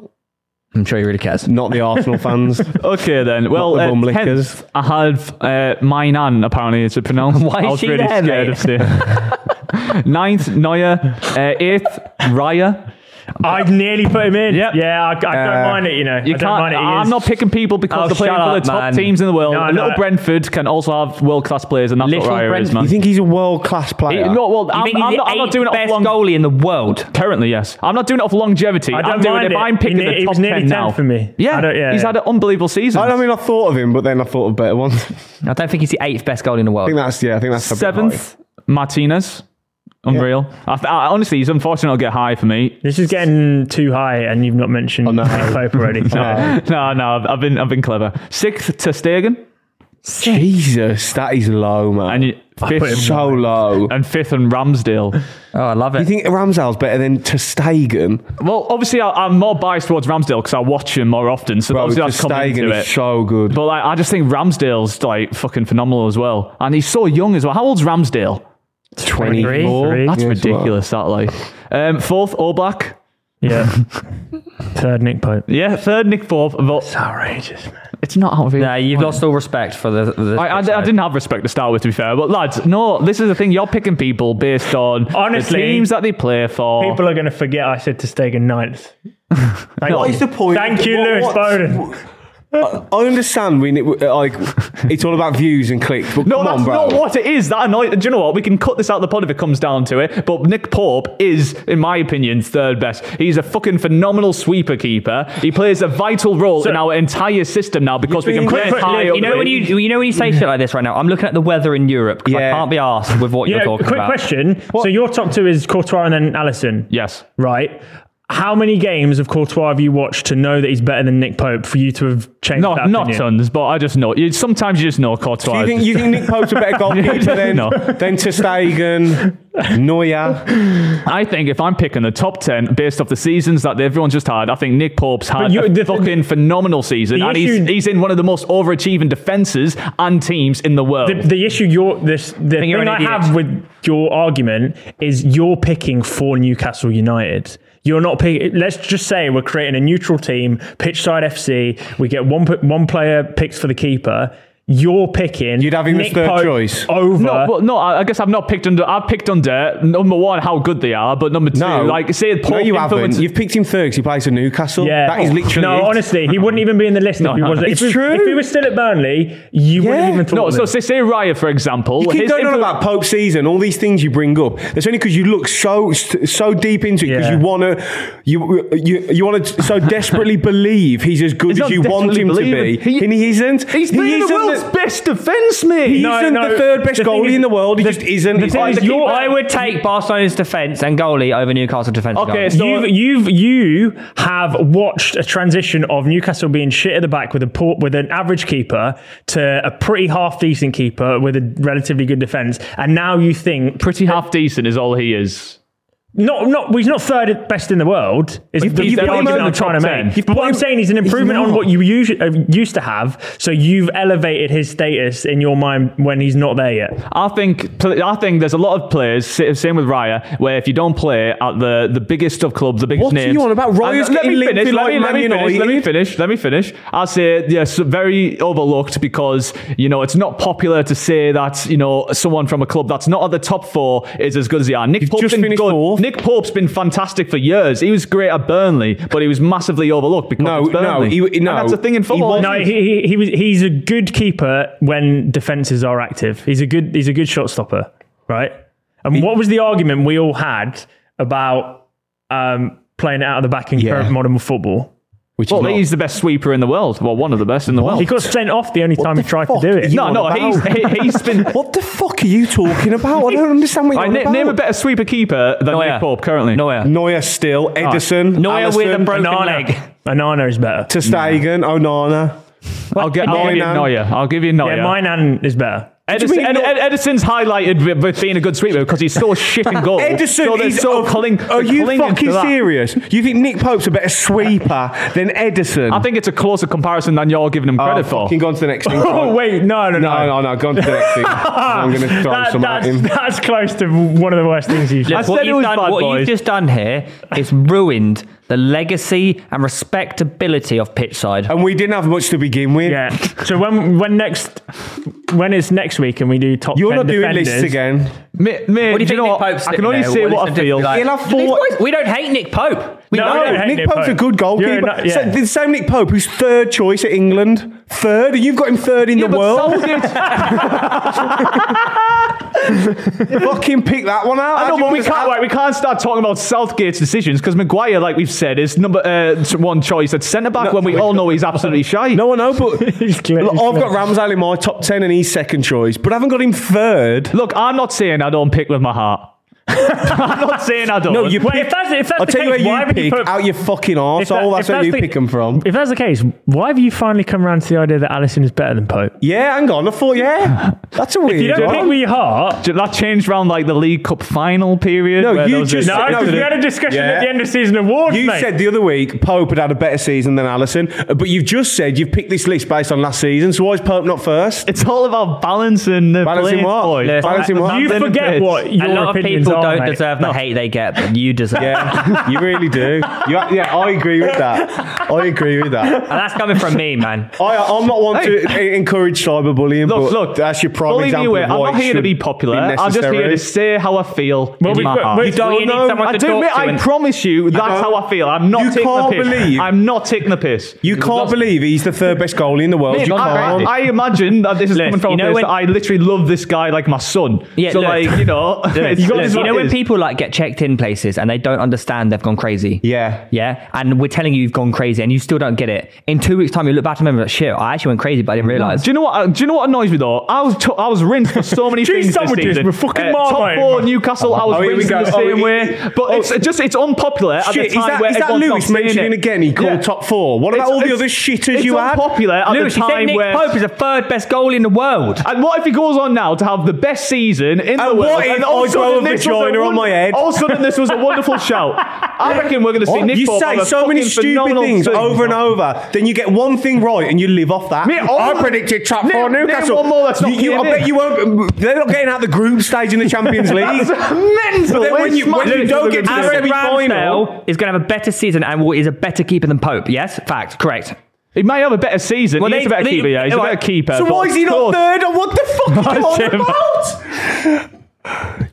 [SPEAKER 3] I'm sure he really cares.
[SPEAKER 1] not the Arsenal fans.
[SPEAKER 4] Okay then. Well,
[SPEAKER 1] the
[SPEAKER 4] uh,
[SPEAKER 1] bum lickers.
[SPEAKER 4] tenth, I have uh, mine Ann, apparently it's pronounced.
[SPEAKER 3] Why is
[SPEAKER 4] I was
[SPEAKER 3] she
[SPEAKER 4] really
[SPEAKER 3] there,
[SPEAKER 4] scared
[SPEAKER 3] mate?
[SPEAKER 4] of seeing. Ninth, Neuer. Uh, eighth, Raya.
[SPEAKER 2] I've nearly put him in.
[SPEAKER 4] Yep.
[SPEAKER 2] Yeah, I, I don't mind it, you know.
[SPEAKER 4] You
[SPEAKER 2] I
[SPEAKER 4] can't.
[SPEAKER 2] don't mind it. he
[SPEAKER 4] I'm
[SPEAKER 2] is.
[SPEAKER 4] not picking people because
[SPEAKER 3] Oh,
[SPEAKER 4] they're playing
[SPEAKER 3] shut
[SPEAKER 4] for the
[SPEAKER 3] up,
[SPEAKER 4] top
[SPEAKER 3] man.
[SPEAKER 4] teams in the world.
[SPEAKER 2] No,
[SPEAKER 4] Little
[SPEAKER 2] no.
[SPEAKER 4] Brentford can also have world class players, and that's
[SPEAKER 3] Little
[SPEAKER 4] what Raya is,
[SPEAKER 3] Brentford.
[SPEAKER 4] man.
[SPEAKER 1] you think he's a world class player?
[SPEAKER 4] no, well,
[SPEAKER 3] You
[SPEAKER 4] I'm,
[SPEAKER 3] think he's
[SPEAKER 4] I'm
[SPEAKER 3] the
[SPEAKER 4] not, I'm not
[SPEAKER 3] eighth
[SPEAKER 4] doing it off
[SPEAKER 3] best
[SPEAKER 4] long-
[SPEAKER 3] goalie in the world.
[SPEAKER 4] Currently, yes. I'm not doing it off longevity.
[SPEAKER 2] I don't
[SPEAKER 4] I'm doing
[SPEAKER 2] mind
[SPEAKER 4] it
[SPEAKER 2] it.
[SPEAKER 4] if I'm
[SPEAKER 2] He
[SPEAKER 4] picking
[SPEAKER 2] ne-
[SPEAKER 4] the
[SPEAKER 2] he
[SPEAKER 4] top
[SPEAKER 2] was nearly 10
[SPEAKER 4] ten now.
[SPEAKER 2] for me.
[SPEAKER 4] Yeah,
[SPEAKER 2] I don't- yeah,
[SPEAKER 4] he's
[SPEAKER 2] yeah.
[SPEAKER 4] had an unbelievable season.
[SPEAKER 1] I mean, I thought of him, but then I thought of better ones. I
[SPEAKER 3] I don't think he's the eighth best goalie in the world.
[SPEAKER 1] think that's, yeah, I think that's a bit high.
[SPEAKER 4] Seventh, Martinez. Unreal. I th- I, honestly, he's unfortunate. I'll get high for me.
[SPEAKER 2] This is getting too high, and you've not mentioned
[SPEAKER 1] no.
[SPEAKER 2] Nick Pope already.
[SPEAKER 4] No, no, I've- I've been, I've been clever. Sixth, Ter Stegen,
[SPEAKER 1] Jesus, that is low, man.
[SPEAKER 4] and you- fifth,
[SPEAKER 1] so low.
[SPEAKER 4] and fifth, and Ramsdale.
[SPEAKER 3] Oh, I love
[SPEAKER 1] You
[SPEAKER 3] it.
[SPEAKER 1] think Ramsdale's better than Testagan?
[SPEAKER 4] Well, obviously, I, I'm more biased towards Ramsdale because I watch him more often, so
[SPEAKER 1] Bro,
[SPEAKER 4] obviously that's coming into
[SPEAKER 1] Testagan
[SPEAKER 4] it.
[SPEAKER 1] is so good.
[SPEAKER 4] but like, I just think Ramsdale's like fucking phenomenal as well, and he's so young as well. How old's Ramsdale?
[SPEAKER 1] 24.
[SPEAKER 2] Three.
[SPEAKER 4] That's
[SPEAKER 1] Yes,
[SPEAKER 4] ridiculous. That like um, fourth, All Black.
[SPEAKER 2] yeah. Third Nick Pope.
[SPEAKER 4] Yeah, third, Nick fourth. But
[SPEAKER 2] Outrageous, man.
[SPEAKER 4] it's not out of
[SPEAKER 3] Nah, you've lost all respect for the. the
[SPEAKER 4] I, I, I didn't have respect to start with, to be fair. But lads, no, this is the thing. You're picking people based on
[SPEAKER 2] Honestly,
[SPEAKER 4] the teams that they play for.
[SPEAKER 2] People are going to forget I said to Stegen ninth. Thank you.
[SPEAKER 1] What is the point?
[SPEAKER 2] Thank you,
[SPEAKER 1] What-
[SPEAKER 2] Lewis
[SPEAKER 1] what's-
[SPEAKER 2] Bowden.
[SPEAKER 1] I, I understand we ne- like it's all about views and clicks, but
[SPEAKER 4] No,
[SPEAKER 1] come
[SPEAKER 4] that's
[SPEAKER 1] on, bro.
[SPEAKER 4] not what it is. That annoy- Do you know what? We can cut this out of the pod if it comes down to it. But Nick Pope is, in my opinion, third best. He's a fucking phenomenal sweeper keeper. He plays a vital role in our entire system now because we can
[SPEAKER 2] You've been-
[SPEAKER 4] play
[SPEAKER 2] Look,
[SPEAKER 4] high
[SPEAKER 2] look,
[SPEAKER 4] up
[SPEAKER 3] You know
[SPEAKER 4] the-
[SPEAKER 3] when you you know when you say shit like this right now. I'm looking at the weather in Europe because
[SPEAKER 1] Yeah.
[SPEAKER 3] I can't be asked with what
[SPEAKER 2] Yeah,
[SPEAKER 3] you're talking
[SPEAKER 2] quick
[SPEAKER 3] about.
[SPEAKER 2] question. So your top two is Courtois and then Allison.
[SPEAKER 4] Yes.
[SPEAKER 2] Right. How many games of Courtois have you watched to know that he's better than Nick Pope for you to have changed
[SPEAKER 4] No,
[SPEAKER 2] that
[SPEAKER 4] not
[SPEAKER 2] opinion?
[SPEAKER 4] tons, but I just know. You, sometimes you just know Courtois.
[SPEAKER 1] Do you
[SPEAKER 4] is
[SPEAKER 1] think
[SPEAKER 4] just-
[SPEAKER 1] you think Nick Pope's a better goalkeeper than
[SPEAKER 4] No.
[SPEAKER 1] than Ter Stegen, Neuer?
[SPEAKER 4] I think if I'm picking the top 10 based off the seasons that everyone's just had, I think Nick Pope's had
[SPEAKER 2] you-
[SPEAKER 4] a
[SPEAKER 2] the-
[SPEAKER 4] fucking phenomenal season.
[SPEAKER 2] the
[SPEAKER 4] And
[SPEAKER 2] issue-
[SPEAKER 4] he's, he's in one of the most overachieving defences and teams in the world.
[SPEAKER 2] The, the issue you're this the thing
[SPEAKER 3] you're an
[SPEAKER 2] I
[SPEAKER 3] idiot.
[SPEAKER 2] have with your argument is you're picking for Newcastle United. You're not picking. Let's just say we're creating a neutral team, pitchside FC. We get one p- one player picked for the keeper. You're picking.
[SPEAKER 1] You'd have him as
[SPEAKER 2] Nick
[SPEAKER 1] third
[SPEAKER 2] Pope
[SPEAKER 1] choice.
[SPEAKER 2] over.
[SPEAKER 4] No, well, no. I I guess I've not picked under. I've picked under number one how good they are, but number two,
[SPEAKER 1] No,
[SPEAKER 4] like say
[SPEAKER 1] no,
[SPEAKER 4] Pope
[SPEAKER 1] you haven't.
[SPEAKER 4] influence-
[SPEAKER 1] You've picked him third 'cause he plays for Newcastle.
[SPEAKER 2] yeah,
[SPEAKER 1] that is literally.
[SPEAKER 2] no.
[SPEAKER 1] it.
[SPEAKER 2] Honestly, he wouldn't even be in the list if he
[SPEAKER 4] no,
[SPEAKER 2] wasn't.
[SPEAKER 1] it's
[SPEAKER 2] if he,
[SPEAKER 1] true.
[SPEAKER 2] If he was still at Burnley, you
[SPEAKER 1] Yeah.
[SPEAKER 2] wouldn't even thought.
[SPEAKER 4] no.
[SPEAKER 2] of
[SPEAKER 4] So
[SPEAKER 2] him.
[SPEAKER 4] say, say Raya for example.
[SPEAKER 1] You keep
[SPEAKER 4] his
[SPEAKER 1] going on
[SPEAKER 4] influ-
[SPEAKER 1] about Pope season, all these things you bring up. That's only because you look so so deep into it because you
[SPEAKER 2] Yeah.
[SPEAKER 1] want to you you you want to so desperately believe he's as good
[SPEAKER 4] He's
[SPEAKER 1] as
[SPEAKER 4] not
[SPEAKER 1] you want him to
[SPEAKER 4] desperately
[SPEAKER 1] be,
[SPEAKER 4] believing. He-
[SPEAKER 1] and he isn't.
[SPEAKER 4] He's
[SPEAKER 1] he
[SPEAKER 4] been the
[SPEAKER 1] isn't the-
[SPEAKER 4] world's best defenceman.
[SPEAKER 1] He
[SPEAKER 2] No,
[SPEAKER 1] isn't
[SPEAKER 2] no,
[SPEAKER 1] the third best
[SPEAKER 2] the thing
[SPEAKER 1] goalie
[SPEAKER 2] is-
[SPEAKER 1] in the world. He
[SPEAKER 2] the-
[SPEAKER 1] just isn't.
[SPEAKER 2] the thing
[SPEAKER 1] Like,
[SPEAKER 2] is
[SPEAKER 1] the
[SPEAKER 2] you're-
[SPEAKER 1] keeper-
[SPEAKER 3] I would take Barcelona's defense and goalie over Newcastle defense. and
[SPEAKER 4] Okay,
[SPEAKER 3] goalie.
[SPEAKER 4] so-
[SPEAKER 2] you've, you've you have watched a transition of Newcastle being shit at the back with a port with an average keeper to a pretty half decent keeper with a relatively good defense, and now you think
[SPEAKER 4] Pretty half decent is all he is.
[SPEAKER 2] not not well, he's not third best in the world. Is
[SPEAKER 4] You've-
[SPEAKER 2] the,
[SPEAKER 4] you've
[SPEAKER 2] the
[SPEAKER 4] put him
[SPEAKER 2] argument
[SPEAKER 4] over
[SPEAKER 2] I'm
[SPEAKER 4] the
[SPEAKER 2] trying
[SPEAKER 4] top
[SPEAKER 2] to
[SPEAKER 4] 10.
[SPEAKER 2] make.
[SPEAKER 4] You've
[SPEAKER 2] But what I'm saying is an improvement on
[SPEAKER 1] not.
[SPEAKER 2] what you usually, uh, used to have. So you've elevated his status in your mind when he's not there yet.
[SPEAKER 4] I think I think there's a lot of players, sa- same with Raya, where if you don't play at the, the biggest of clubs, the biggest
[SPEAKER 1] What are
[SPEAKER 4] names.
[SPEAKER 1] you on about? Raya's
[SPEAKER 4] And uh, let
[SPEAKER 1] getting
[SPEAKER 4] me
[SPEAKER 1] linked
[SPEAKER 4] finish.
[SPEAKER 1] with,
[SPEAKER 4] let,
[SPEAKER 1] like,
[SPEAKER 4] me, let, me
[SPEAKER 1] Man
[SPEAKER 4] finish let me
[SPEAKER 1] United.
[SPEAKER 4] finish. Let me finish. I say yes, very overlooked because you know it's not popular to say that you know someone from a club that's not at the top four is as good as they are. Nick Pope's
[SPEAKER 1] just
[SPEAKER 4] been
[SPEAKER 1] finished
[SPEAKER 4] good.
[SPEAKER 1] fourth.
[SPEAKER 4] Nick Pope's been fantastic for years. He was great at Burnley, but he was massively overlooked because
[SPEAKER 1] No,
[SPEAKER 4] it's
[SPEAKER 1] no,
[SPEAKER 4] Burnley.
[SPEAKER 1] he-
[SPEAKER 4] And
[SPEAKER 1] no,
[SPEAKER 4] that's a thing in
[SPEAKER 1] he
[SPEAKER 4] football.
[SPEAKER 1] wasn't.
[SPEAKER 2] No, he, he, he was, he's a good keeper when defenses are active. He's a good he's a good shot stopper, right? And what was the argument we all had about um, playing it out of the back in
[SPEAKER 1] Yeah.
[SPEAKER 2] current modern football?
[SPEAKER 1] Which
[SPEAKER 4] Well,
[SPEAKER 1] is not.
[SPEAKER 4] he's the best sweeper in the world. Well, one of the best in the world.
[SPEAKER 2] He got sent off the only time he
[SPEAKER 1] the
[SPEAKER 2] tried
[SPEAKER 1] fuck
[SPEAKER 2] to do
[SPEAKER 1] are
[SPEAKER 2] it.
[SPEAKER 1] you
[SPEAKER 4] no,
[SPEAKER 1] on
[SPEAKER 4] no, he's,
[SPEAKER 1] about?
[SPEAKER 4] he, he's been
[SPEAKER 1] What the fuck are you talking about? I don't understand what you're
[SPEAKER 4] I
[SPEAKER 1] on
[SPEAKER 4] na-
[SPEAKER 1] about.
[SPEAKER 4] name a better sweeper keeper than
[SPEAKER 3] Neuer.
[SPEAKER 4] Nick Pope currently.
[SPEAKER 3] Neuer.
[SPEAKER 1] Neuer still, Edison,
[SPEAKER 3] Neuer with a
[SPEAKER 1] Alisson,
[SPEAKER 3] broken leg.
[SPEAKER 2] Anana. Anana is better.
[SPEAKER 1] Ter Stegen, Onana.
[SPEAKER 4] I'll, get, I'll give you
[SPEAKER 1] Neuer.
[SPEAKER 4] Neuer. I'll give you Neuer.
[SPEAKER 2] yeah, Mainan is better.
[SPEAKER 4] Edison,
[SPEAKER 1] mean
[SPEAKER 4] Ed-
[SPEAKER 1] Neuer?
[SPEAKER 4] Ed- Edison's highlighted with, with being a good sweeper because he's so shit and goal.
[SPEAKER 1] Edison
[SPEAKER 4] so they're
[SPEAKER 1] is
[SPEAKER 4] so
[SPEAKER 1] a-
[SPEAKER 4] cling.
[SPEAKER 1] Are
[SPEAKER 4] they're
[SPEAKER 1] you
[SPEAKER 4] clinging to
[SPEAKER 1] fucking
[SPEAKER 4] that.
[SPEAKER 1] serious? You think Nick Pope's a better sweeper than Edison?
[SPEAKER 4] I think it's a closer comparison than you're giving him
[SPEAKER 1] Oh,
[SPEAKER 4] credit for.
[SPEAKER 1] fucking go on to the next thing.
[SPEAKER 2] Oh wait, no, no, no.
[SPEAKER 1] no, no, no, go on to the next thing. I'm going to throw
[SPEAKER 2] That-
[SPEAKER 1] some at
[SPEAKER 2] that's,
[SPEAKER 1] him.
[SPEAKER 2] that's close to one of the worst things you've
[SPEAKER 4] I
[SPEAKER 2] done.
[SPEAKER 4] said
[SPEAKER 3] what
[SPEAKER 4] it
[SPEAKER 3] you've
[SPEAKER 4] was
[SPEAKER 3] done-
[SPEAKER 4] bad
[SPEAKER 3] what
[SPEAKER 4] boys.
[SPEAKER 3] you've just done here is ruined the legacy and respectability of pitchside.
[SPEAKER 1] And we didn't have much to begin with.
[SPEAKER 2] Yeah. So when when next when it's next week and we do top
[SPEAKER 1] You're
[SPEAKER 2] 10
[SPEAKER 1] not doing
[SPEAKER 2] defenders,
[SPEAKER 1] lists again.
[SPEAKER 4] Mate, mate,
[SPEAKER 3] What do you
[SPEAKER 4] do
[SPEAKER 3] think
[SPEAKER 4] you know
[SPEAKER 3] Nick
[SPEAKER 4] what?
[SPEAKER 3] Pope's
[SPEAKER 4] I can
[SPEAKER 3] sitting
[SPEAKER 4] only
[SPEAKER 3] there?
[SPEAKER 4] say
[SPEAKER 3] What
[SPEAKER 4] what
[SPEAKER 3] is
[SPEAKER 4] I
[SPEAKER 3] it
[SPEAKER 4] feel.
[SPEAKER 3] like?
[SPEAKER 1] He'll have four-
[SPEAKER 3] Nick Pope- We don't hate Nick Pope. We
[SPEAKER 2] No,
[SPEAKER 3] don't.
[SPEAKER 2] I don't hate
[SPEAKER 1] Nick,
[SPEAKER 2] Nick
[SPEAKER 1] Pope's a
[SPEAKER 2] Pope.
[SPEAKER 1] good
[SPEAKER 2] You're
[SPEAKER 1] goalkeeper.
[SPEAKER 2] not- yeah.
[SPEAKER 1] So the same Nick Pope, who's third choice at England. Third, and you've got him third in the world. fucking pick that one out.
[SPEAKER 4] I
[SPEAKER 1] How
[SPEAKER 4] know,
[SPEAKER 1] do you
[SPEAKER 4] but we
[SPEAKER 1] understand-
[SPEAKER 4] can't. Right, we can't start talking about Southgate's decisions because Maguire, like we've said, is number uh, one choice at centre back when we all know he's absolutely shy.
[SPEAKER 1] No, I know, but
[SPEAKER 2] He's clear-
[SPEAKER 1] Look,
[SPEAKER 2] he's
[SPEAKER 1] I've
[SPEAKER 2] clear.
[SPEAKER 1] got Ramsdale in my top ten, and he's second choice, but I haven't got him third.
[SPEAKER 4] Look, I'm not saying I don't pick with my heart. I'm not saying I don't.
[SPEAKER 1] No, you
[SPEAKER 2] Wait,
[SPEAKER 1] pick.
[SPEAKER 2] if that's if that's
[SPEAKER 1] I'll
[SPEAKER 2] the
[SPEAKER 1] tell you
[SPEAKER 2] case,
[SPEAKER 1] where
[SPEAKER 2] why
[SPEAKER 1] you
[SPEAKER 2] would you
[SPEAKER 1] pick
[SPEAKER 2] put
[SPEAKER 1] out your fucking arsehole.
[SPEAKER 2] If that- if
[SPEAKER 1] that's where
[SPEAKER 2] that's
[SPEAKER 1] you
[SPEAKER 2] the-
[SPEAKER 1] pick him from.
[SPEAKER 2] If that's the case, why have you finally come around to the idea that Allison is better than Pope?
[SPEAKER 1] Yeah, hang on. I thought, yeah, that's a weird
[SPEAKER 2] You don't
[SPEAKER 1] one.
[SPEAKER 2] pick with your heart.
[SPEAKER 4] Did that change round like the League Cup final period?
[SPEAKER 1] No,
[SPEAKER 4] where
[SPEAKER 1] you
[SPEAKER 4] there was
[SPEAKER 1] just-
[SPEAKER 4] this-
[SPEAKER 2] No,
[SPEAKER 1] No,
[SPEAKER 2] because we
[SPEAKER 1] no.
[SPEAKER 2] had a discussion
[SPEAKER 1] Yeah.
[SPEAKER 2] at the end of season awards,
[SPEAKER 1] You
[SPEAKER 2] mate.
[SPEAKER 1] said the other week Pope had had a better season than Allison, uh, but you've just said you've picked this list based on last season. So why is Pope not first?
[SPEAKER 4] It's all about balancing the
[SPEAKER 1] Balancing
[SPEAKER 4] playing
[SPEAKER 1] what?
[SPEAKER 4] boy.
[SPEAKER 1] Balancing what?
[SPEAKER 2] you
[SPEAKER 4] Then
[SPEAKER 2] forget
[SPEAKER 4] it's-
[SPEAKER 2] what
[SPEAKER 3] a
[SPEAKER 2] your
[SPEAKER 3] lot of
[SPEAKER 2] opinions are,
[SPEAKER 3] people don't
[SPEAKER 2] mate.
[SPEAKER 3] deserve the hate they get, but you deserve.
[SPEAKER 1] Yeah, you really do. You, yeah, I agree with that. I agree with that.
[SPEAKER 3] And that's coming from me, man.
[SPEAKER 1] I, I'm not one to en- encourage cyberbullying,
[SPEAKER 4] Look,
[SPEAKER 1] but
[SPEAKER 4] look,
[SPEAKER 1] that's your prime
[SPEAKER 4] believe
[SPEAKER 1] example.
[SPEAKER 4] you it,
[SPEAKER 1] of
[SPEAKER 4] I'm
[SPEAKER 1] why
[SPEAKER 4] not
[SPEAKER 1] it
[SPEAKER 4] here to
[SPEAKER 1] should
[SPEAKER 4] be popular. I'm just here
[SPEAKER 1] necessary.
[SPEAKER 4] to say how I feel in
[SPEAKER 2] we-
[SPEAKER 4] my
[SPEAKER 2] but-
[SPEAKER 4] heart.
[SPEAKER 2] but- You don't
[SPEAKER 3] you need
[SPEAKER 2] know.
[SPEAKER 3] someone
[SPEAKER 4] I
[SPEAKER 3] to
[SPEAKER 4] do
[SPEAKER 3] talk
[SPEAKER 4] admit,
[SPEAKER 3] to
[SPEAKER 4] I
[SPEAKER 3] and-
[SPEAKER 4] promise you, that's
[SPEAKER 1] know.
[SPEAKER 4] how I feel. I'm not
[SPEAKER 1] You
[SPEAKER 4] taking
[SPEAKER 1] can't
[SPEAKER 4] the piss.
[SPEAKER 1] believe-
[SPEAKER 4] I'm not taking the piss.
[SPEAKER 1] You can't believe he's the third best goalie in the world.
[SPEAKER 4] Mate,
[SPEAKER 1] you
[SPEAKER 4] I,
[SPEAKER 1] can't.
[SPEAKER 4] I- I imagine that this is
[SPEAKER 3] Listen,
[SPEAKER 4] coming from
[SPEAKER 3] you
[SPEAKER 4] a
[SPEAKER 3] know
[SPEAKER 4] place
[SPEAKER 3] when-
[SPEAKER 4] that I literally love this guy like my son.
[SPEAKER 3] Yeah,
[SPEAKER 4] so
[SPEAKER 3] look.
[SPEAKER 4] like you know, it's-
[SPEAKER 3] you,
[SPEAKER 4] it is
[SPEAKER 3] you
[SPEAKER 4] what
[SPEAKER 3] know
[SPEAKER 4] it
[SPEAKER 3] when
[SPEAKER 4] is.
[SPEAKER 3] people like get checked in places and they don't understand they've gone crazy.
[SPEAKER 1] Yeah.
[SPEAKER 3] yeah, and we're telling you you've gone crazy and you still don't get it. In two weeks' time, you look back and remember that shit. I actually went crazy, but I didn't realize.
[SPEAKER 4] Do you know what? uh, Do you know what annoys me though? I was to- I was rinsed for so many
[SPEAKER 2] Jeez,
[SPEAKER 4] things this
[SPEAKER 2] sandwiches
[SPEAKER 4] season. Uh,
[SPEAKER 2] were fucking
[SPEAKER 4] top
[SPEAKER 2] Marmite.
[SPEAKER 4] four Newcastle. I was
[SPEAKER 1] Oh, here we
[SPEAKER 4] rinsed
[SPEAKER 1] go.
[SPEAKER 4] in the
[SPEAKER 1] Oh,
[SPEAKER 4] same
[SPEAKER 1] he-
[SPEAKER 4] way, but
[SPEAKER 1] oh.
[SPEAKER 4] it's just it's unpopular at
[SPEAKER 1] Shit,
[SPEAKER 4] the
[SPEAKER 1] is
[SPEAKER 4] time
[SPEAKER 1] that,
[SPEAKER 4] where
[SPEAKER 1] is that
[SPEAKER 4] everyone's not
[SPEAKER 1] Lewis
[SPEAKER 4] saying
[SPEAKER 1] mentioning
[SPEAKER 4] it.
[SPEAKER 1] again he called
[SPEAKER 4] Yeah.
[SPEAKER 1] top four? What about
[SPEAKER 4] It's-
[SPEAKER 1] all the
[SPEAKER 4] it's-
[SPEAKER 1] other shitters
[SPEAKER 4] it's
[SPEAKER 1] you had?
[SPEAKER 4] unpopular at
[SPEAKER 3] Lewis,
[SPEAKER 4] the
[SPEAKER 3] you said
[SPEAKER 4] time
[SPEAKER 3] Nick
[SPEAKER 4] where.
[SPEAKER 3] Pope is the third best goalie in the world.
[SPEAKER 4] and what if he goes on now to have the best season in the
[SPEAKER 1] And
[SPEAKER 4] world?
[SPEAKER 1] what if
[SPEAKER 4] and all of a
[SPEAKER 1] I grow
[SPEAKER 4] sudden
[SPEAKER 1] a
[SPEAKER 4] this was
[SPEAKER 1] vagina on
[SPEAKER 4] won-
[SPEAKER 1] my head?
[SPEAKER 4] All of a sudden, this was a wonderful shout. I reckon we're going to see Nick
[SPEAKER 1] you
[SPEAKER 4] Pope have
[SPEAKER 1] say
[SPEAKER 4] a
[SPEAKER 1] so many
[SPEAKER 4] fucking
[SPEAKER 1] stupid
[SPEAKER 4] phenomenal
[SPEAKER 1] things
[SPEAKER 4] season.
[SPEAKER 1] over and over, then you get one thing right and you live off that.
[SPEAKER 4] Mate, all-
[SPEAKER 1] I predicted top
[SPEAKER 4] Name-
[SPEAKER 1] four
[SPEAKER 4] name
[SPEAKER 1] Newcastle.
[SPEAKER 4] one more that's not
[SPEAKER 1] you, you, I
[SPEAKER 4] here,
[SPEAKER 1] bet you won't. They're not getting out the group stage in the Champions League.
[SPEAKER 4] That's mental.
[SPEAKER 1] But then
[SPEAKER 4] It's
[SPEAKER 1] when you, when
[SPEAKER 4] smashing
[SPEAKER 1] you don't get to the
[SPEAKER 4] everybody's
[SPEAKER 3] Aaron
[SPEAKER 1] semi final,
[SPEAKER 3] Ramsdale is going to have a better season and will- is a better keeper than Pope. Yes, fact, correct.
[SPEAKER 4] He may have a better season.
[SPEAKER 3] Well,
[SPEAKER 4] he
[SPEAKER 3] they-
[SPEAKER 4] is a better
[SPEAKER 3] they-
[SPEAKER 4] keeper. Yeah, he's a
[SPEAKER 3] anyway,
[SPEAKER 4] better keeper.
[SPEAKER 1] so
[SPEAKER 4] but
[SPEAKER 1] why is he
[SPEAKER 4] of
[SPEAKER 1] not
[SPEAKER 4] course-
[SPEAKER 1] third? And what the fuck are you on
[SPEAKER 2] Jim.
[SPEAKER 1] about?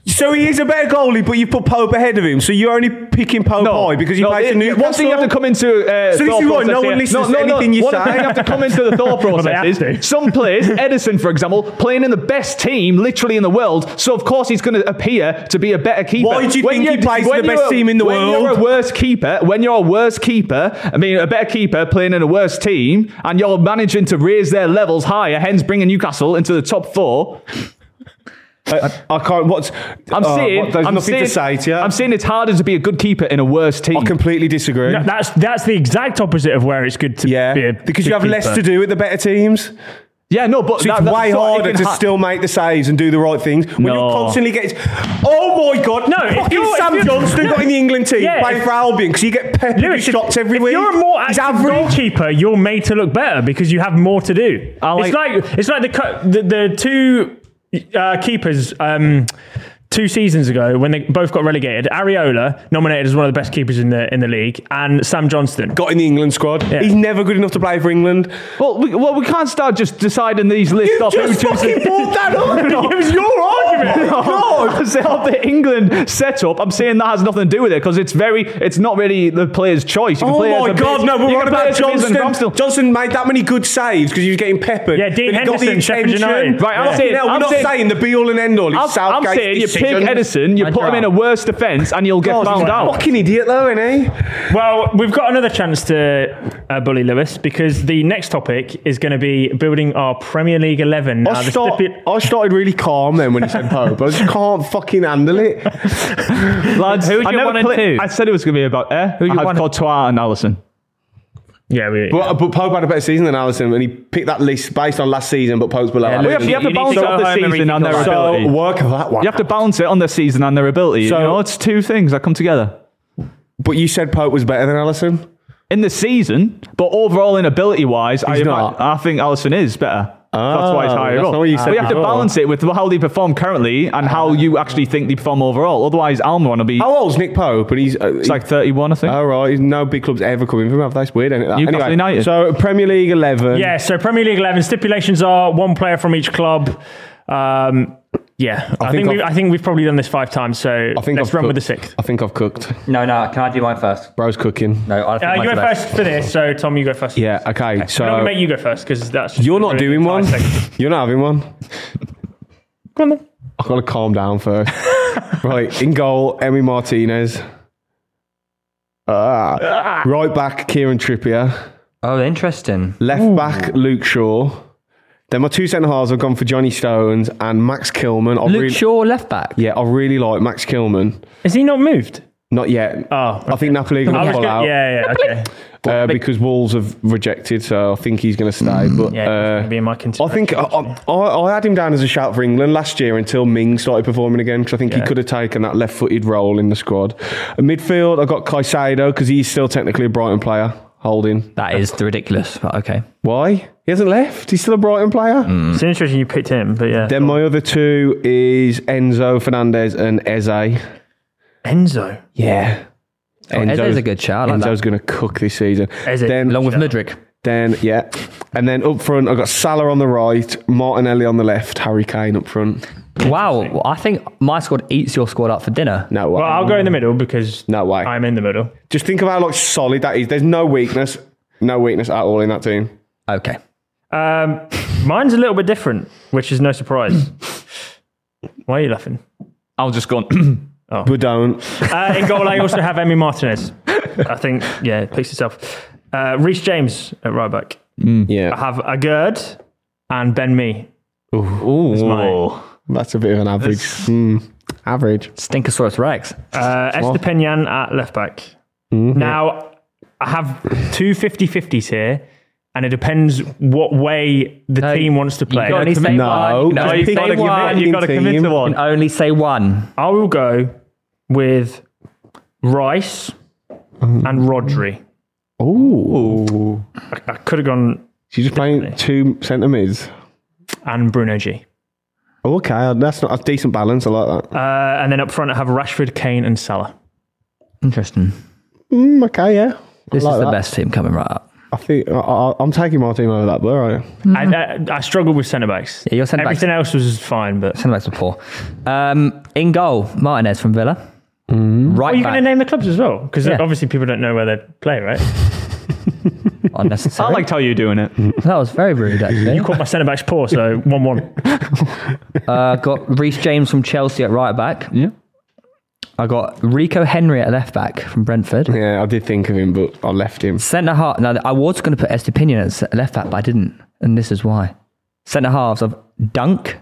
[SPEAKER 1] So he is a better goalie, but you put Pope ahead of him. So you're only picking Pope high because he
[SPEAKER 4] no,
[SPEAKER 1] plays
[SPEAKER 4] it-
[SPEAKER 1] for Newcastle.
[SPEAKER 4] One thing you have to come into. Uh,
[SPEAKER 1] So this
[SPEAKER 4] thought
[SPEAKER 1] is why
[SPEAKER 4] process
[SPEAKER 1] no one
[SPEAKER 4] here-
[SPEAKER 1] listens to anything you
[SPEAKER 4] one
[SPEAKER 1] say.
[SPEAKER 4] thing you have to come into the thought process
[SPEAKER 2] they have
[SPEAKER 4] is
[SPEAKER 2] to.
[SPEAKER 4] some players, Edison for example, playing in the best team literally in the world. So of course he's going to appear to be a better keeper.
[SPEAKER 1] Why do you think
[SPEAKER 4] you're-
[SPEAKER 1] he plays in
[SPEAKER 4] when
[SPEAKER 1] the best
[SPEAKER 4] you're a-
[SPEAKER 1] team in the
[SPEAKER 4] when
[SPEAKER 1] world?
[SPEAKER 4] You're a worse keeper. When you're a worse keeper, I mean a better keeper playing in a worse team, and you're managing to raise their levels higher, hence bringing Newcastle into the top four.
[SPEAKER 1] I can't. What's
[SPEAKER 4] I'm
[SPEAKER 1] uh,
[SPEAKER 4] saying
[SPEAKER 1] what- there's
[SPEAKER 4] I'm
[SPEAKER 1] nothing
[SPEAKER 4] saying,
[SPEAKER 1] to say to you.
[SPEAKER 4] I'm saying it's harder to be a good keeper in a worse team.
[SPEAKER 1] I completely disagree.
[SPEAKER 2] No, that's that's the exact opposite of where it's good to
[SPEAKER 1] yeah,
[SPEAKER 2] be. A
[SPEAKER 1] because you
[SPEAKER 2] good
[SPEAKER 1] have less
[SPEAKER 2] keeper.
[SPEAKER 1] to do with the better teams.
[SPEAKER 4] yeah, no, but
[SPEAKER 1] So
[SPEAKER 4] that-
[SPEAKER 1] it's
[SPEAKER 4] that's
[SPEAKER 1] way
[SPEAKER 4] what it
[SPEAKER 1] harder
[SPEAKER 4] can
[SPEAKER 1] to
[SPEAKER 4] ha-
[SPEAKER 1] still make the saves and do the right things when
[SPEAKER 4] No.
[SPEAKER 1] you're constantly getting. Oh my God!
[SPEAKER 2] No, if
[SPEAKER 1] fucking
[SPEAKER 2] you're- if
[SPEAKER 1] Sam
[SPEAKER 2] you're-
[SPEAKER 1] Johnston got in the England team
[SPEAKER 2] Yeah,
[SPEAKER 1] playing
[SPEAKER 2] if-
[SPEAKER 1] for Albion because you get peppered with
[SPEAKER 2] Lewis, if-
[SPEAKER 1] shots every
[SPEAKER 2] if
[SPEAKER 1] week.
[SPEAKER 2] You're a more
[SPEAKER 1] He's
[SPEAKER 2] active
[SPEAKER 1] average.
[SPEAKER 2] goalkeeper. You're made to look better because you have more to do. it's like it's like the cu- the, the two uh, keepers. Um, Two seasons ago, when they both got relegated, Ariola nominated as one of the best keepers in the in the league, and Sam Johnston.
[SPEAKER 1] Got in the England squad.
[SPEAKER 2] Yeah.
[SPEAKER 1] He's never good enough to play for England.
[SPEAKER 4] Well, we, well, we can't start just deciding these lists
[SPEAKER 1] You
[SPEAKER 4] off
[SPEAKER 1] just
[SPEAKER 4] who
[SPEAKER 1] fucking brought that up. It was your argument.
[SPEAKER 4] No, I'm saying of the England setup. I'm saying that has nothing to do with it because it's very, it's not really the player's choice. You can
[SPEAKER 1] Oh
[SPEAKER 4] play as
[SPEAKER 1] my
[SPEAKER 4] a
[SPEAKER 1] God!
[SPEAKER 4] biz-
[SPEAKER 1] No,
[SPEAKER 4] you
[SPEAKER 1] we're
[SPEAKER 4] can
[SPEAKER 1] on
[SPEAKER 4] play
[SPEAKER 1] about
[SPEAKER 4] as a biz and
[SPEAKER 1] Johnston.
[SPEAKER 4] Bromstill.
[SPEAKER 1] Johnston made that many good saves because he was getting peppered.
[SPEAKER 2] Yeah, Dean
[SPEAKER 1] Then he got the
[SPEAKER 2] Henderson, Sheffield
[SPEAKER 1] attention.
[SPEAKER 2] United.
[SPEAKER 4] Right, I'm
[SPEAKER 2] Yeah.
[SPEAKER 4] saying-
[SPEAKER 1] Fucking hell,
[SPEAKER 4] I'm
[SPEAKER 1] we're not
[SPEAKER 4] saying-
[SPEAKER 1] saying the be all and end all.
[SPEAKER 4] I'm,
[SPEAKER 1] It's
[SPEAKER 4] I'm
[SPEAKER 1] Southgate's
[SPEAKER 4] saying you
[SPEAKER 1] decision.
[SPEAKER 4] pick Edison, you
[SPEAKER 3] My
[SPEAKER 4] put him
[SPEAKER 3] job.
[SPEAKER 4] in a worse defence, and you'll get
[SPEAKER 1] God,
[SPEAKER 4] found
[SPEAKER 1] he's a
[SPEAKER 4] out.
[SPEAKER 1] Fucking idiot, though, ain't he?
[SPEAKER 2] Well, we've got another chance to uh, bully Lewis because the next topic is going to be building our Premier League eleven. Now,
[SPEAKER 1] I,
[SPEAKER 2] the
[SPEAKER 1] start,
[SPEAKER 2] stipu-
[SPEAKER 1] I started really calm then when he said Pope. I just can't fucking handle it.
[SPEAKER 4] Lads,
[SPEAKER 3] Who do
[SPEAKER 4] I
[SPEAKER 3] you
[SPEAKER 4] never
[SPEAKER 3] want and
[SPEAKER 4] play-
[SPEAKER 3] who?
[SPEAKER 4] I said it was going to be about eh. Who
[SPEAKER 3] you
[SPEAKER 4] I had
[SPEAKER 3] want and-
[SPEAKER 4] Courtois and Allison.
[SPEAKER 2] yeah, we,
[SPEAKER 1] But, uh, but Pope had a better season than Allison, and he picked that list based on last season, but Pope's below.
[SPEAKER 3] Yeah,
[SPEAKER 4] We
[SPEAKER 1] Allison.
[SPEAKER 4] have, you have to
[SPEAKER 3] need to
[SPEAKER 4] balance
[SPEAKER 3] go
[SPEAKER 4] it off the
[SPEAKER 3] home and
[SPEAKER 4] season
[SPEAKER 3] rethink
[SPEAKER 4] and their
[SPEAKER 3] your life.
[SPEAKER 4] ability.
[SPEAKER 1] so work of that one.
[SPEAKER 4] you have to balance it on their season and their ability.
[SPEAKER 1] So-
[SPEAKER 4] you know, it's two things that come together.
[SPEAKER 1] but you said Pope was better than Allison.
[SPEAKER 4] in the season, but overall in ability wise, I,
[SPEAKER 1] He's
[SPEAKER 4] ima-
[SPEAKER 1] not.
[SPEAKER 4] I think Allison is better.
[SPEAKER 1] Ah,
[SPEAKER 4] that's why he's higher
[SPEAKER 1] that's
[SPEAKER 4] up.
[SPEAKER 1] not what you said
[SPEAKER 4] we have to
[SPEAKER 1] before. Ah.
[SPEAKER 4] balance it with how they perform currently and how you actually think they perform overall. Otherwise, Almiron will be
[SPEAKER 1] How old's Nick Pope? And he's uh,
[SPEAKER 4] it's like 31, I think.
[SPEAKER 1] All right, no big clubs ever coming from him. That's weird, isn't it? that?
[SPEAKER 4] Newcastle
[SPEAKER 1] anyway,
[SPEAKER 4] United.
[SPEAKER 1] So Premier League eleven.
[SPEAKER 2] yeah. So Premier League eleven stipulations are one player from each club. Um, yeah,
[SPEAKER 1] think
[SPEAKER 2] I, think we,
[SPEAKER 1] I've-
[SPEAKER 2] I think we've probably done this five times. So
[SPEAKER 1] I think
[SPEAKER 2] let's
[SPEAKER 1] I've
[SPEAKER 2] run
[SPEAKER 1] cooked.
[SPEAKER 2] with the sixth.
[SPEAKER 1] I think I've cooked.
[SPEAKER 3] No, no, can I do mine first?
[SPEAKER 1] Bro's cooking.
[SPEAKER 3] No, I
[SPEAKER 2] Uh,
[SPEAKER 3] think
[SPEAKER 2] you
[SPEAKER 3] mine's
[SPEAKER 2] go
[SPEAKER 3] the
[SPEAKER 2] first for this. So Tom, you go first.
[SPEAKER 1] Yeah. Okay. So
[SPEAKER 2] I'm not gonna make you go first because that's just
[SPEAKER 1] you're not doing one.
[SPEAKER 2] Go
[SPEAKER 1] You're not having one.
[SPEAKER 2] on then.
[SPEAKER 1] I've got to calm down first. right, in goal, Emi Martinez. Ah. Right back, Kieran Trippier.
[SPEAKER 3] Oh, interesting.
[SPEAKER 1] Left back, Luke Shaw. Then my two centre halves have gone for Johnny Stones and Max Kilman. I
[SPEAKER 3] Luke
[SPEAKER 1] really,
[SPEAKER 3] Shaw, left back.
[SPEAKER 1] Yeah, I really like Max Kilman.
[SPEAKER 2] Is he not moved?
[SPEAKER 1] Not yet.
[SPEAKER 2] Oh,
[SPEAKER 1] I think Napoli are
[SPEAKER 2] I
[SPEAKER 1] going to
[SPEAKER 2] was
[SPEAKER 1] pull
[SPEAKER 2] gonna-
[SPEAKER 1] out
[SPEAKER 2] yeah, yeah, okay.
[SPEAKER 1] uh, because Wolves have rejected, so I think he's going to stay. But
[SPEAKER 2] Mm, Yeah, that's
[SPEAKER 1] uh,
[SPEAKER 2] gonna be in my
[SPEAKER 1] I think I, I, I had him down as a shout for England last year until Ming started performing again because I think he could have taken that left footed role in the squad. Midfield, I got Caicedo because he's still technically a Brighton player. Holding.
[SPEAKER 3] That is ridiculous, but okay.
[SPEAKER 1] Why? He hasn't left. He's still a Brighton player.
[SPEAKER 3] Mm.
[SPEAKER 2] It's interesting you picked him, but yeah.
[SPEAKER 1] Then my other two is Enzo Fernandez and Eze.
[SPEAKER 2] Enzo.
[SPEAKER 1] Yeah.
[SPEAKER 3] Eze's a good shout, I like
[SPEAKER 1] Enzo's going to cook this season.
[SPEAKER 2] Eze,
[SPEAKER 1] Then,
[SPEAKER 3] Along with Mudrik.
[SPEAKER 1] then, yeah. And then up front, I've got Salah on the right, Martinelli on the left, Harry Kane up front.
[SPEAKER 3] Wow, I think my squad eats your squad up for dinner.
[SPEAKER 1] No way.
[SPEAKER 2] Well, I'll go in the middle because
[SPEAKER 1] No way.
[SPEAKER 2] I'm in the middle.
[SPEAKER 1] Just think of how like, solid that is. There's no weakness. No weakness at all in that team.
[SPEAKER 3] Okay.
[SPEAKER 2] Um, mine's a little bit different, which is no surprise. Why are you laughing?
[SPEAKER 4] I'll just go.
[SPEAKER 1] But don't.
[SPEAKER 2] Uh, in goal, I also have Emmy Martinez. I think, yeah, it picks itself. Uh, Reece James at right back. I
[SPEAKER 1] Yeah.
[SPEAKER 2] have Agurd and Ben Me.
[SPEAKER 4] Ooh.
[SPEAKER 1] That's a bit of an average. Hmm. Average.
[SPEAKER 3] Stinkosaurus Rex.
[SPEAKER 2] Uh, Estepinian at left back. Now, I have two 50 50s here, and it depends what way the
[SPEAKER 3] No,
[SPEAKER 2] team wants to play.
[SPEAKER 3] You can only say
[SPEAKER 1] No.
[SPEAKER 3] one.
[SPEAKER 1] No,
[SPEAKER 3] you
[SPEAKER 1] you
[SPEAKER 3] can
[SPEAKER 1] gotta
[SPEAKER 3] only
[SPEAKER 1] give
[SPEAKER 3] say
[SPEAKER 1] it-
[SPEAKER 3] one.
[SPEAKER 1] you
[SPEAKER 3] You
[SPEAKER 1] gotta commit to
[SPEAKER 3] can only say one.
[SPEAKER 2] I will go with Rice and Rodri.
[SPEAKER 1] Ooh.
[SPEAKER 2] I could have gone
[SPEAKER 1] She's just playing two centre mids.
[SPEAKER 2] and Bruno G.
[SPEAKER 1] Oh, okay. That's not a decent balance. I like that.
[SPEAKER 2] Uh, and then up front, I have Rashford, Kane, and Salah.
[SPEAKER 3] Interesting.
[SPEAKER 1] Mm, okay, yeah.
[SPEAKER 3] This
[SPEAKER 1] like
[SPEAKER 3] is the
[SPEAKER 1] that.
[SPEAKER 3] best team coming right up.
[SPEAKER 1] I think I, I, I'm taking my team over that, but all right.
[SPEAKER 2] I, I, I struggled with centre backs.
[SPEAKER 3] Yeah, your centre-backs-
[SPEAKER 2] Everything else was fine, but.
[SPEAKER 3] Centre backs were poor. Um, in goal, Martinez from Villa. Right
[SPEAKER 2] Are you going to
[SPEAKER 3] back,
[SPEAKER 2] name the clubs as well? Because
[SPEAKER 3] Yeah.
[SPEAKER 2] obviously people don't know where they play, right?
[SPEAKER 4] I
[SPEAKER 3] unnecessary.
[SPEAKER 4] liked how you're doing it.
[SPEAKER 1] Mm-hmm.
[SPEAKER 3] that was very rude, actually.
[SPEAKER 2] You caught my centre backs poor, so 1 1.
[SPEAKER 3] I got Reece James from Chelsea at right back.
[SPEAKER 4] Yeah.
[SPEAKER 3] I got Rico Henry at left back from Brentford.
[SPEAKER 1] Yeah, I did think of him, but I left him.
[SPEAKER 3] Centre half. Now I was going to put Estepinian at se- left back, but I didn't, and this is why. Centre halves of Dunk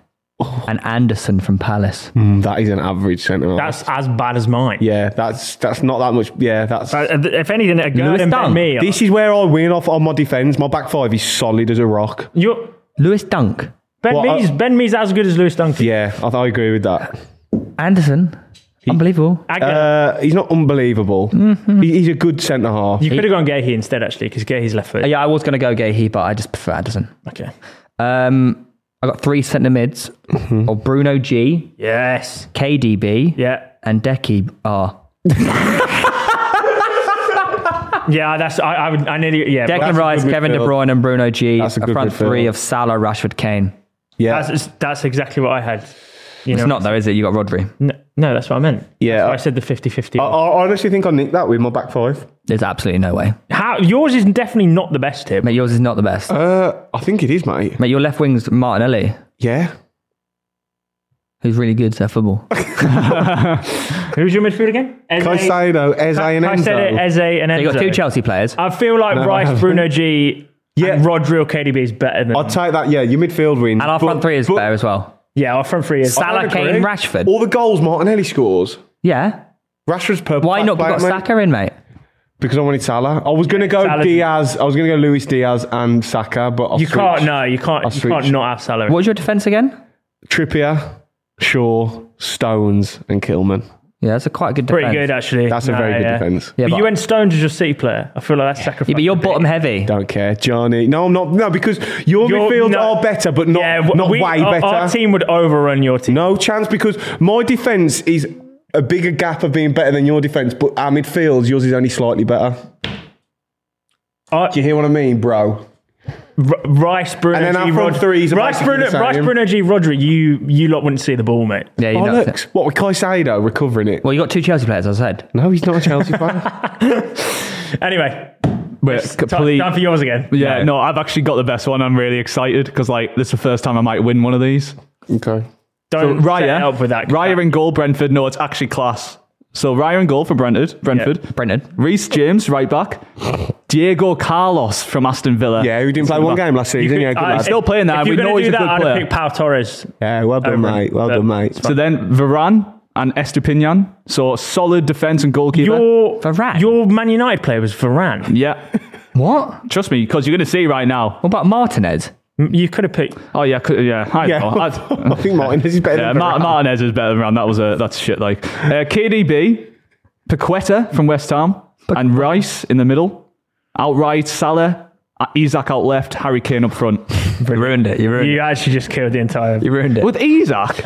[SPEAKER 3] and Anderson from Palace.
[SPEAKER 1] Mm, that is an average centre. half.
[SPEAKER 2] That's as bad as mine.
[SPEAKER 1] Yeah, that's that's not that much. Yeah, that's.
[SPEAKER 2] Uh, if anything, a girl
[SPEAKER 3] Lewis
[SPEAKER 2] and Ben
[SPEAKER 3] Dunk.
[SPEAKER 2] me.
[SPEAKER 1] this is where I win off on my defence. My back five is solid as a rock.
[SPEAKER 2] You're,
[SPEAKER 3] Lewis Dunk,
[SPEAKER 2] ben,
[SPEAKER 1] Well, I-
[SPEAKER 2] Mee's, ben Mee's as good as Lewis Duncan.
[SPEAKER 1] uh, Yeah, I, I agree with that.
[SPEAKER 3] Anderson, unbelievable.
[SPEAKER 2] I get-
[SPEAKER 1] Uh, he's not unbelievable.
[SPEAKER 3] Mm-hmm.
[SPEAKER 1] He, he's a good centre half.
[SPEAKER 2] you could have gone Gehi instead, actually, because Gehi's left foot.
[SPEAKER 3] Uh, Yeah, I was going to go Gahey, but I just prefer Anderson.
[SPEAKER 2] Okay.
[SPEAKER 3] Um, I got three centre mids of Bruno G,
[SPEAKER 2] Yes.
[SPEAKER 3] KDB,
[SPEAKER 2] Yeah.
[SPEAKER 3] and Deki R.
[SPEAKER 2] Yeah, that's. I, I, would, I nearly. Yeah.
[SPEAKER 3] Declan
[SPEAKER 1] that's a
[SPEAKER 3] Rice,
[SPEAKER 1] good
[SPEAKER 3] Kevin De
[SPEAKER 1] midfield.
[SPEAKER 3] Bruyne, and Bruno G.
[SPEAKER 1] That's a
[SPEAKER 3] a
[SPEAKER 1] good
[SPEAKER 3] front
[SPEAKER 1] midfield.
[SPEAKER 3] three of Salah, Rashford, Kane.
[SPEAKER 1] yeah,
[SPEAKER 2] That's, that's exactly what I had. You
[SPEAKER 3] It's
[SPEAKER 2] know,
[SPEAKER 3] not though, is it? You got Rodri.
[SPEAKER 2] No, no, that's what I meant.
[SPEAKER 1] Yeah. uh,
[SPEAKER 2] That's why I said the 50 50.
[SPEAKER 1] I, I honestly think I nicked that with my back five.
[SPEAKER 3] There's absolutely no way.
[SPEAKER 2] How Yours is definitely not the best here.
[SPEAKER 3] Mate, yours is not the best.
[SPEAKER 1] Uh, I think it is, mate.
[SPEAKER 3] Mate, your left wing's Martinelli,
[SPEAKER 1] Yeah,
[SPEAKER 3] who's really good at football.
[SPEAKER 2] Who's your midfield again? Eze,
[SPEAKER 1] Caicedo, Eze, and
[SPEAKER 2] I said it,
[SPEAKER 1] Enzo.
[SPEAKER 2] Eze and Enzo.
[SPEAKER 3] You got two Chelsea players.
[SPEAKER 2] I feel like
[SPEAKER 1] I
[SPEAKER 2] Rice,
[SPEAKER 1] haven't.
[SPEAKER 2] Bruno G,
[SPEAKER 1] Yeah.
[SPEAKER 2] and Rodri or KDB is better than.
[SPEAKER 1] I'll take that. Yeah, your midfield wins.
[SPEAKER 3] And our
[SPEAKER 1] But-
[SPEAKER 3] front three is
[SPEAKER 1] but
[SPEAKER 3] better as well.
[SPEAKER 2] yeah, our front three is.
[SPEAKER 3] Salah, Kane, Rashford.
[SPEAKER 1] All the goals Martinelli scores.
[SPEAKER 3] Yeah.
[SPEAKER 1] Rashford's per.
[SPEAKER 3] Why not? We
[SPEAKER 1] player,
[SPEAKER 3] got
[SPEAKER 1] mate,
[SPEAKER 3] Saka in, mate.
[SPEAKER 1] Because I wanted Salah. I was going to go
[SPEAKER 2] Salah's-
[SPEAKER 1] Diaz. I was going to go Luis Diaz and Saka, but I'll
[SPEAKER 2] You
[SPEAKER 1] switch.
[SPEAKER 2] can't. No, you can't.
[SPEAKER 1] I'll
[SPEAKER 2] you
[SPEAKER 1] switch.
[SPEAKER 2] can't not have Salah.
[SPEAKER 3] What was your defence again?
[SPEAKER 1] Trippier, Shaw, Stones, and Kilman.
[SPEAKER 3] Yeah, that's a quite good defence.
[SPEAKER 2] Pretty good actually.
[SPEAKER 1] That's a very good defence.
[SPEAKER 3] Yeah,
[SPEAKER 2] but,
[SPEAKER 3] but-
[SPEAKER 2] you and Stones as your City player. I feel like that's sacrifice.
[SPEAKER 3] Yeah, but you're bottom heavy.
[SPEAKER 1] Don't care, Johnny. No, I'm not. No, because your
[SPEAKER 2] You're-
[SPEAKER 1] midfield
[SPEAKER 2] no.
[SPEAKER 1] are better, but not
[SPEAKER 2] Yeah, w-
[SPEAKER 1] not
[SPEAKER 2] we-
[SPEAKER 1] way
[SPEAKER 2] our,
[SPEAKER 1] better.
[SPEAKER 2] Our team would overrun your team.
[SPEAKER 1] No chance because my defence is a bigger gap of being better than your defence, but our midfield, yours is only slightly better.
[SPEAKER 2] Our-
[SPEAKER 1] Do you hear what I mean, bro?
[SPEAKER 2] R- Rice, Bruno,
[SPEAKER 1] And then
[SPEAKER 2] G,
[SPEAKER 1] our front
[SPEAKER 2] Rodri-
[SPEAKER 1] threes are
[SPEAKER 2] Rice,
[SPEAKER 1] basically
[SPEAKER 2] Bruno,
[SPEAKER 1] the same.
[SPEAKER 2] Rice, Bruno G, Rodri. You, you lot wouldn't see the ball, mate.
[SPEAKER 3] Yeah, you know.
[SPEAKER 1] Bollocks. What, with Caicedo recovering it?
[SPEAKER 3] Well, you got two Chelsea players, as I said.
[SPEAKER 1] No, he's not a Chelsea player.
[SPEAKER 2] Anyway,
[SPEAKER 4] We're
[SPEAKER 2] time,
[SPEAKER 4] complete.
[SPEAKER 2] time for yours again.
[SPEAKER 4] Yeah, no, I've actually got the best one. I'm really excited because like this is the first time I might win one of these.
[SPEAKER 1] Okay.
[SPEAKER 2] Don't set
[SPEAKER 4] Raya,
[SPEAKER 2] it up with that.
[SPEAKER 4] Raya in goal, Brentford. No, it's actually class. So Raya in goal for Brentford. Brentford.
[SPEAKER 3] Brendan.
[SPEAKER 4] Reese James, right back. Diego Carlos from Aston Villa.
[SPEAKER 1] Yeah, who didn't play
[SPEAKER 4] Centre
[SPEAKER 1] one
[SPEAKER 4] back.
[SPEAKER 1] game last season. yeah, good
[SPEAKER 2] I-
[SPEAKER 1] lad.
[SPEAKER 4] Still playing that,
[SPEAKER 2] uh, If you're
[SPEAKER 4] we
[SPEAKER 2] gonna
[SPEAKER 4] know
[SPEAKER 2] do
[SPEAKER 4] he's a
[SPEAKER 2] that,
[SPEAKER 4] good
[SPEAKER 2] I'd
[SPEAKER 4] player.
[SPEAKER 2] pick Pau Torres.
[SPEAKER 1] Yeah, well done,
[SPEAKER 2] Over.
[SPEAKER 1] mate. Well
[SPEAKER 2] Uh,
[SPEAKER 1] done, mate.
[SPEAKER 4] So then Varane and Estupinian. So solid defence and goalkeeper.
[SPEAKER 2] Your
[SPEAKER 3] Varane.
[SPEAKER 2] your Man United player was Varane.
[SPEAKER 4] yeah,
[SPEAKER 3] What?
[SPEAKER 4] trust me, because you're going to see right now.
[SPEAKER 3] What about Martinez?
[SPEAKER 2] You could have picked.
[SPEAKER 4] Oh yeah, could- yeah. I
[SPEAKER 1] Yeah.
[SPEAKER 4] know. I'd-
[SPEAKER 1] I think Martinez is better
[SPEAKER 4] Yeah,
[SPEAKER 1] than
[SPEAKER 4] Mar-
[SPEAKER 1] Varane.
[SPEAKER 4] Martinez is better than Varane. That was a that's shit. Like uh, KDB, Paqueta from West Ham, and Rice in the middle. Outright, Salah, uh, Isak out left, Harry Kane up front.
[SPEAKER 3] You ruined it. You ruined
[SPEAKER 2] You
[SPEAKER 3] it.
[SPEAKER 2] actually just killed the entire. Uh,
[SPEAKER 3] You ruined it.
[SPEAKER 4] With
[SPEAKER 1] Oh.
[SPEAKER 4] Isak,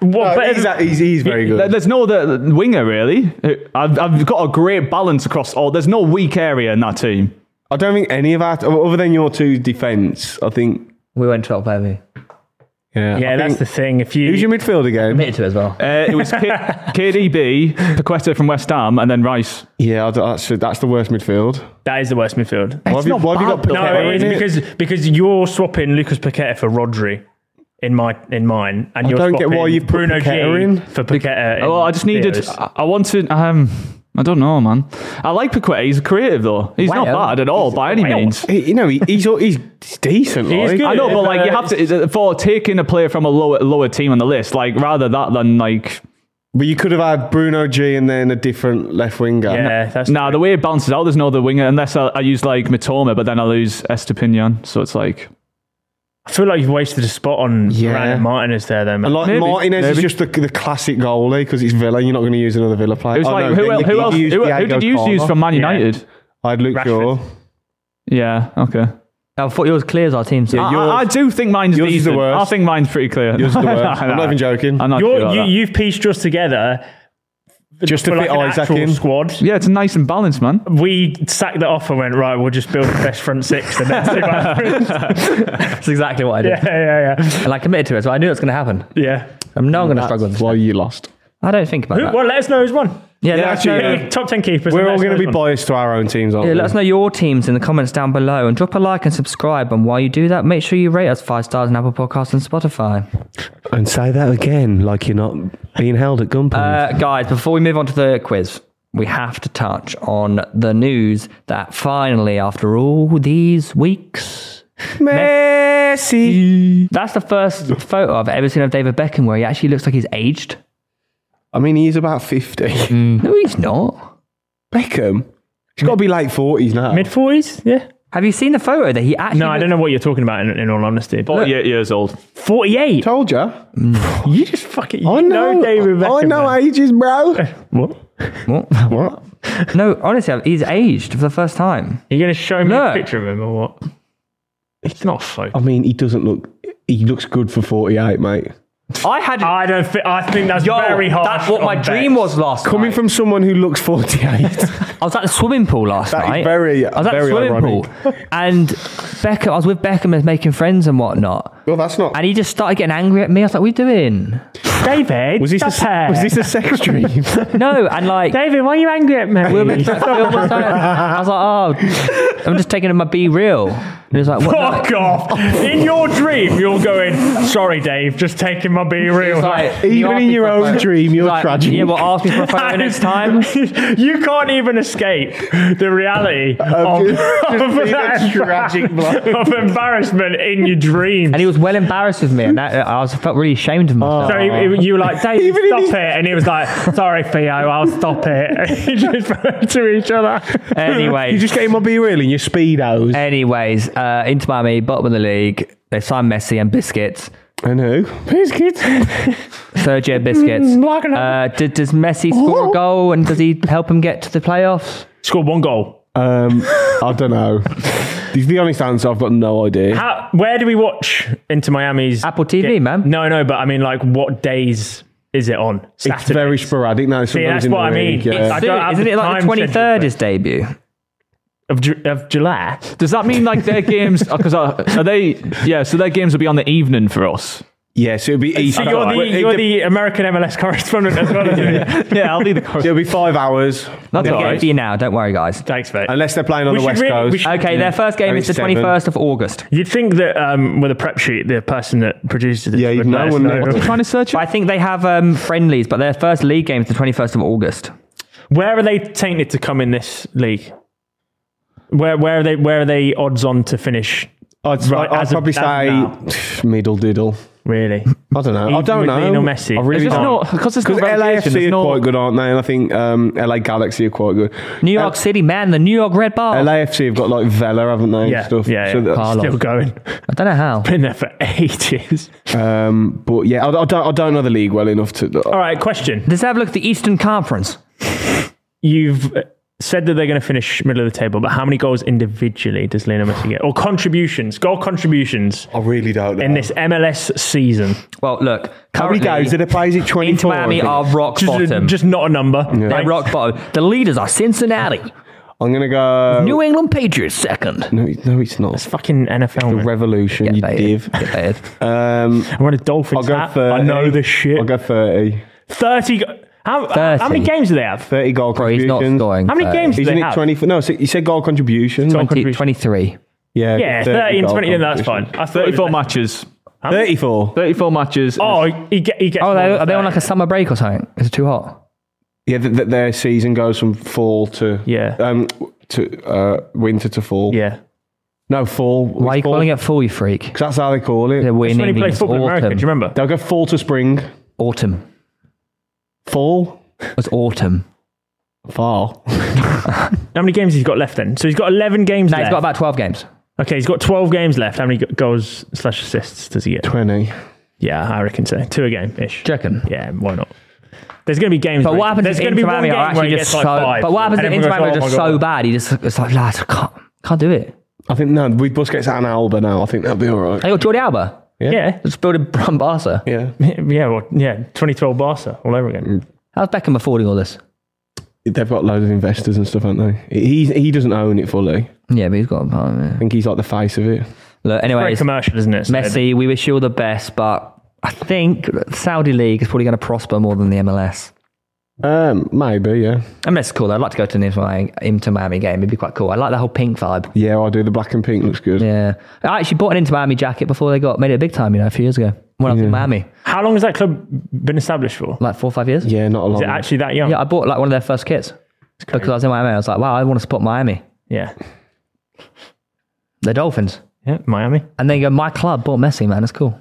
[SPEAKER 2] What better
[SPEAKER 1] he's,
[SPEAKER 2] than-
[SPEAKER 1] he's, he's very good.
[SPEAKER 4] there's no other winger really. I've, I've got a great balance across all. There's no weak area in that team.
[SPEAKER 1] I don't think any of that, other than your two defence, I think.
[SPEAKER 3] We went top heavy.
[SPEAKER 1] Yeah,
[SPEAKER 2] Yeah,
[SPEAKER 1] I
[SPEAKER 2] that's the
[SPEAKER 1] think-
[SPEAKER 2] thing. If you
[SPEAKER 1] Who's your midfield again?
[SPEAKER 3] Admitted to it as
[SPEAKER 1] Eh.
[SPEAKER 3] well.
[SPEAKER 4] Uh, it was K- KDB, Paqueta from West Ham, and then Rice.
[SPEAKER 1] Yeah, I don't- that's that's the worst midfield.
[SPEAKER 2] That is the worst midfield.
[SPEAKER 1] Why have, you,
[SPEAKER 4] not
[SPEAKER 1] why have you got
[SPEAKER 4] bad, though.
[SPEAKER 1] Paqueta
[SPEAKER 2] No,
[SPEAKER 4] it
[SPEAKER 2] it
[SPEAKER 1] in
[SPEAKER 2] is because because you're swapping Lucas Paqueta for Rodri in my in mine, and
[SPEAKER 1] I
[SPEAKER 2] you're
[SPEAKER 1] don't get
[SPEAKER 2] swapping
[SPEAKER 1] why you've put
[SPEAKER 2] Bruno G
[SPEAKER 1] Paqueta in.
[SPEAKER 2] for Paqueta. in
[SPEAKER 4] Oh, Well, I just needed.
[SPEAKER 2] Theo's.
[SPEAKER 4] I, I wanted. Um, I don't know, man. I like Paqueta. He's creative though. He's not
[SPEAKER 3] Well,
[SPEAKER 4] bad at all by any
[SPEAKER 2] well.
[SPEAKER 4] means.
[SPEAKER 1] He- you know, he, he's, he's he's decent.
[SPEAKER 2] He is
[SPEAKER 1] like.
[SPEAKER 2] good.
[SPEAKER 4] I know, but like you have to for taking a player from a lower lower team on the list. Like rather that than like
[SPEAKER 1] But you could have had Bruno G and then a different left winger.
[SPEAKER 2] yeah, that's
[SPEAKER 4] nah. The way it bounces out, there's no other winger unless I, I use like Matoma, but then I lose Estepinian. So it's like
[SPEAKER 2] I feel like you've wasted a spot on
[SPEAKER 1] Yeah.
[SPEAKER 2] Brandon Martinez there, though. Man.
[SPEAKER 1] And like
[SPEAKER 4] Maybe,
[SPEAKER 1] Martinez
[SPEAKER 4] maybe.
[SPEAKER 1] is just the, the classic goalie because it's Villa. You're not going to use another Villa player.
[SPEAKER 4] it was
[SPEAKER 1] Oh,
[SPEAKER 4] like
[SPEAKER 1] no,
[SPEAKER 4] who,
[SPEAKER 1] then
[SPEAKER 4] el-
[SPEAKER 1] you did
[SPEAKER 4] who else?
[SPEAKER 1] use
[SPEAKER 4] Who, who
[SPEAKER 1] Thiago
[SPEAKER 4] did you use
[SPEAKER 1] Carvalho.
[SPEAKER 4] from Man
[SPEAKER 2] Yeah.
[SPEAKER 4] United?
[SPEAKER 1] I'd Luke
[SPEAKER 2] Rashford.
[SPEAKER 1] Shaw.
[SPEAKER 4] Yeah. okay.
[SPEAKER 3] I thought yours clears our team. So
[SPEAKER 1] Yeah,
[SPEAKER 4] I,
[SPEAKER 1] yours-
[SPEAKER 4] I- I do think mine's
[SPEAKER 1] yours is the
[SPEAKER 4] decent.
[SPEAKER 1] worst.
[SPEAKER 4] I think mine's pretty clear.
[SPEAKER 1] Yours is the worst.
[SPEAKER 4] Nah,
[SPEAKER 1] I'm not even joking.
[SPEAKER 4] I'm not sure
[SPEAKER 2] You're,
[SPEAKER 4] about
[SPEAKER 2] you,
[SPEAKER 4] that.
[SPEAKER 2] you've pieced yours together
[SPEAKER 1] Just to
[SPEAKER 2] for
[SPEAKER 1] fit
[SPEAKER 2] like an
[SPEAKER 1] Isaac
[SPEAKER 2] actual
[SPEAKER 1] in.
[SPEAKER 2] squad.
[SPEAKER 4] yeah, it's nice and balanced, man.
[SPEAKER 2] We sacked that off and went right. We'll just build the best front six. The best two back three.
[SPEAKER 3] that's exactly what I did.
[SPEAKER 2] yeah, yeah, yeah,
[SPEAKER 3] And I committed to it, so I knew it was going to happen.
[SPEAKER 2] yeah.
[SPEAKER 3] I'm not going to struggle with
[SPEAKER 1] That's
[SPEAKER 3] this.
[SPEAKER 1] why you lost.
[SPEAKER 3] I don't think about
[SPEAKER 2] Who-
[SPEAKER 3] that.
[SPEAKER 2] Well, let us know who's won.
[SPEAKER 3] yeah, let us
[SPEAKER 1] actually,
[SPEAKER 3] know-
[SPEAKER 1] yeah.
[SPEAKER 2] Top ten keepers.
[SPEAKER 1] We're
[SPEAKER 2] let
[SPEAKER 1] all
[SPEAKER 2] us know
[SPEAKER 1] going to
[SPEAKER 2] who's
[SPEAKER 1] be
[SPEAKER 2] won.
[SPEAKER 1] biased to our own teams, aren't
[SPEAKER 3] Yeah,
[SPEAKER 1] we?
[SPEAKER 3] let us know your teams in the comments down below and drop a like and subscribe. And while you do that, make sure you rate us five stars on Apple Podcasts and Spotify.
[SPEAKER 1] And say that again, like you're not being held at gunpoint.
[SPEAKER 3] Uh, guys, before we move on to the quiz, we have to touch on the news that finally, after all these weeks,
[SPEAKER 1] Messi.
[SPEAKER 3] that's the first photo I've ever seen of David Beckham where he actually looks like he's aged.
[SPEAKER 1] I mean, he's about 50.
[SPEAKER 4] Mm.
[SPEAKER 3] No, he's not.
[SPEAKER 1] Beckham. He's got to be late 40s now.
[SPEAKER 2] mid forties. Yeah.
[SPEAKER 3] Have you seen the photo that he actually?
[SPEAKER 2] No, I don't know what you're talking about. In, in all honesty, but
[SPEAKER 4] Eight years old.
[SPEAKER 2] forty-eight.
[SPEAKER 1] Told you.
[SPEAKER 2] You just fucking. You
[SPEAKER 1] I know.
[SPEAKER 2] David Beckham.
[SPEAKER 1] I know
[SPEAKER 2] man.
[SPEAKER 1] Oh, ages, bro.
[SPEAKER 2] What?
[SPEAKER 3] What?
[SPEAKER 1] what?
[SPEAKER 3] No, honestly, he's aged for the first time.
[SPEAKER 2] Are you going to show me
[SPEAKER 3] No.
[SPEAKER 2] a picture of him or what? It's not a photo.
[SPEAKER 1] I mean, he doesn't look. He looks good for 48, mate.
[SPEAKER 3] I had.
[SPEAKER 2] I don't think. I think that's
[SPEAKER 3] Ah, Yo,
[SPEAKER 2] very hard.
[SPEAKER 3] that's what my dream was last
[SPEAKER 1] Coming
[SPEAKER 3] night.
[SPEAKER 1] from someone who looks 48.
[SPEAKER 3] I was at the swimming pool last
[SPEAKER 1] That is
[SPEAKER 3] night.
[SPEAKER 1] very-
[SPEAKER 3] I was at the
[SPEAKER 1] very
[SPEAKER 3] swimming
[SPEAKER 1] ironic.
[SPEAKER 3] pool, and Beckham. I was with Beckham and making friends and whatnot,
[SPEAKER 1] well, that's not.
[SPEAKER 3] and he just started getting angry at me. I was like, "What are you doing?"
[SPEAKER 2] David,
[SPEAKER 1] Was this,
[SPEAKER 2] stop
[SPEAKER 1] a,
[SPEAKER 2] it.
[SPEAKER 1] was this a sex dream?
[SPEAKER 3] No, and like.
[SPEAKER 2] David, why are you angry at me?
[SPEAKER 3] we were meant to film or something. I was like, oh, I'm just taking my be real. And he was like, what? no.
[SPEAKER 2] Fuck off! In your dream, you're going. Sorry, Dave. Just taking my be real.
[SPEAKER 3] It's like,
[SPEAKER 1] Even
[SPEAKER 3] "You asked
[SPEAKER 1] in
[SPEAKER 3] me
[SPEAKER 1] your
[SPEAKER 3] for a
[SPEAKER 1] own
[SPEAKER 3] photo."
[SPEAKER 1] dream,
[SPEAKER 3] He's
[SPEAKER 1] you're
[SPEAKER 3] like,
[SPEAKER 1] tragic.
[SPEAKER 3] Yeah, well, ask me for a photo next time.
[SPEAKER 2] you can't even escape the reality of,
[SPEAKER 1] just- just
[SPEAKER 2] of
[SPEAKER 1] being a
[SPEAKER 2] that-
[SPEAKER 1] tragic bloke.
[SPEAKER 2] of embarrassment in your dreams.
[SPEAKER 3] And he was well embarrassed with me, and that, I was felt really ashamed of
[SPEAKER 1] Oh.
[SPEAKER 3] myself.
[SPEAKER 2] So he, he- you were like, David,
[SPEAKER 1] Even in
[SPEAKER 2] stop
[SPEAKER 1] his-
[SPEAKER 2] it. And he was like, sorry, Theo, I'll stop it. And he just went to each other.
[SPEAKER 3] Anyway,
[SPEAKER 1] you just getting my be real in your speedos.
[SPEAKER 3] Anyways, uh, Inter Miami, bottom of the league. They signed Messi and Biscuits.
[SPEAKER 1] I know. Biscuits.
[SPEAKER 3] Sergio Biscuits.
[SPEAKER 2] Blocking
[SPEAKER 3] Uh, d- does Messi score a goal and does he help him get to the playoffs?
[SPEAKER 2] Scored one goal.
[SPEAKER 1] Um, I don't know. Is the honest answer? I've got no idea.
[SPEAKER 2] How, where do we watch Into Miami's?
[SPEAKER 3] Apple TV, man.
[SPEAKER 2] No, no, but I mean, like, what days is it on? Saturday.
[SPEAKER 1] It's very sporadic now.
[SPEAKER 2] See,
[SPEAKER 1] sometimes
[SPEAKER 2] that's
[SPEAKER 1] in the
[SPEAKER 2] what I mean.
[SPEAKER 1] league, yeah.
[SPEAKER 2] It's- I don't have
[SPEAKER 3] Isn't
[SPEAKER 2] the
[SPEAKER 3] it like the
[SPEAKER 2] time schedule
[SPEAKER 3] 23rd
[SPEAKER 2] for
[SPEAKER 3] is debut?
[SPEAKER 2] of, Ju- of July.
[SPEAKER 4] Does that mean like their games? Because are, uh, are they? Yeah, so their games will be on the evening for us.
[SPEAKER 1] Yeah, so it'll be easy.
[SPEAKER 2] So you're the, you're the American MLS correspondent as well, isn't it?
[SPEAKER 4] Yeah, I'll be the.
[SPEAKER 1] It'll be five hours
[SPEAKER 4] That's
[SPEAKER 3] We'll
[SPEAKER 4] all
[SPEAKER 3] get it
[SPEAKER 4] right.
[SPEAKER 3] for you now. Don't worry, guys.
[SPEAKER 2] Thanks, mate.
[SPEAKER 1] unless they're playing on
[SPEAKER 2] We
[SPEAKER 1] the west
[SPEAKER 2] should really- we
[SPEAKER 1] coast.
[SPEAKER 2] should-
[SPEAKER 3] Okay, their first game
[SPEAKER 1] And
[SPEAKER 3] is the
[SPEAKER 1] it's seven.
[SPEAKER 3] 21st of August.
[SPEAKER 2] You'd think that um, with a prep sheet, the person that produces it
[SPEAKER 1] Yeah, you'd
[SPEAKER 2] would
[SPEAKER 1] know,
[SPEAKER 2] let us
[SPEAKER 1] wouldn't
[SPEAKER 2] know.
[SPEAKER 1] you?
[SPEAKER 4] Trying to search
[SPEAKER 3] But
[SPEAKER 4] it.
[SPEAKER 3] I think they have um, friendlies, but their first league game is the 21st of August.
[SPEAKER 2] Where are they tainted to come in this league? Where where are they where are they odds on to finish?
[SPEAKER 1] I'd,
[SPEAKER 2] Right,
[SPEAKER 1] I'd
[SPEAKER 2] as of-
[SPEAKER 1] probably
[SPEAKER 2] as of
[SPEAKER 1] say middle diddle.
[SPEAKER 2] Really?
[SPEAKER 1] I don't know. I
[SPEAKER 2] Even
[SPEAKER 1] don't
[SPEAKER 2] with
[SPEAKER 1] know.
[SPEAKER 2] Lionel Messi.
[SPEAKER 1] I really
[SPEAKER 4] There's
[SPEAKER 1] don't.
[SPEAKER 4] no because there's no
[SPEAKER 1] Because
[SPEAKER 4] relegation,
[SPEAKER 1] LAFC
[SPEAKER 4] there's
[SPEAKER 1] are
[SPEAKER 4] no-
[SPEAKER 1] quite good, aren't they? And I think um, LA Galaxy are quite good.
[SPEAKER 2] Oh.
[SPEAKER 3] New York City, man, the New York Red Bar.
[SPEAKER 1] LAFC have got like Vela, haven't they? and
[SPEAKER 2] Yeah,
[SPEAKER 1] stuff.
[SPEAKER 2] yeah, yeah.
[SPEAKER 1] So that's-
[SPEAKER 3] Carlos.
[SPEAKER 2] Still going.
[SPEAKER 3] I don't know how.
[SPEAKER 2] Been there for ages.
[SPEAKER 1] um, but yeah, I, I don't, I don't know the league well enough to.
[SPEAKER 2] All right, question.
[SPEAKER 3] Let's have a look at the Eastern Conference.
[SPEAKER 2] You've said that they're going to finish middle of the table, but how many goals individually does Lionel Messi get? Or contributions, goal contributions
[SPEAKER 1] I really don't know.
[SPEAKER 2] in this MLS season?
[SPEAKER 3] Well, look.
[SPEAKER 1] How many
[SPEAKER 3] currently,
[SPEAKER 1] goes did it play? Is it 24?
[SPEAKER 3] Inter Miami are rock
[SPEAKER 2] Just,
[SPEAKER 3] bottom.
[SPEAKER 2] just not a number.
[SPEAKER 3] They're
[SPEAKER 2] Like,
[SPEAKER 3] rock bottom. The leaders are Cincinnati.
[SPEAKER 1] I'm going to go.
[SPEAKER 3] New England Patriots second.
[SPEAKER 1] No, it- no, it's not.
[SPEAKER 2] It's fucking NFL. man.
[SPEAKER 1] Revolution,
[SPEAKER 3] Get
[SPEAKER 1] you
[SPEAKER 3] baited.
[SPEAKER 1] div.
[SPEAKER 3] Get baited.
[SPEAKER 1] Um,
[SPEAKER 2] I want a Dolphins
[SPEAKER 1] I'll go
[SPEAKER 2] hat.
[SPEAKER 1] 30.
[SPEAKER 2] I know this shit.
[SPEAKER 1] I'll go 30.
[SPEAKER 2] 30, go- how, how- how
[SPEAKER 3] 30.
[SPEAKER 2] many games do they have?
[SPEAKER 1] 30 goal
[SPEAKER 3] Bro, he's
[SPEAKER 1] contributions.
[SPEAKER 3] not scoring.
[SPEAKER 2] How many
[SPEAKER 3] third.
[SPEAKER 2] games do
[SPEAKER 1] Isn't
[SPEAKER 2] they
[SPEAKER 1] it
[SPEAKER 2] have?
[SPEAKER 1] 20? No, so you said goal contributions.
[SPEAKER 2] Goal
[SPEAKER 3] Twenty-
[SPEAKER 2] contribution.
[SPEAKER 3] 23.
[SPEAKER 1] Yeah,
[SPEAKER 2] Yeah,
[SPEAKER 1] 30
[SPEAKER 2] 30 and
[SPEAKER 1] goal
[SPEAKER 2] 20, then that's fine.
[SPEAKER 1] contributions.
[SPEAKER 2] I thought it was
[SPEAKER 4] 34
[SPEAKER 2] like-
[SPEAKER 4] matches.
[SPEAKER 1] 34.
[SPEAKER 4] 34 matches.
[SPEAKER 2] Oh, he, get, he gets.
[SPEAKER 3] Oh,
[SPEAKER 2] more
[SPEAKER 3] they,
[SPEAKER 2] than
[SPEAKER 3] are they on
[SPEAKER 2] 30.
[SPEAKER 3] like a summer break or something? Is it too hot?
[SPEAKER 1] Yeah, th- th- their season goes from fall to
[SPEAKER 2] Yeah.
[SPEAKER 1] um to uh, winter to fall.
[SPEAKER 2] Yeah.
[SPEAKER 1] No, fall.
[SPEAKER 3] Why are you calling it full, you freak?
[SPEAKER 1] Because that's how they call it.
[SPEAKER 3] They're
[SPEAKER 2] That's
[SPEAKER 3] winning.
[SPEAKER 2] when he played football in America.
[SPEAKER 3] autumn.
[SPEAKER 2] Do you remember?
[SPEAKER 1] They'll go fall to spring.
[SPEAKER 3] Autumn.
[SPEAKER 1] Fall.
[SPEAKER 3] It's autumn.
[SPEAKER 1] Fall.
[SPEAKER 2] How many games he's got left then? So he's got 11 games
[SPEAKER 3] No,
[SPEAKER 2] left.
[SPEAKER 3] he's got about 12 games.
[SPEAKER 2] okay, he's got 12 games left. How many go- goals slash assists does he get?
[SPEAKER 1] 20.
[SPEAKER 2] Yeah, I reckon so. Two a game ish.
[SPEAKER 3] Do you reckon?
[SPEAKER 2] Yeah, why not? There's going to be games.
[SPEAKER 3] But
[SPEAKER 2] where
[SPEAKER 3] what happens
[SPEAKER 2] there's
[SPEAKER 3] if
[SPEAKER 2] going
[SPEAKER 3] Inter
[SPEAKER 2] to be one
[SPEAKER 3] Miami
[SPEAKER 2] game
[SPEAKER 3] are
[SPEAKER 2] where
[SPEAKER 3] actually
[SPEAKER 2] he
[SPEAKER 3] just
[SPEAKER 2] gets
[SPEAKER 3] so?
[SPEAKER 2] like five,
[SPEAKER 3] but what happens
[SPEAKER 2] and
[SPEAKER 3] if
[SPEAKER 2] everyone
[SPEAKER 3] Inter
[SPEAKER 2] goes,
[SPEAKER 3] Miami are
[SPEAKER 2] "Oh
[SPEAKER 3] just
[SPEAKER 2] my
[SPEAKER 3] so
[SPEAKER 2] God."
[SPEAKER 3] bad? He just it's like lads, I can't, can't do it.
[SPEAKER 1] I think, no, we bus gets out an Alba now. I think that'll be all right.
[SPEAKER 3] They got Jordi Alba.
[SPEAKER 2] Yeah,
[SPEAKER 3] Let's build a Bram Barca.
[SPEAKER 1] Yeah.
[SPEAKER 2] yeah, well, yeah. 2012 Barca all over again.
[SPEAKER 3] How's Beckham affording all this?
[SPEAKER 1] They've got loads of investors and stuff, haven't they? He, he doesn't own it fully.
[SPEAKER 3] Yeah, but he's got. Oh, yeah.
[SPEAKER 1] I think he's like the face of it.
[SPEAKER 3] Look,
[SPEAKER 2] Very
[SPEAKER 3] anyways,
[SPEAKER 2] commercial, isn't it? So
[SPEAKER 3] Messi, we wish you all the best, but I think the Saudi league is probably going to prosper more than the MLS.
[SPEAKER 1] Um, maybe, yeah.
[SPEAKER 3] MLS is cool. though. I'd like to go to an Inter Miami, Inter Miami game. It'd be quite cool. I like that whole pink vibe.
[SPEAKER 1] Yeah, I do. The black and pink looks good.
[SPEAKER 3] Yeah, I actually bought an Inter Miami jacket before they got made it big time. You know, a few years ago when I was in Miami,
[SPEAKER 2] How long has that club been established for?
[SPEAKER 3] like four or five years.
[SPEAKER 1] Yeah, not a
[SPEAKER 2] Is
[SPEAKER 1] lot.
[SPEAKER 2] it actually that young?
[SPEAKER 3] Yeah, I bought like one of their first kits because I was in Miami. I was like, wow, I want to support Miami.
[SPEAKER 2] Yeah.
[SPEAKER 3] The Dolphins.
[SPEAKER 2] Yeah, Miami.
[SPEAKER 3] And then you go, my club bought Messi, man. That's cool.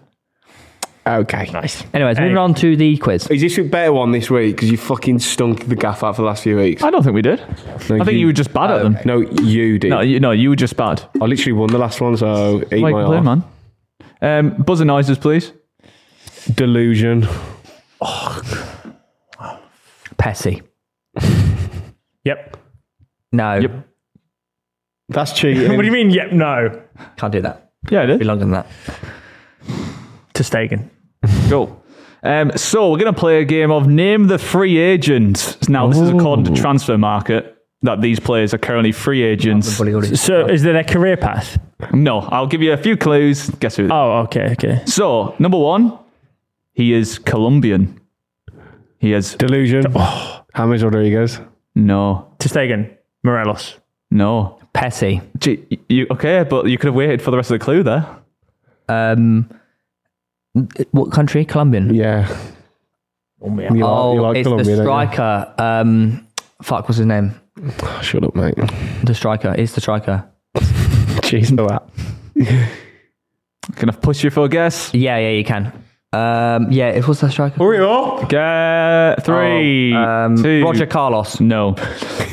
[SPEAKER 1] Okay.
[SPEAKER 2] Nice.
[SPEAKER 3] Anyways,
[SPEAKER 2] Hey.
[SPEAKER 3] moving on to the quiz.
[SPEAKER 1] Is this a better one this week? Because you fucking stunk the gaff out for the last few weeks.
[SPEAKER 4] I don't think we did. I think you, were just bad at them.
[SPEAKER 1] No, you did.
[SPEAKER 4] No, you, no, you were just bad.
[SPEAKER 1] I literally won the last one, so eat
[SPEAKER 4] Like,
[SPEAKER 1] my
[SPEAKER 4] play,
[SPEAKER 1] heart.
[SPEAKER 4] man. Um, buzzer noises, please.
[SPEAKER 1] Delusion.
[SPEAKER 3] Pessi.
[SPEAKER 2] Yep.
[SPEAKER 3] No.
[SPEAKER 4] Yep.
[SPEAKER 1] That's cheating.
[SPEAKER 2] What do you mean? Yep. No.
[SPEAKER 3] Can't do that.
[SPEAKER 4] Yeah, it
[SPEAKER 3] Be
[SPEAKER 4] is.
[SPEAKER 3] longer than that.
[SPEAKER 2] To Stegen.
[SPEAKER 4] Cool. Um, so we're going to play a game of name the free agent. Now this is according to transfer market that these players are currently free agents.
[SPEAKER 3] Probably already-
[SPEAKER 2] So is there their career path?
[SPEAKER 4] No, I'll give you a few clues. Guess who?
[SPEAKER 2] Oh, okay, okay.
[SPEAKER 4] So number one, he is Colombian. He is
[SPEAKER 1] Delusion. James Rodriguez.
[SPEAKER 4] no,
[SPEAKER 2] To Stegen. Morelos.
[SPEAKER 4] no.
[SPEAKER 3] Pessi.
[SPEAKER 4] Gee, you okay? But you could have waited for the rest of the clue there.
[SPEAKER 3] Um, what country? Colombian.
[SPEAKER 1] Yeah. You like-
[SPEAKER 3] Oh,
[SPEAKER 1] you like
[SPEAKER 3] it's
[SPEAKER 1] Colombia,
[SPEAKER 3] the
[SPEAKER 1] don't you?
[SPEAKER 3] striker. Um, fuck, what's his name?
[SPEAKER 1] Oh, shut up, mate.
[SPEAKER 3] The striker. It's the striker.
[SPEAKER 1] Jeez, for that.
[SPEAKER 4] Can I push you for a guess?
[SPEAKER 3] Yeah, yeah, you can. Um, yeah, it was the striker.
[SPEAKER 1] Hurry up.
[SPEAKER 4] Get three,
[SPEAKER 3] Oh, um,
[SPEAKER 4] two.
[SPEAKER 3] Roger Carlos.
[SPEAKER 4] No.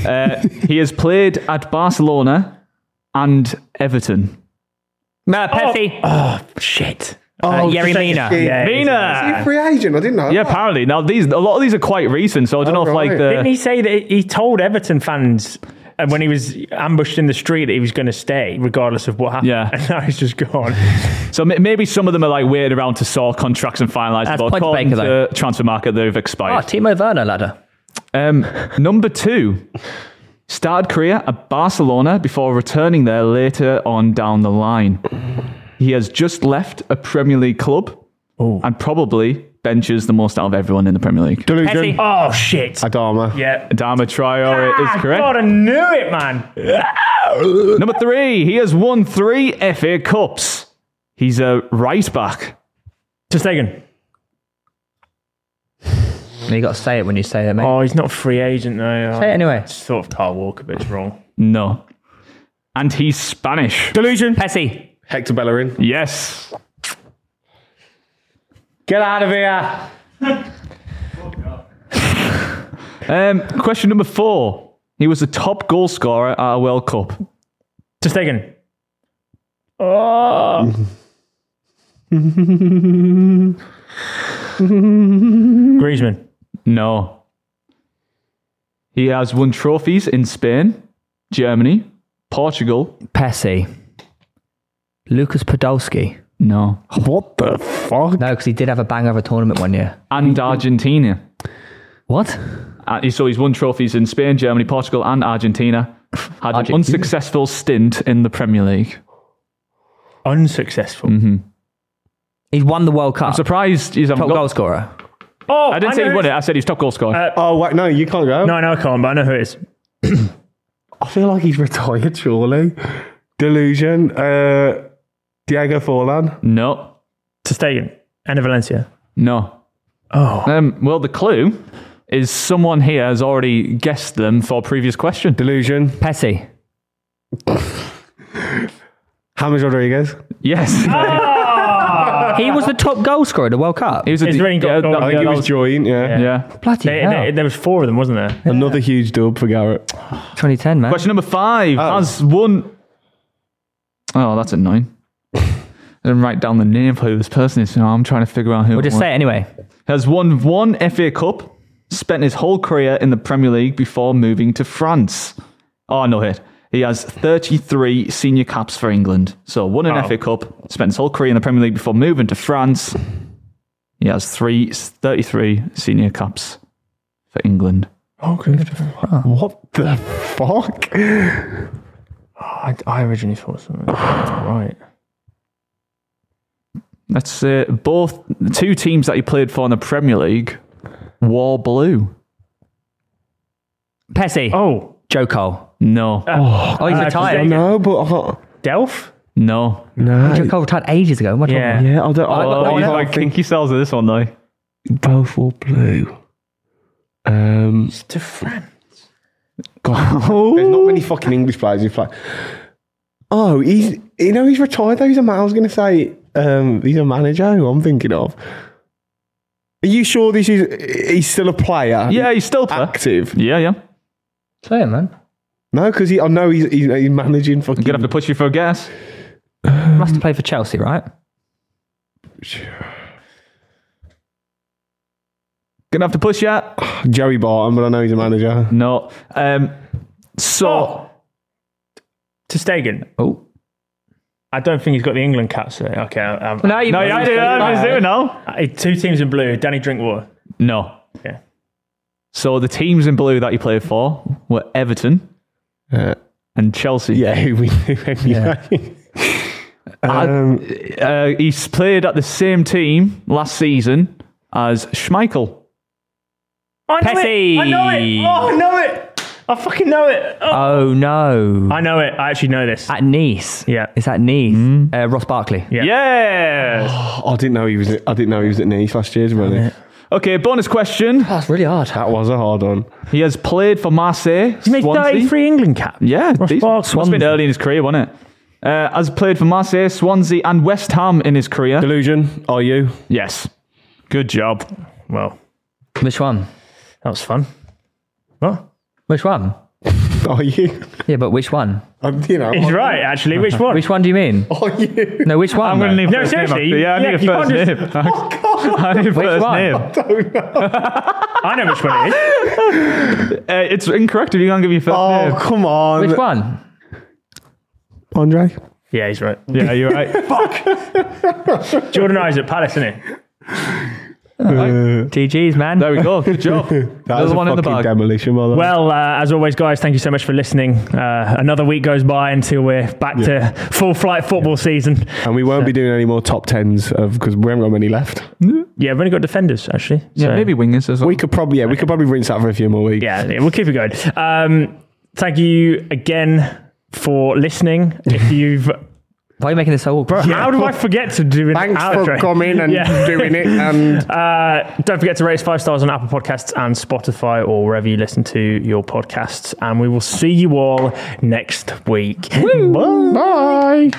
[SPEAKER 4] Uh, he has played at Barcelona and Everton.
[SPEAKER 3] No, Pessi. Oh, shit. Uh,
[SPEAKER 1] Oh,
[SPEAKER 3] Yerry Mina.
[SPEAKER 1] Yeah.
[SPEAKER 4] Mina!
[SPEAKER 1] Free agent. I didn't know.
[SPEAKER 4] Yeah,
[SPEAKER 1] that.
[SPEAKER 4] apparently. Now, these a lot of these are quite recent, so I don't know if, like,
[SPEAKER 1] Alright.
[SPEAKER 4] the.
[SPEAKER 2] Didn't he say that he told Everton fans uh, when he was ambushed in the street that he was going to stay regardless of what happened?
[SPEAKER 4] Yeah.
[SPEAKER 2] And now he's just gone.
[SPEAKER 4] So ma- maybe some of them are, like, waited around to saw contracts and finalise
[SPEAKER 3] That's
[SPEAKER 4] but
[SPEAKER 3] point to
[SPEAKER 4] according
[SPEAKER 3] Baker, though.
[SPEAKER 4] to transfer market, they've
[SPEAKER 3] Oh,
[SPEAKER 4] expired.
[SPEAKER 3] Timo Werner, ladder.
[SPEAKER 4] Um, number two, started career at Barcelona before returning there later on down the line. He has just left a Premier League club and probably benches the most out of everyone in the Premier League.
[SPEAKER 1] Delusion.
[SPEAKER 2] oh, shit.
[SPEAKER 1] Adama.
[SPEAKER 2] yeah.
[SPEAKER 4] Adama Traore
[SPEAKER 2] Ah,
[SPEAKER 4] is correct.
[SPEAKER 2] God, I knew it, man.
[SPEAKER 4] Number three, he has won three FA Cups. He's a right back.
[SPEAKER 2] To Stegen.
[SPEAKER 3] You got to say it when you say it, mate.
[SPEAKER 2] Oh, he's not a free agent, though. Oh,
[SPEAKER 3] Say it anyway.
[SPEAKER 2] Sort of Carl Walker, but it's wrong.
[SPEAKER 4] No. And he's Spanish.
[SPEAKER 1] Delusion.
[SPEAKER 3] Pessi.
[SPEAKER 1] Hector Bellerin.
[SPEAKER 4] Yes.
[SPEAKER 1] Get out of here.
[SPEAKER 4] Um, question number four. He was the top goal scorer at a World Cup.
[SPEAKER 2] To Stegen. Oh. Griezmann.
[SPEAKER 4] No. He has won trophies in Spain, Germany, Portugal.
[SPEAKER 3] Pessi. Lucas Podolski.
[SPEAKER 4] No.
[SPEAKER 1] What the fuck?
[SPEAKER 3] No, because he did have a bang of a tournament one year.
[SPEAKER 4] And Argentina.
[SPEAKER 3] What?
[SPEAKER 4] Uh, he- so he's won trophies in Spain, Germany, Portugal, and Argentina. Had an
[SPEAKER 3] Argentina.
[SPEAKER 4] unsuccessful stint in the Premier League.
[SPEAKER 2] Unsuccessful.
[SPEAKER 4] Mm-hmm.
[SPEAKER 3] He's won the World Cup.
[SPEAKER 4] Surprised he's haven't
[SPEAKER 3] Top
[SPEAKER 4] got-
[SPEAKER 3] goal scorer. Uh,
[SPEAKER 2] Oh,
[SPEAKER 4] I didn't say
[SPEAKER 2] know
[SPEAKER 4] he won
[SPEAKER 2] who
[SPEAKER 4] it. I said he's top goal scorer.
[SPEAKER 1] Oh, wait, no, you can't go.
[SPEAKER 2] No, no, I can't, but I know who it is.
[SPEAKER 1] I feel like he's retired, surely. Delusion. Uh, Diego Forlan.
[SPEAKER 4] no,
[SPEAKER 2] To Stegen. Anna Valencia.
[SPEAKER 4] no.
[SPEAKER 2] Oh.
[SPEAKER 4] Um, well, the clue is someone here has already guessed them for a previous question.
[SPEAKER 1] Delusion.
[SPEAKER 3] Pessi.
[SPEAKER 1] James Rodriguez.
[SPEAKER 4] Yes,
[SPEAKER 3] He was the top goal scorer at the World Cup.
[SPEAKER 4] he was a
[SPEAKER 2] He's
[SPEAKER 4] de-
[SPEAKER 2] really got-
[SPEAKER 4] yeah,
[SPEAKER 2] got-
[SPEAKER 4] that-
[SPEAKER 1] I think
[SPEAKER 4] yeah,
[SPEAKER 1] it
[SPEAKER 4] that
[SPEAKER 1] was joint, yeah.
[SPEAKER 4] yeah.
[SPEAKER 3] Bloody
[SPEAKER 2] They-
[SPEAKER 3] hell.
[SPEAKER 2] they- there was four of them, wasn't there?
[SPEAKER 1] Another huge dub for Garrett.
[SPEAKER 3] 2010, man.
[SPEAKER 4] Question number five has won. Oh, that's annoying. I didn't write down the name for who this person is. You know, I'm trying to figure out who.
[SPEAKER 3] We'll just say it anyway.
[SPEAKER 4] has won one FA Cup, spent his whole career in the Premier League before moving to France. Oh, no hit. He has 33 senior caps for England. So won an FA Cup, spent his whole career in the Premier League before moving to France. He has three, 33 senior caps for England.
[SPEAKER 1] What the fuck?
[SPEAKER 2] I, I originally thought something. right.
[SPEAKER 4] Let's say uh, both two teams that he played for in the Premier League wore blue.
[SPEAKER 3] Pessi.
[SPEAKER 2] Oh,
[SPEAKER 3] Joe Cole.
[SPEAKER 4] No,
[SPEAKER 1] Ah.
[SPEAKER 3] Oh, he's retired.
[SPEAKER 1] No, but I,
[SPEAKER 2] Delph?
[SPEAKER 4] no.
[SPEAKER 3] Joe Cole retired ages ago. What
[SPEAKER 2] Yeah.
[SPEAKER 1] yeah, I don't. I, I,
[SPEAKER 4] Oh,
[SPEAKER 1] I
[SPEAKER 4] you
[SPEAKER 1] can't
[SPEAKER 4] might
[SPEAKER 1] think
[SPEAKER 4] kick yourselves at this one though.
[SPEAKER 1] both were blue. Um,
[SPEAKER 2] To France.
[SPEAKER 1] there's not many fucking English players who play. Oh, he's you know he's retired though. He's a man. I was going to say um, he's a manager who I'm thinking of. Are you sure this is he's still a player?
[SPEAKER 4] Yeah, he's still there.
[SPEAKER 1] active.
[SPEAKER 4] Yeah, yeah.
[SPEAKER 3] Say it, man.
[SPEAKER 1] No, because he I know he's, he's, he's managing fucking.
[SPEAKER 4] I'm gonna have to push you for a guess.
[SPEAKER 3] Must have played for Chelsea, right?
[SPEAKER 4] Gonna have to push you. out.
[SPEAKER 1] Joey Barton, but I know he's a manager.
[SPEAKER 4] No. Um, so
[SPEAKER 1] Oh.
[SPEAKER 2] Oh. To Stegen.
[SPEAKER 3] Oh.
[SPEAKER 2] I don't think he's got the England caps today. Okay. I, I'm,
[SPEAKER 3] you
[SPEAKER 4] no, yeah, I did. I was doing no.
[SPEAKER 2] I- Uh, two teams in blue. Danny Drinkwater.
[SPEAKER 4] No.
[SPEAKER 2] Okay.
[SPEAKER 4] So the teams in blue that you played for were Everton
[SPEAKER 1] Uh,
[SPEAKER 4] and Chelsea.
[SPEAKER 1] yeah, who we knew anyway. um,
[SPEAKER 4] Uh, he's played at the same team last season as Schmeichel.
[SPEAKER 2] I know it. I know
[SPEAKER 3] Pessi.
[SPEAKER 2] it. Oh, I know it. I fucking know it. Oh.
[SPEAKER 3] Oh, no.
[SPEAKER 2] I know it. I actually know this.
[SPEAKER 3] At Nice.
[SPEAKER 2] Yeah.
[SPEAKER 3] It's at Nice. Uh, Ross Barkley.
[SPEAKER 2] Yeah.
[SPEAKER 4] Yes.
[SPEAKER 1] I didn't know he was. I didn't know he was at Nice last year. Really,
[SPEAKER 4] Okay. Bonus question.
[SPEAKER 3] That's really hard.
[SPEAKER 1] that was a hard one.
[SPEAKER 4] He has played for Marseille.
[SPEAKER 2] He made
[SPEAKER 4] Swansea.
[SPEAKER 2] 33 England caps.
[SPEAKER 4] Yeah,
[SPEAKER 2] Ross
[SPEAKER 4] decent.
[SPEAKER 2] Barkley.
[SPEAKER 4] Must have been early in his career, wasn't it? Uh, has played for Marseille, Swansea, and West Ham in his career.
[SPEAKER 1] Delusion, are you?
[SPEAKER 4] Yes. Good job.
[SPEAKER 2] Well,
[SPEAKER 3] Which one?
[SPEAKER 2] that was fun. What?
[SPEAKER 3] Which one?
[SPEAKER 1] Are you?
[SPEAKER 3] Yeah, but which one?
[SPEAKER 1] I'm, you know,
[SPEAKER 2] He's right, actually. Which one?
[SPEAKER 3] Which one do you mean?
[SPEAKER 1] are you?
[SPEAKER 3] No, which one?
[SPEAKER 4] I'm gonna
[SPEAKER 3] though?
[SPEAKER 4] need
[SPEAKER 2] No,
[SPEAKER 4] first
[SPEAKER 2] seriously,
[SPEAKER 4] name.
[SPEAKER 2] you-
[SPEAKER 4] Uh, Yeah, I
[SPEAKER 2] yeah,
[SPEAKER 4] need a
[SPEAKER 2] you
[SPEAKER 4] first
[SPEAKER 2] can't
[SPEAKER 4] name. I need a first
[SPEAKER 3] one?
[SPEAKER 4] name.
[SPEAKER 2] I know which one it is.
[SPEAKER 4] Uh, it's incorrect if you can't give me first
[SPEAKER 1] Oh,
[SPEAKER 4] name.
[SPEAKER 1] come on.
[SPEAKER 3] Which one?
[SPEAKER 1] Andre?
[SPEAKER 2] Yeah, he's right.
[SPEAKER 4] Yeah, you're right.
[SPEAKER 2] Jordan Ives at Palace, isn't it?
[SPEAKER 3] GG's, man.
[SPEAKER 4] there we go. Good job.
[SPEAKER 1] That was
[SPEAKER 4] Another
[SPEAKER 1] a
[SPEAKER 4] one in the
[SPEAKER 1] fucking
[SPEAKER 4] bag.
[SPEAKER 1] demolition, by the way.
[SPEAKER 2] Well, uh, as always, guys, thank you so much for listening. Uh, another week goes by until we're back to full flight football season.
[SPEAKER 1] and we won't be doing any more top tens of because we haven't got many left.
[SPEAKER 2] Yeah, we've only got defenders, actually.
[SPEAKER 4] yeah,
[SPEAKER 2] so-
[SPEAKER 4] maybe wingers as well.
[SPEAKER 1] We could probably, yeah, we could probably rinse that for a few more weeks.
[SPEAKER 2] Yeah, yeah, we'll keep it going. Um, thank you again for listening. If you've.
[SPEAKER 3] Why are you making this so awkward?
[SPEAKER 2] How do I forget to do an
[SPEAKER 1] Thanks for
[SPEAKER 2] outro?
[SPEAKER 1] coming and
[SPEAKER 2] Yeah.
[SPEAKER 1] doing it. And
[SPEAKER 2] Uh, don't forget to rate us five stars on Apple Podcasts and Spotify or wherever you listen to your podcasts. And we will see you all next week. Bye.
[SPEAKER 1] bye.